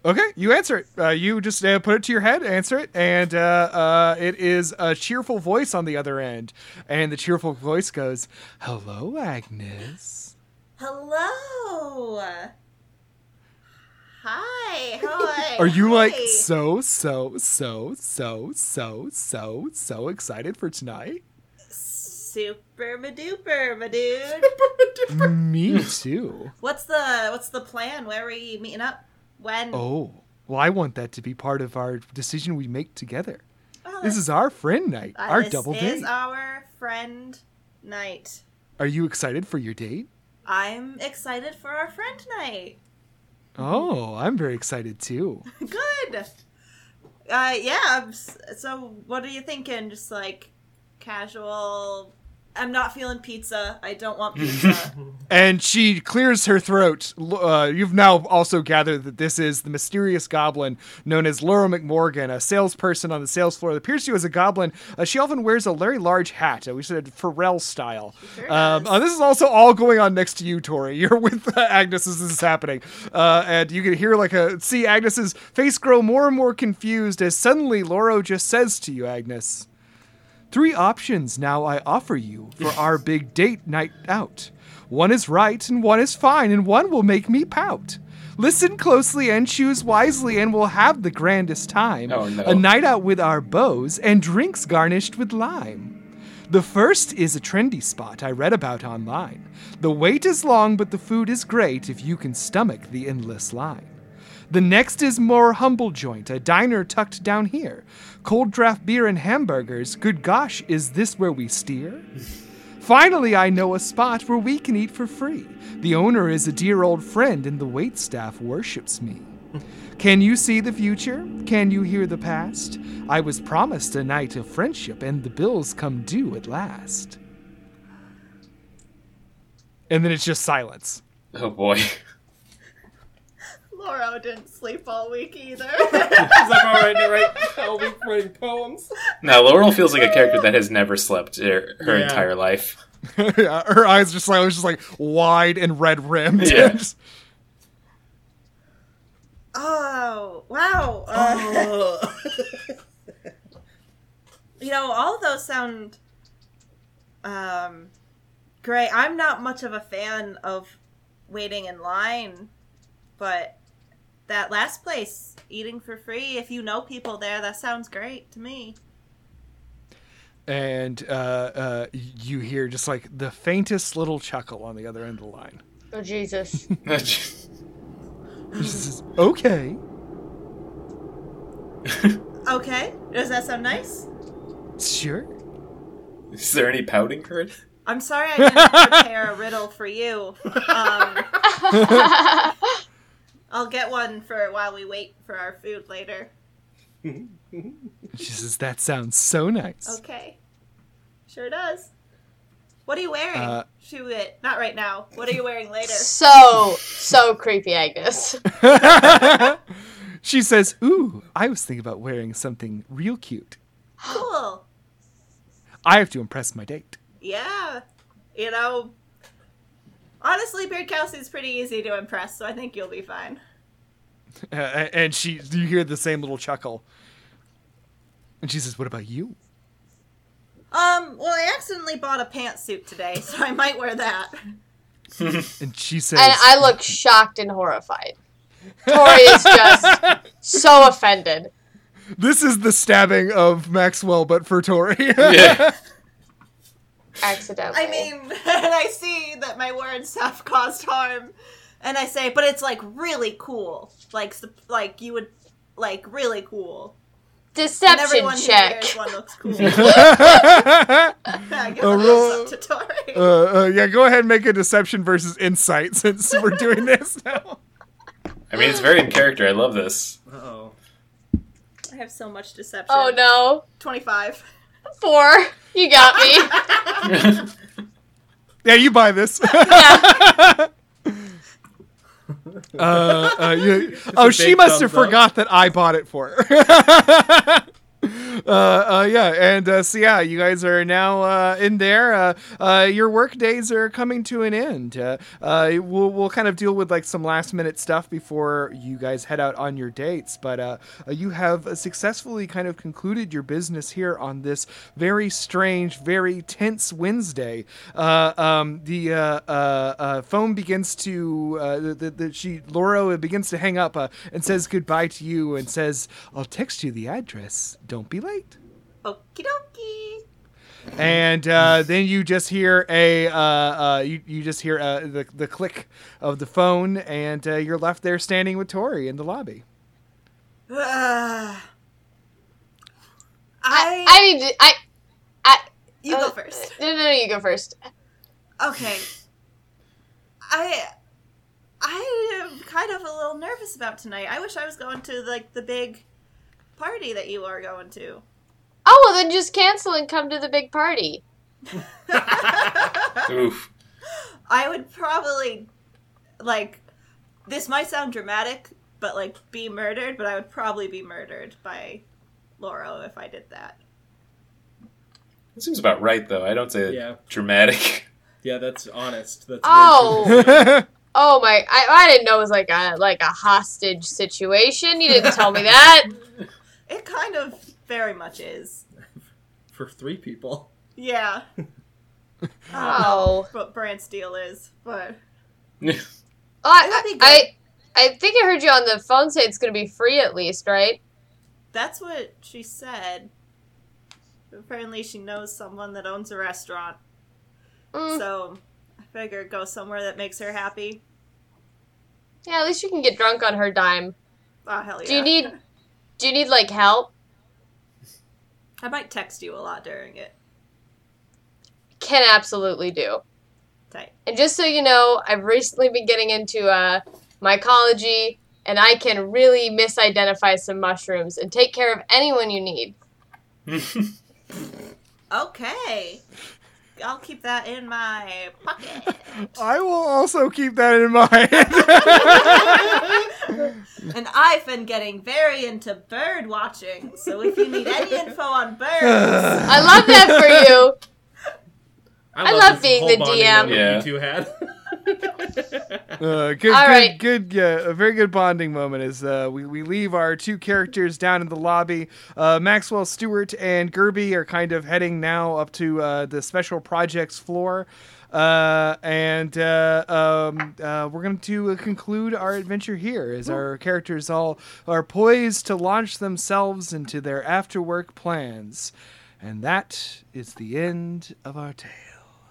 Okay, you answer it. Uh, you just uh, put it to your head, answer it, and uh, uh, it is a cheerful voice on the other end. And the cheerful voice goes, Hello, Agnes.
Hello. Hi. Hi.
Are you like
hi.
so, so, so, so, so, so, so excited for tonight?
super maduper, my dude?
Me too.
What's the what's the plan? Where are we meeting up? When?
Oh, well, I want that to be part of our decision we make together.
Oh,
This is our friend night,
uh,
our
this
double
is
date.
our friend night.
Are you excited for your date?
I'm excited for our friend night. Mm-hmm.
Oh, I'm very excited too.
Good. Uh, yeah. I'm s- So, what are you thinking? Just like casual. I'm not feeling pizza. I don't want pizza.
And she clears her throat. L- Uh, you've now also gathered that this is the mysterious goblin known as Laura McMorgan, a salesperson on the sales floor that appears to you as a goblin. Uh, she often wears a very large hat, uh, we said Pharrell style.
sure
um,
does.
uh, this is also all going on next to you, Tori. You're with uh, Agnes as this is happening. Uh, and you can hear, like, a see Agnes's face grow more and more confused as suddenly Laura just says to you, Agnes. Three options now I offer you for our big date night out. One is right, and one is fine, and one will make me pout. Listen closely and choose wisely, and we'll have the grandest time.
Oh, no.
A night out with our bows and drinks garnished with lime. The first is a trendy spot I read about online. The wait is long, but the food is great if you can stomach the endless line. The next is more humble joint, a diner tucked down here. Cold draft beer and hamburgers. Good gosh, is this where we steer? Finally, I know a spot where we can eat for free. The owner is a dear old friend, and the wait staff worships me. Can you see the future? Can you hear the past? I was promised a night of friendship, and the bills come due at last. And then it's just silence.
Oh boy.
Laura didn't sleep all week either.
Because I'm already writing, all week writing poems.
Now Laurel feels like a character that has never slept her, her
Yeah.
entire life.
yeah, her eyes just like was just like wide and red rimmed.
Yeah.
Just-
oh wow. Uh,
Oh.
You know, all of those sound um great. I'm not much of a fan of waiting in line, but that last place, eating for free, if you know people there, that sounds great to me.
and uh, uh, you hear just like the faintest little chuckle on the other end of the line.
Oh Jesus.
She says, okay.
Okay. Does that sound nice?
Sure.
Is there any pouting heard?
I'm sorry I didn't prepare a riddle for you. Um, I'll get one for while we wait for our food later.
She says, that sounds so nice.
Okay. Sure does. What are you wearing?
Uh,
Shoot it. Not right now. What are you wearing later?
so so creepy, Agnes.
she says, ooh, I was thinking about wearing something real cute.
cool.
I have to impress my date.
Yeah. You know, honestly, Beard Kelsey's pretty easy to impress, so I think you'll be fine.
Uh, and she, you hear the same little chuckle. And she says, what about you?
Um, well, I accidentally bought a pantsuit today, so I might wear that.
And she says,
And I look shocked and horrified. Tori is just so offended.
this is the stabbing of Maxwell, but for Tori.
Yeah.
Accidentally.
I mean, and I see that my words have caused harm, and I say, but it's like really cool. Like, sup- like you would, like really cool. And
deception
everyone
check.
who wears one looks cool. I give
A
a
roll-
thumbs up to Tori.
Uh, uh, yeah, go ahead and make a deception versus insight since we're doing this now.
I mean, it's very in character. I love this.
Uh-oh.
I have so much deception.
Oh no.
Twenty-five.
Four. You got me.
Yeah, you buy this. uh,
Yeah.
uh, you- oh,
a
she
big
must have oh,
thumbs up.
forgot that I bought it for her. Uh, uh, yeah, and uh, so yeah, you guys are now uh, in there. Uh, uh, your work days are coming to an end. Uh, uh, we'll we'll kind of deal with like some last minute stuff before you guys head out on your dates. But uh, uh, you have successfully kind of concluded your business here on this very strange, very tense Wednesday. Uh, um, the uh, uh, uh, phone begins to uh, the, the, the she Laura begins to hang up uh, and says goodbye to you and says, "I'll text you the address. Don't be late."
Okie dokie.
and uh, then you just hear a uh, uh, you, you just hear uh, the, the click of the phone and uh, you're left there standing with tori in the lobby
Uh, I,
I, I need to. I. I
you
uh,
go first.
No, no, no, you go first.
Okay. I I am kind of a little nervous about tonight. I wish I was going to like the big party that you are going to.
Oh, well, then just cancel and come to the big party.
Oof.
I would probably like this might sound dramatic, but like be murdered, but I would probably be murdered by Laura if I did that.
It seems about right, though. I don't say
Yeah.
dramatic.
Yeah, that's honest. That's
Oh.
very true.
Oh my! I, I didn't know it was like a like a hostage situation. You didn't tell me that.
It kind of very much is.
for three people.
Yeah.
Oh,
What brand steel is, but
I,
It'll be good.
I I think I heard you on the phone say it's gonna be free at least, right?
That's what she said. Apparently, she knows someone that owns a restaurant,
Mm,
so I figure go somewhere that makes her happy.
yeah, at least you can get drunk on her dime.
Oh hell yeah!
Do you need do you need like help?
I might text you a lot during it.
Can absolutely do.
Tight.
And just so you know, I've recently been getting into uh, mycology, and I can really misidentify some mushrooms and take care of anyone you need.
Okay. I'll keep that in my pocket.
i will also keep that in mind
and I've been getting very into bird watching, so if you need any info on birds,
I love that for you. I love
this
being
whole
the
bonding
DM.
moment
Yeah.
You two had.
uh, good,
All
good,
right.
good, yeah, a very good bonding moment is uh, we, we leave our two characters down in the lobby. Uh, Maxwell Stewart and Gerby are kind of heading now up to uh, the special projects floor. Uh, and uh, um, uh, we're going to uh, conclude our adventure here as our characters all are poised to launch themselves into their after work plans. And that is the end of our tale.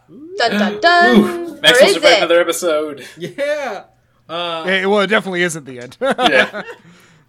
Dun dun dun.
Oof.
Or
Maxwell's
is
survived
it?
another episode.
yeah. Uh,
Eh, well, it definitely isn't the end.
Yeah.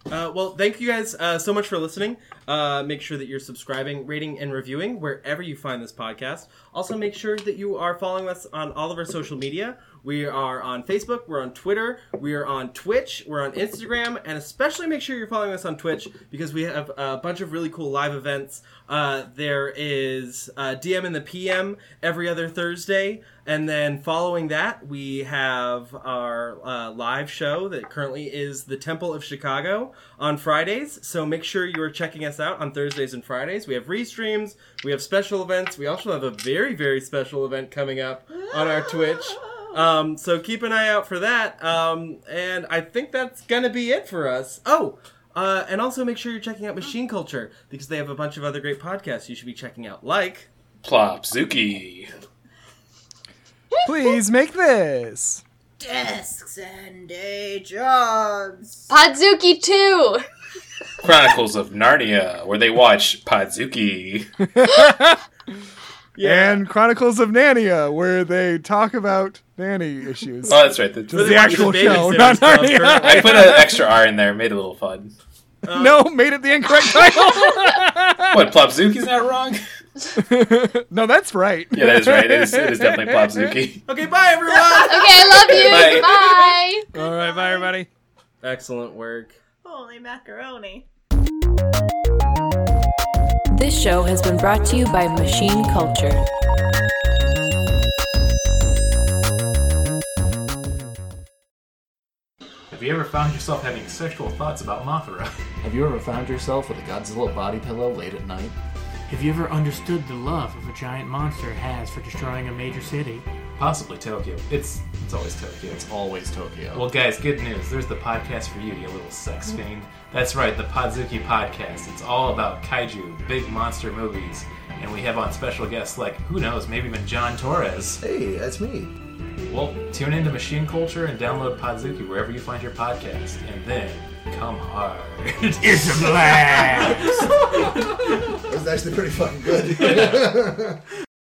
Uh, well, thank you guys uh, so much for listening. Uh, make sure that you're subscribing, rating, and reviewing wherever you find this podcast. Also, make sure that you are following us on all of our social media. We are on Facebook, we're on Twitter, we are on Twitch, we're on Instagram, and especially make sure you're following us on Twitch because we have a bunch of really cool live events. Uh, there is uh, DM and the PM every other Thursday. And then following that, we have our uh, live show that currently is the Temple of Chicago on Fridays. So make sure you are checking us out on Thursdays and Fridays. We have restreams, we have special events. We also have a very, very special event coming up on our Twitch. Um, so keep an eye out for that. Um, and I think that's going to be it for us. Oh, uh, and also make sure you're checking out Machine Culture because they have a bunch of other great podcasts you should be checking out, like.
Plopzuki.
Please make this.
desks and day jobs.
Podzuki two.
Chronicles of Narnia, where they watch Podzuki. Oh,
and Chronicles of Narnia, where they talk about nanny issues.
Oh, that's right. The-
is the actual
Baby
show,
Sitters
not
Club
Narnia.
currently.
I put an extra R in there, made it a little fun.
no, made it the incorrect title.
What, Plopzuki's not wrong?
no, that's right.
Yeah, that is right. It is, it is definitely Plopzuki.
Okay, bye everyone.
Okay, I love you.
Bye.
Bye.
All right, bye everybody.
Excellent work.
Holy macaroni.
This show has been brought to you by Machine Culture.
Have you ever found yourself having sexual thoughts about Mothra?
Have you ever found yourself with a Godzilla body pillow late at night?
Have you ever understood the love of a giant monster has for destroying a major city?
Possibly Tokyo. It's it's always Tokyo.
It's always Tokyo.
Well, guys, good news. There's the podcast for you, you little sex fiend. That's right, the Podzuki Podcast. It's all about kaiju, big monster movies, and we have on special guests like, who knows, maybe even John Torres.
hey, that's me.
Well, tune into Machine Culture and download Podzuki wherever you find your podcast, and then come hard.
It was actually pretty fucking good.